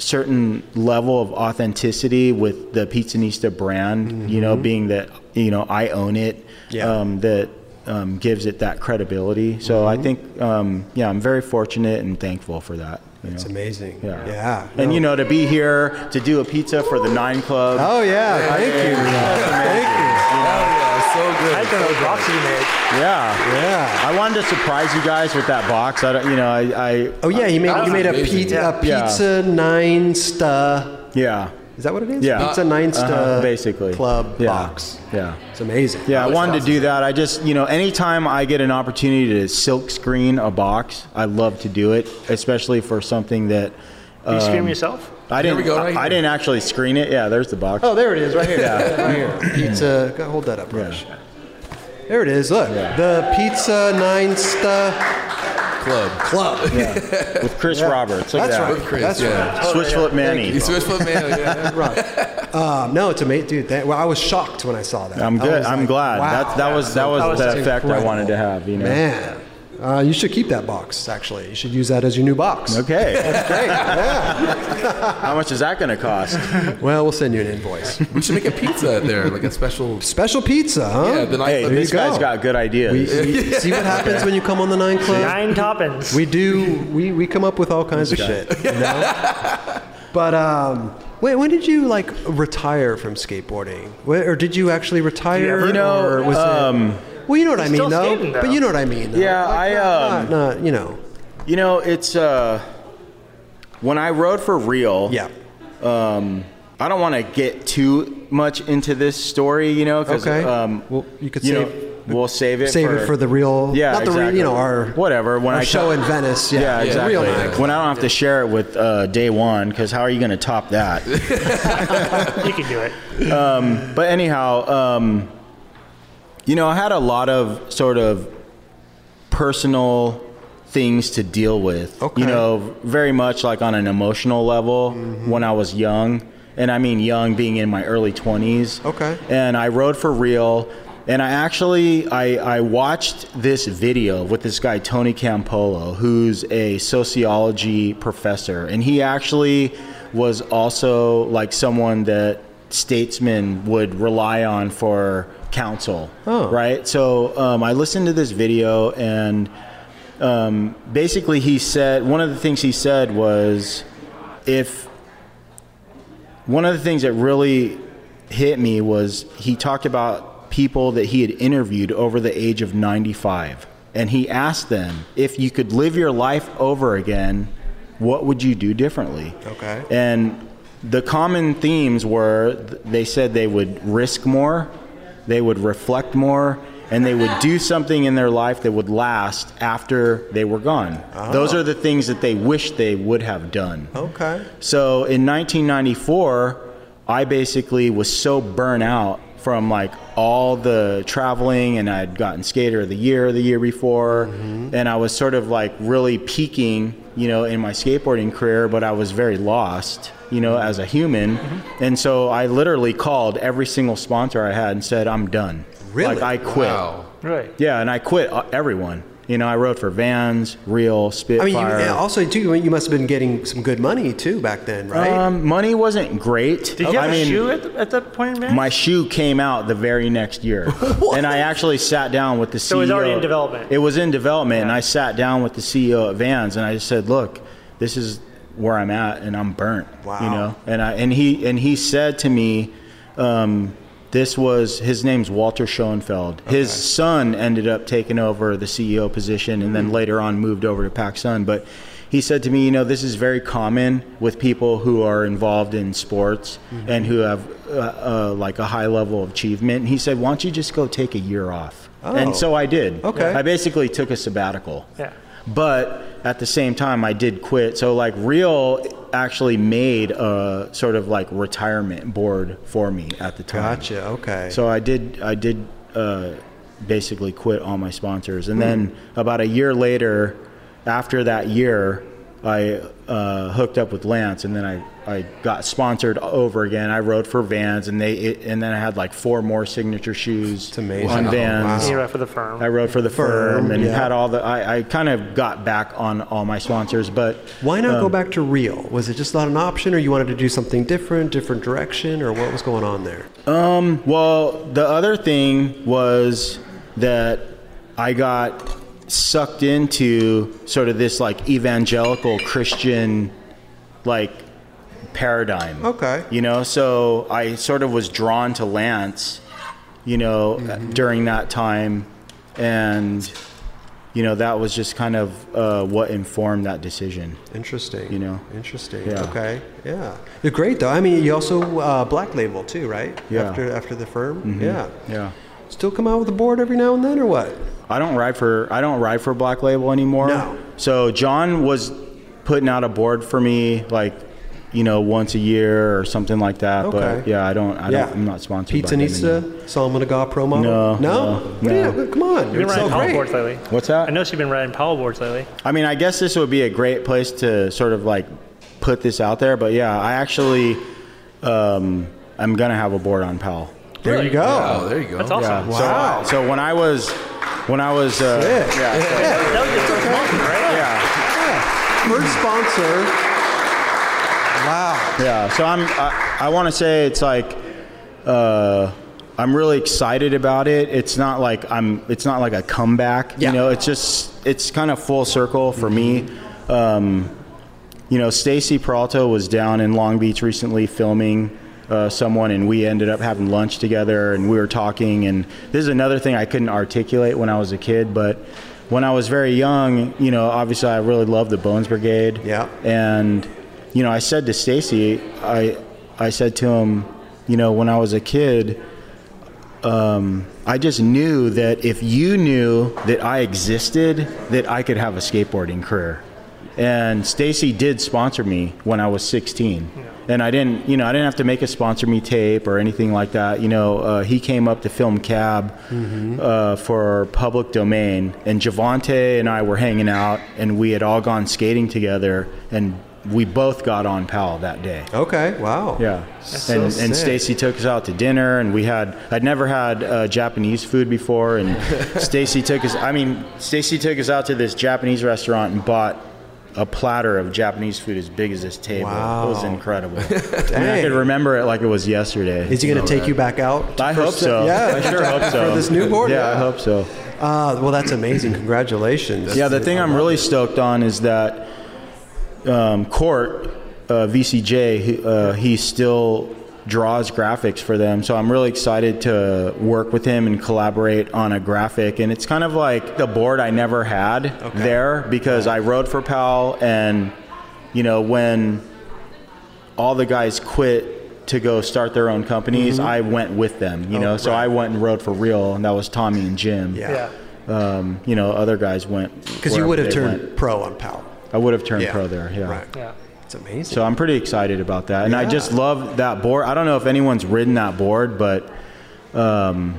certain level of authenticity with the Pizzanista brand. You know,
Mhm.
being that you know I own it.
Yeah.
Um, that. Um, gives it that credibility. So I think, um, yeah, I'm very fortunate and thankful for that. you
It's
know.
amazing.
Yeah.
Yeah.
And you know, to be here to do a pizza for the Nine Club.
Oh, yeah. Thank you. Thank you.
so good.
I thought it was box you made.
Yeah.
Yeah.
I wanted to surprise you guys with that box. I don't, you know, I. I
Oh yeah, you made you made a, pizza a pizza nine star.
Yeah.
Is that what it is?
Yeah.
Pizza nine star.
Uh-huh, basically.
Club
Yeah.
box.
Yeah.
It's amazing.
Yeah, I wanted to do that. I just, you know, anytime I get an opportunity to silk screen a box, I love to do it, especially for something that.
You scream
um,
yourself?
I
Here
didn't.
we go, right
I,
here.
didn't actually screen it. Yeah, there's the box.
Oh, there it is, right here.
Yeah.
right here. Pizza. go- Hold that up, Raj. There it is. Look, the pizza nine star
club.
Club.
Yeah. With Chris
Yeah.
Roberts. Look at
That's
that.
right. With Chris, That's yeah. right.
Switch flip Manny.
Thank you. Switch flip Manny, yeah. right. Um, no, it's amazing, dude. That, well, I was shocked when I saw that.
I'm
I
good.
was
I'm
like,
glad.
wow.
That that was that was, the effect I wanted to have. You know.
Man, uh, you should keep that box. Actually, you should use that as your new box.
Okay.
That's great.
How much is that going to cost?
Well, we'll send you an invoice.
We should make a pizza there, like a special.
Special pizza, huh?
Yeah, the night-
Hey,
Hey,
there
this
you go.
guy's got
good ideas.
We, we- see what happens when you come on the Nine Club.
Nine toppings.
We do. We, we come up with all kinds of
This guy.
shit. You know? but um, when, when did you like retire from skateboarding, Wh- or did you actually retire?
You ever- You know,
or was it-
um,
well, you know what I
He's
mean,
still
though.
skating, though.
But you know what I mean. Though.
Yeah, I
not-
um,
not- you know.
You know, it's uh, when I rode for real. Yeah. Um, I don't want to get too much into this story, you know, because
Okay.
um,
well, you could
know,
save-
we'll save it.
save
for,
it for the real-
Yeah,
not the re- you
exactly.
know, our-
whatever. When
our
I
show in Venice, yeah,
yeah,
the
exactly.
real nightclub.
When I don't have to share it with uh, day one, because how are you going to top that?
You can do it.
um, but anyhow, um, you know, I had a lot of sort of personal things to deal with. You know, very much like on an emotional level when I was young. And I mean young being in my early 20s.
Okay.
And I rode for real. And I actually I, I watched this video with this guy Tony Campolo, who's a sociology professor, and he actually was also like someone that statesmen would rely on for counsel.
Oh.
Right. So um, I listened to this video, and um, basically he said one of the things he said was, if one of the things that really hit me was he talked about people that he had interviewed over the age of 95 and he asked them if you could live your life over again what would you do differently
Okay.
and the common themes were th- they said they would risk more, they would reflect more, and they would do something in their life that would last after they were gone. Those
Oh.
are the things that they wish they would have done.
Okay.
So in 1994, I basically was so burnt out from like all the traveling, and I'd gotten skater of the year the year before,
Mm-hmm.
and I was sort of like really peaking, you know, in my skateboarding career, but I was very lost, you know, as a human.
Mm-hmm.
And so I literally called every single sponsor I had and said, I'm done.
Really?
Like, I quit.
Wow.
Right.
Yeah, and I quit uh, everyone. You know, I rode for Vans, Real, Spitfire.
I mean, you, and also too, you must have been getting some good money too back then, right?
Um, money wasn't great.
Did you
Oh, I
have
mean,
a shoe at, the, at that point, man?
My shoe came out the very next year, and I actually sat down with the E CEO.
So it was already in development.
It was in development, and I sat down with the CEO at Vans, and I just said, "Look, this is where I'm at, and I'm burnt." Wow. You know, and I and he and he said to me, um, "This was his name's Walter Schoenfeld. His son ended up taking over the CEO position, and then later on moved over to PacSun, but." He said to me, you know, this is very common with people who are involved in sports and who have uh, uh, like a high level of achievement. And he said, why don't you just go take a year off?
Oh.
And so I did.
Okay.
I basically took a sabbatical.
Yeah.
But at the same time, I did quit. So like Real actually made a sort of like retirement board for me at the time.
Gotcha. Okay.
So I did. I did uh, basically quit all my sponsors, and then about a year later, after that year, I uh, hooked up with Lance, and then I, I got sponsored over again. I rode for Vans, and they it, and then I had like four more signature shoes on Vans.
You wrote for the firm.
I rode for the firm,
Firm,
and
yeah.
had all the. I, I kind of got back on all my sponsors, but
Why not go
um,
back to real? Was it just not an option, or you wanted to do something different, different direction, or what was going on there?
Um, well, the other thing was that I got sucked into sort of this like evangelical Christian like paradigm.
Okay.
You know, so I sort of was drawn to Lance, you know,
Mm-hmm.
during that time and you know, that was just kind of uh, what informed that decision.
Interesting.
You know.
Interesting.
Yeah.
Okay. Yeah. They're great though. I mean, you also uh, black label too, right?
Yeah.
After after the firm.
Mhm.
Yeah.
Yeah.
Still come out with a board every now and then, or what?
I don't ride for I don't ride for Black Label anymore.
No.
So John was putting out a board for me like you know once a year or something like that. But
Okay.
yeah, I don't I
Yeah.
don't I'm not sponsored.
Pizza
by them anymore.
Nista, Solomon Aga promo.
No,
No.
no,
What do you-
no.
come on.
You've been
It's
riding
so
power
great.
boards lately.
What's that?
I noticed you've been riding power boards lately.
I mean, I guess this would be a great place to sort of like put this out there, but yeah, I actually um, I'm gonna have a board on Powell.
There you go.
Wow, there you go. That's awesome.
So-
Wow.
So, when I was when I was uh,
Sick.
yeah, so-
That was your first sponsor, right?
Yeah. First sponsor. Wow.
Yeah. So I'm. I, I want to say it's like. Uh, I'm really excited about it. It's not like I'm. It's not like a comeback.
Yeah.
You know. It's just. It's kind of full circle for me. Um, you know, Stacy Peralta was down in Long Beach recently filming uh, someone, and we ended up having lunch together, and we were talking. And this is another thing I couldn't articulate when I was a kid, but when I was very young, you know, obviously I really loved the Bones Brigade.
Yeah.
And you know, I said to Stacy, I I said to him, you know, when I was a kid, um, I just knew that if you knew that I existed, that I could have a skateboarding career. And Stacy did sponsor me when I was 16, and I didn't, you know, I didn't have to make a sponsor me tape or anything like that. You know, uh, he came up to film Cab uh, for public domain, and Javante and I were hanging out, and we had all gone skating together, and we both got on Powell that day.
Okay. Wow.
Yeah,
That's
and,
so
and
sick.
Stacy took us out to dinner, and we had I'd never had uh, Japanese food before, and Stacy took us. I mean, Stacy took us out to this Japanese restaurant and bought a platter of Japanese food as big as this table. It was
Wow.
incredible. I, mean, I could remember it like it was yesterday.
Is he going to
So-
take you back out?
I
for
hope
se-
so.
Yeah.
I sure hope so.
For this new board.
Yeah, I hope so.
Uh, well, that's amazing. Congratulations.
yeah, the thing I'm really stoked on is that um, Court uh, VCJ he, uh, he still draws graphics for them, so I'm really excited to work with him and collaborate on a graphic. And it's kind of like the board I never had there because I rode for Powell, and you know when all the guys quit to go start their own companies, I went with them. You know, so I went and rode for real, and that was Tommy and Jim
Yeah.
um, you know, other guys went
Because you
wherever
would have
they
turned
went.
pro on Powell.
I would have turned
Yeah.
pro there. Yeah.
Right.
Yeah.
It's amazing.
So I'm pretty excited about that, and I
Yeah.
just love that board. I don't know if anyone's ridden that board, but um,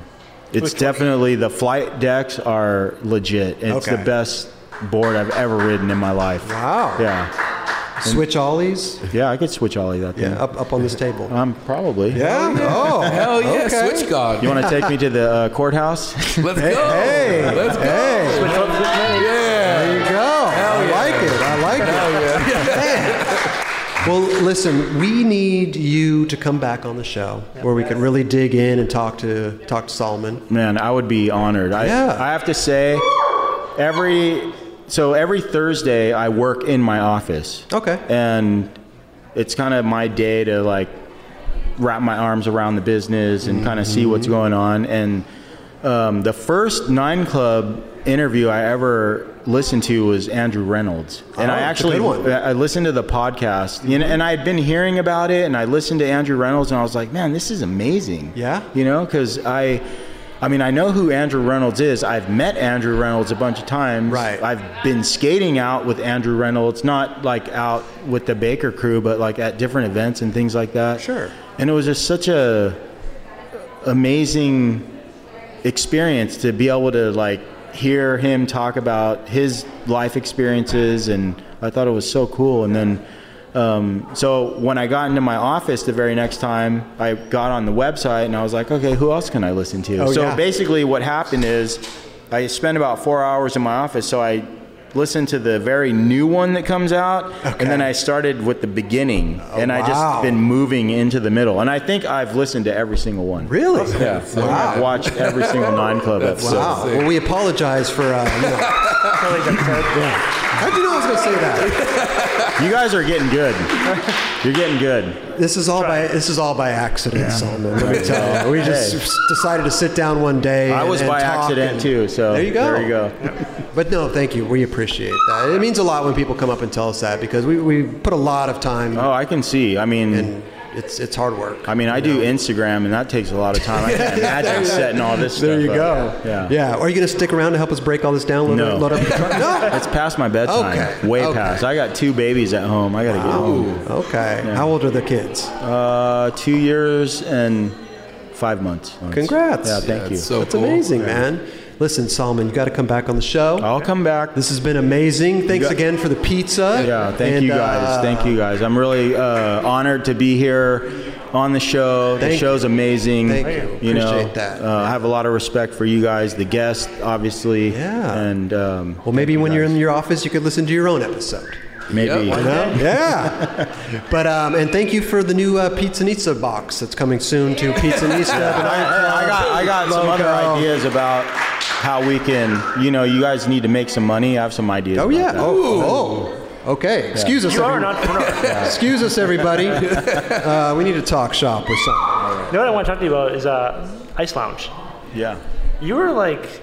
it's definitely the flight decks are legit. It's
Okay.
the best board I've ever ridden in my life.
Wow.
Yeah.
Switch ollies.
Yeah, I could switch ollie that thing.
Yeah. Up up on this table.
Um, probably.
Yeah. Oh.
Hell yeah,
Okay.
Switch God.
You want to take me to the uh, courthouse?
Let's go.
Hey.
Let's go.
Hey.
Yeah.
There you go. I like it. I like
Oh,
it. Man. Well, listen, we need you to come back on the show where we can really dig in and talk to talk to Solomon.
Man, I would be honored. I,
Yeah.
I have to say, every so every Thursday I work in my office.
Okay.
And it's kind of my day to like wrap my arms around the business and kind of see what's
Mm-hmm.
going on. And um, the first Nine Club interview I ever listened to was Andrew Reynolds, and
Oh,
I
it's a
actually
good one.
I I listened to the podcast, and, and I had been hearing about it, and I listened to Andrew Reynolds, and I was like, man, this is amazing.
Yeah?
You know, because I I mean, I know who Andrew Reynolds is. I've met Andrew Reynolds a bunch of times. Right. I've been skating out with Andrew Reynolds, not like out with the Baker crew, but like at different events and things like that. Sure. And it was just such a amazing experience to be able to like hear him talk about his life experiences and I thought it was so cool and then um, so when I got into my office the very next time I got on the website and I was like okay who else can I listen to
Oh,
so
yeah.
basically what happened is I spent about four hours in my office so I listened to the very new one that comes out and then I started with the beginning and I
wow.
just been moving into the middle and I think I've listened to every single one
really
yeah
Wow.
I've watched every single nine club episode
wow. Well, we apologize for. Uh, you know. How'd you know I was going to say that?
You guys are getting good. You're getting good.
This is all by this is all by accident, Solomon. Let me
Right.
tell you, we just
Hey.
decided to sit down one day.
I
and-
was
and
by
talk
accident,
and-
too, so
there you go.
there you go.
But no, thank you. We appreciate that. It means a lot when people come up and tell us that because we, we put a lot of time.
Oh, I can see. I mean,
it's it's hard work.
I mean, I do Instagram, and that takes a lot of time. I can't imagine setting all this
There
stuff
you
up.
go.
Yeah.
Yeah. Are you going to stick around to help us break all this down? Load,
No.
load up the truck? No.
It's past my bedtime.
Okay.
Way
Okay.
past. I got two babies at home. I got to get home.
Okay. How old are the kids?
Uh, two years and five months.
Congrats.
Yeah, thank you.
That's amazing, man. Listen, Solomon, you got to come back on the show. I'll
come back.
This has been amazing. Thanks again for the pizza. uh,
Yeah, thank you guys. thank you guys. I'm really uh, honored to be here on the show. The
Thank-
show's amazing.
thank you.
know,
Appreciate that.
Uh, I have a lot of respect for you guys, the guests, obviously. Yeah. And um,
well, maybe when you're in your office, you could listen to your own episode.
Maybe.
You know? yeah. But um, and thank you for the new uh, Pizza Nizza box that's coming soon to Pizza Nizza.
Yeah, I, I got, I got some other ideas about how we can, you know, you guys need to make some money. I have some ideas.
Oh
about
yeah.
that.
Oh, oh. Okay.
Yeah.
Excuse us.
You are
every-
an entrepreneur.
Excuse us, everybody. Uh, we need to talk shop or something.
You know what I want to talk to you about is uh, Ice Lounge.
Yeah.
You were like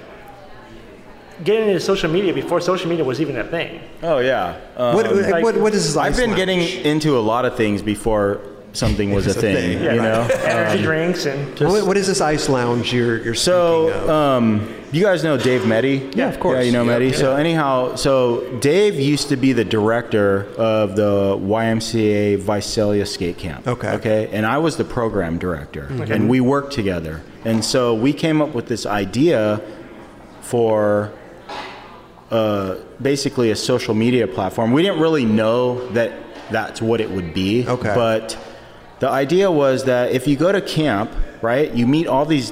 getting into social media before social media was even a thing.
Oh yeah.
What-
Um,
what- what is this
I've
ice
been
lounge?
getting into a lot of things before something was a
It's a
thing.
thing.
You
Yeah.
know.
Energy
Um,
drinks and
What- what is this ice lounge you're you're
so, um, you guys know Dave Meddy? Yeah, of course. Yeah, you know Meddy. So anyhow, so Dave used to be the director of the YMCA Visalia Skate Camp. Okay. Okay. And I was the program director,
Okay.
and we worked together. And so we came up with this idea for uh, basically a social media platform. We didn't really know that that's what it would be. Okay. But the idea was that if you go to camp, right, you meet all these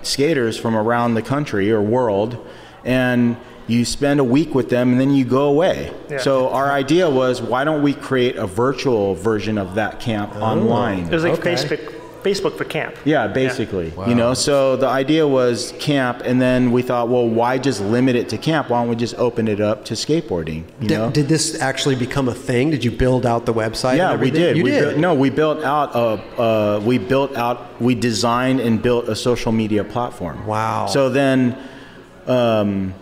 skaters from around the country or world, and you spend a week with them and then you go away.
Yeah.
So our idea was why don't we create a virtual version of that camp online?
It was like
Oh. Okay.
Facebook, Facebook for camp.
Yeah, basically.
Wow.
You know, so the idea was camp, and then we thought, well, why just limit it to camp? Why don't we just open it up to skateboarding? You
Did,
know?
did this actually become a thing? Did you build out the website?
yeah,
and
we
everything?
did.
You
we
did.
Built, no, we built out a. Uh, we built out. We designed and built a social media platform. Wow. So then, um,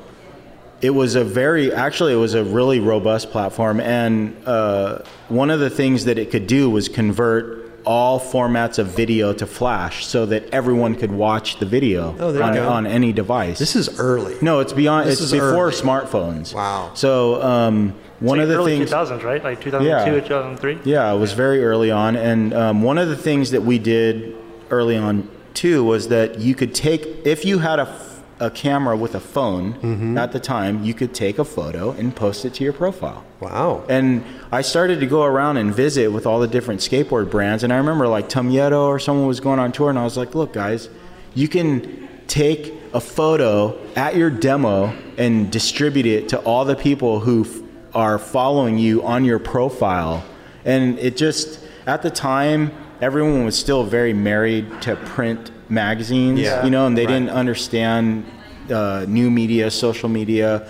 it was a very actually it was a really robust platform, and uh, one of the things that it could do was convert all formats of video to flash so that everyone could watch the video
Oh, there you
on,
go.
on any device
This is early.
no it's beyond
This
it's
is
before
early.
smartphones wow so um, one
Like
of the
early
things
2000s, right? Like 2002,
Yeah.
2003.
yeah, it was very early on. And um, one of the things that we did early on too was that you could take, if you had a, f- a camera with a phone at the time, you could take a photo and post it to your profile.
Wow.
And I started to go around and visit with all the different skateboard brands. And I remember like Tumieto or someone was going on tour, and I was like, look, guys, you can take a photo at your demo and distribute it to all the people who f- are following you on your profile. And it just, at the time, everyone was still very married to print magazines,
Yeah.
you know, and they
Right.
didn't understand uh, new media, social media.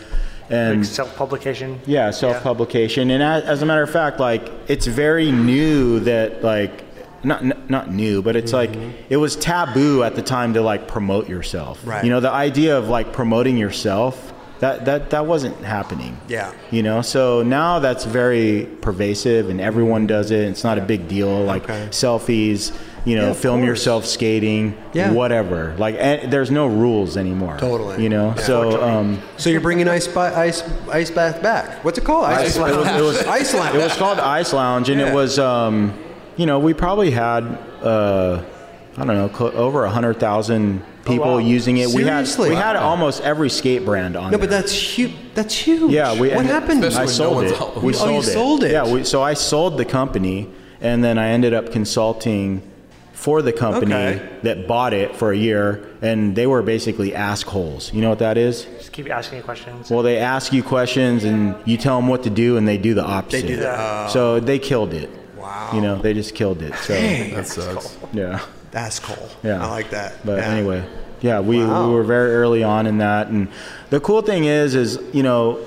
And
Like self-publication.
yeah, self publication. And as, as a matter of fact, like it's very new that like not n- not new, but it's like it was taboo at the time to like promote yourself.
Right.
You know, the idea of like promoting yourself that that that wasn't happening.
Yeah.
You know, so now that's very pervasive and everyone does it. It's not a big deal. Like selfies, you know, Yeah, of film yourself skating,
Yeah.
whatever. Like, and there's no rules anymore.
Totally.
You know,
Yeah.
so um,
So you're bringing ice, ba- ice, ice bath back. What's it called?
Ice- it was- it was-
ice lounge.
It was called Ice Lounge, and
Yeah.
it was, um, you know, we probably had, uh, I don't know, cl- over hundred thousand people using it.
Seriously?
We had we had
Wow.
almost every skate brand on.
No,
there.
but that's huge. That's huge.
Yeah, we.
What
and
happened?
I sold it. We
oh, you
sold it.
sold it.
Yeah, we, so I sold the company, and then I ended up consulting for the company
Okay.
that bought it for a year, and they were basically assholes. You know what that is?
Just keep asking you questions.
Well, they ask you questions, and you tell them what to do, and they do the opposite.
do the- oh.
So they killed it. Wow. You know, they just killed it. So
Dang.
that sucks. Yeah.
That's cool.
Yeah.
I like that.
But
Yeah.
anyway, yeah, we, we were very early on in that. And the cool thing is, is, you know,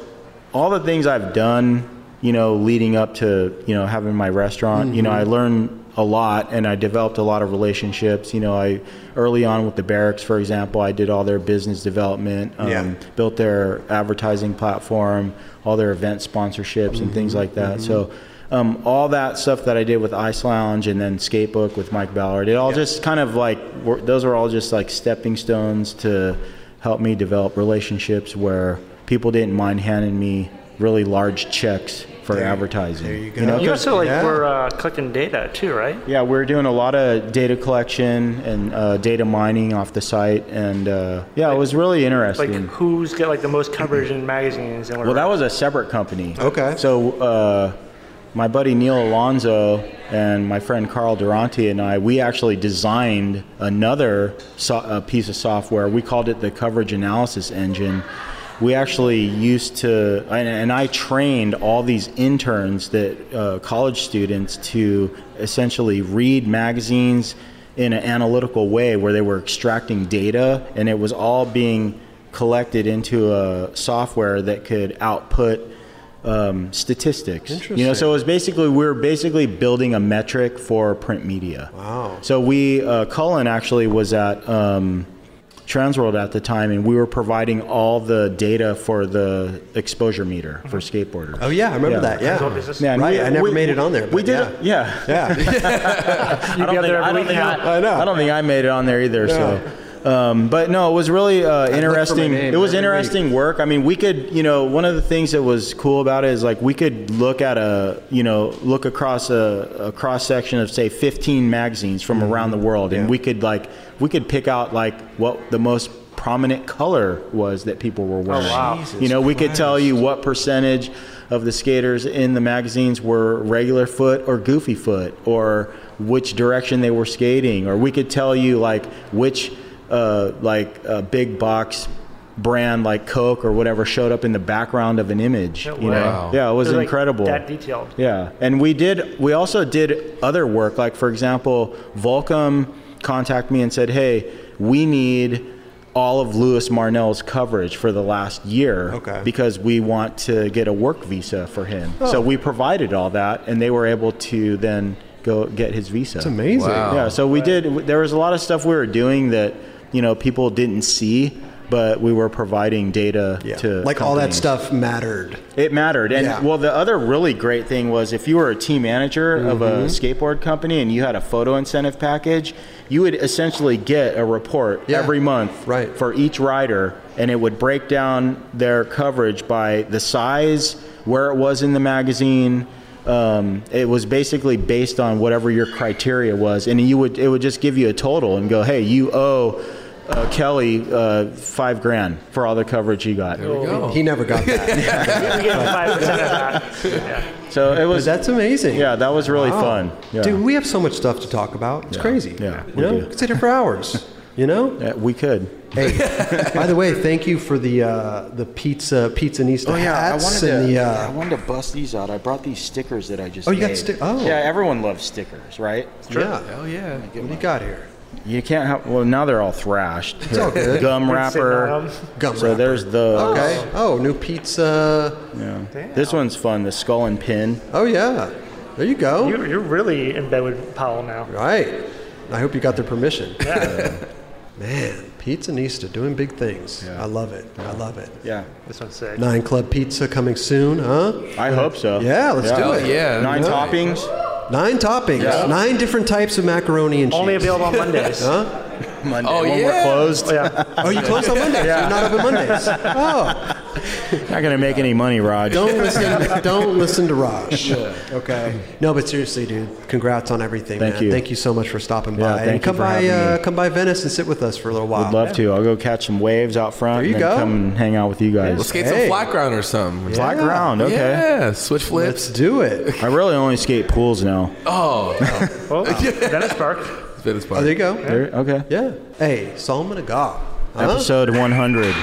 all the things I've done, you know, leading up to, you know, having my restaurant, you know,
Mm-hmm.
Mhm.
I learned a lot and I developed a lot of relationships. You know, I, early on with the barracks, for example, I did all their business development, um,
Yeah.
built their advertising platform, all their event sponsorships and things
Mm-hmm.
like that. So, um, all that stuff that I did with Ice Lounge and then Skatebook with Mike Ballard, it all just kind of like were, those are all just like stepping stones to help me develop relationships where people didn't mind handing me really large checks for advertising. There
You,
know, 'cause-
also like were uh, collecting data too, right?
yeah, we're doing a lot of data collection and uh, data mining off the site, and uh, yeah, it was really
Like
interesting. Mm-hmm.
who's got like the most coverage in magazines and
Well,
whatever.
that was a separate company. Okay. So uh, my buddy Neil Alonzo and my friend Carl Durante and I, we actually designed another so- uh piece of software. We called it the Coverage Analysis Engine. We actually used to, and, and I trained all these interns that uh, college students to essentially read magazines in an analytical way where they were extracting data and it was all being collected into a software that could output um, statistics. You know, so it was basically we were basically building a metric for print media. Wow. So we uh, Cullen actually was at um, Transworld at the time, and we were providing all the data for the exposure meter for skateboarders.
Oh yeah, I remember that. Yeah.
and
right.
we-
I never
we-
made it on there.
We
but
did.
Yeah.
it- Yeah.
yeah.
I don't, think, I, don't think I, I don't think I made it on there either. So, um, but no, it was really uh, interesting.
name
It was
every
interesting work. I mean, we could, you know, one of the things that was cool about it is like we could look at a, you know, look across a, a cross section of say 15 magazines from
Mm-hmm.
around the world, and we could like we could pick out like what the most prominent color was that people were
Oh,
wearing.
wow.
You know, we could tell you what percentage of the skaters in the magazines were regular foot or goofy foot, or which direction they were skating, or we could tell you like which uh, like uh, big box brand like Coke or whatever showed up in the background of an image. you know?
Wow.
Yeah, it was,
like,
incredible.
that detailed.
Yeah, and we did. We also did other work, like for example, Volcom contacted me and said, "Hey, we need all of Lewis Marnell's coverage for the last year
Okay.
because we want to get a work visa for him."
Oh.
So we provided all that, and they were able to then go get his visa. It's
amazing. Wow.
Yeah, so we did. There was a lot of stuff we were doing that you know people didn't see. But we were providing data to
Like all that
companies.
stuff mattered.
It mattered. And
Yeah.
well, the other really great thing was if you were a team manager of
Mm-hmm.
a skateboard company and you had a photo incentive package, you would essentially get a report every month for each rider, and it would break down their coverage by the size, where it was in the magazine. Um, it was basically based on whatever your criteria was, and you would it would just give you a total and go, hey, you owe. Uh, Kelly, uh, five grand for all the coverage you got.
He never got that.
You get five percent of that.
So it was.
that's amazing.
Yeah, that was really
Wow.
fun. Yeah.
Dude, we have so much stuff to talk about. It's crazy.
Yeah,
You
we
know,
do.
we could sit here for hours. You know.
Yeah, we could.
Hey, by the way, thank you for the uh, the pizza pizzanista
Oh yeah, I wanted
hats
to.
and the.
I
Uh,
wanted to bust these out. I brought these stickers that I just.
Oh, you got
made.
stick- oh.
Yeah, everyone loves stickers, right?
yeah. Hell yeah. What do you got here?
You can't have. Well, now they're all thrashed.
It's all good.
Gum
Been sitting on
wrapper.
'em. Gum
So there's the.
Okay. Oh, new pizza.
Yeah. This one's fun. The skull and pin.
Oh yeah. There you go.
You're, you're really in bed with Powell now.
Right. I hope you got their permission. Man, Pizza Nista doing big things. I love it. I love it.
Yeah.
This one's sick.
Nine Club Pizza coming soon, huh?
I hope so.
Yeah, let's do it.
Nine
Yeah.
toppings.
Nine toppings,
Yeah.
nine different types of macaroni and cheese.
Only available on Mondays.
huh?
Monday. Oh, when we're closed.
yeah.
Oh, you close on Mondays. You're not open Mondays. Oh,
Not gonna make any money, Rod.
don't listen. Don't listen to Raj. Okay. No, but seriously, dude. Congrats on everything.
Thank
man.
you.
Thank you so much for stopping
Yeah,
by.
thank
and
you
come
for
by.
having
Uh,
me.
come by Venice and sit with us for a little while.
Would love to. I'll go catch some waves out front.
There you
and then
go.
Come and hang out with you guys.
Let's skate some flat ground or something.
Flat ground, okay.
Yeah, switch flips.
Let's do it.
I really only skate pools now.
Oh,
Well, Venice Park.
Venice
Oh,
Park.
there you go.
There- okay.
Yeah. Hey, Solomon of God. Huh?
Episode 100.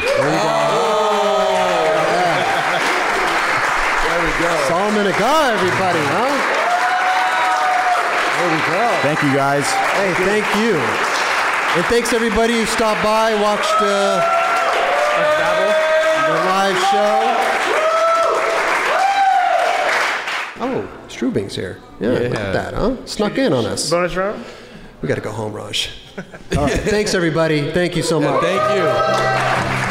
There we go.
Solomon of God, everybody, huh? There we go.
Thank you guys.
Hey, thank you. And thanks everybody who stopped by, watched uh, the live show. Oh, Strubing's here. Yeah, look
Yeah.
at that, huh? Snuck in on us.
Bonus round.
We got to go home, Raj. All right, thanks everybody. Thank you so much.
Thank you.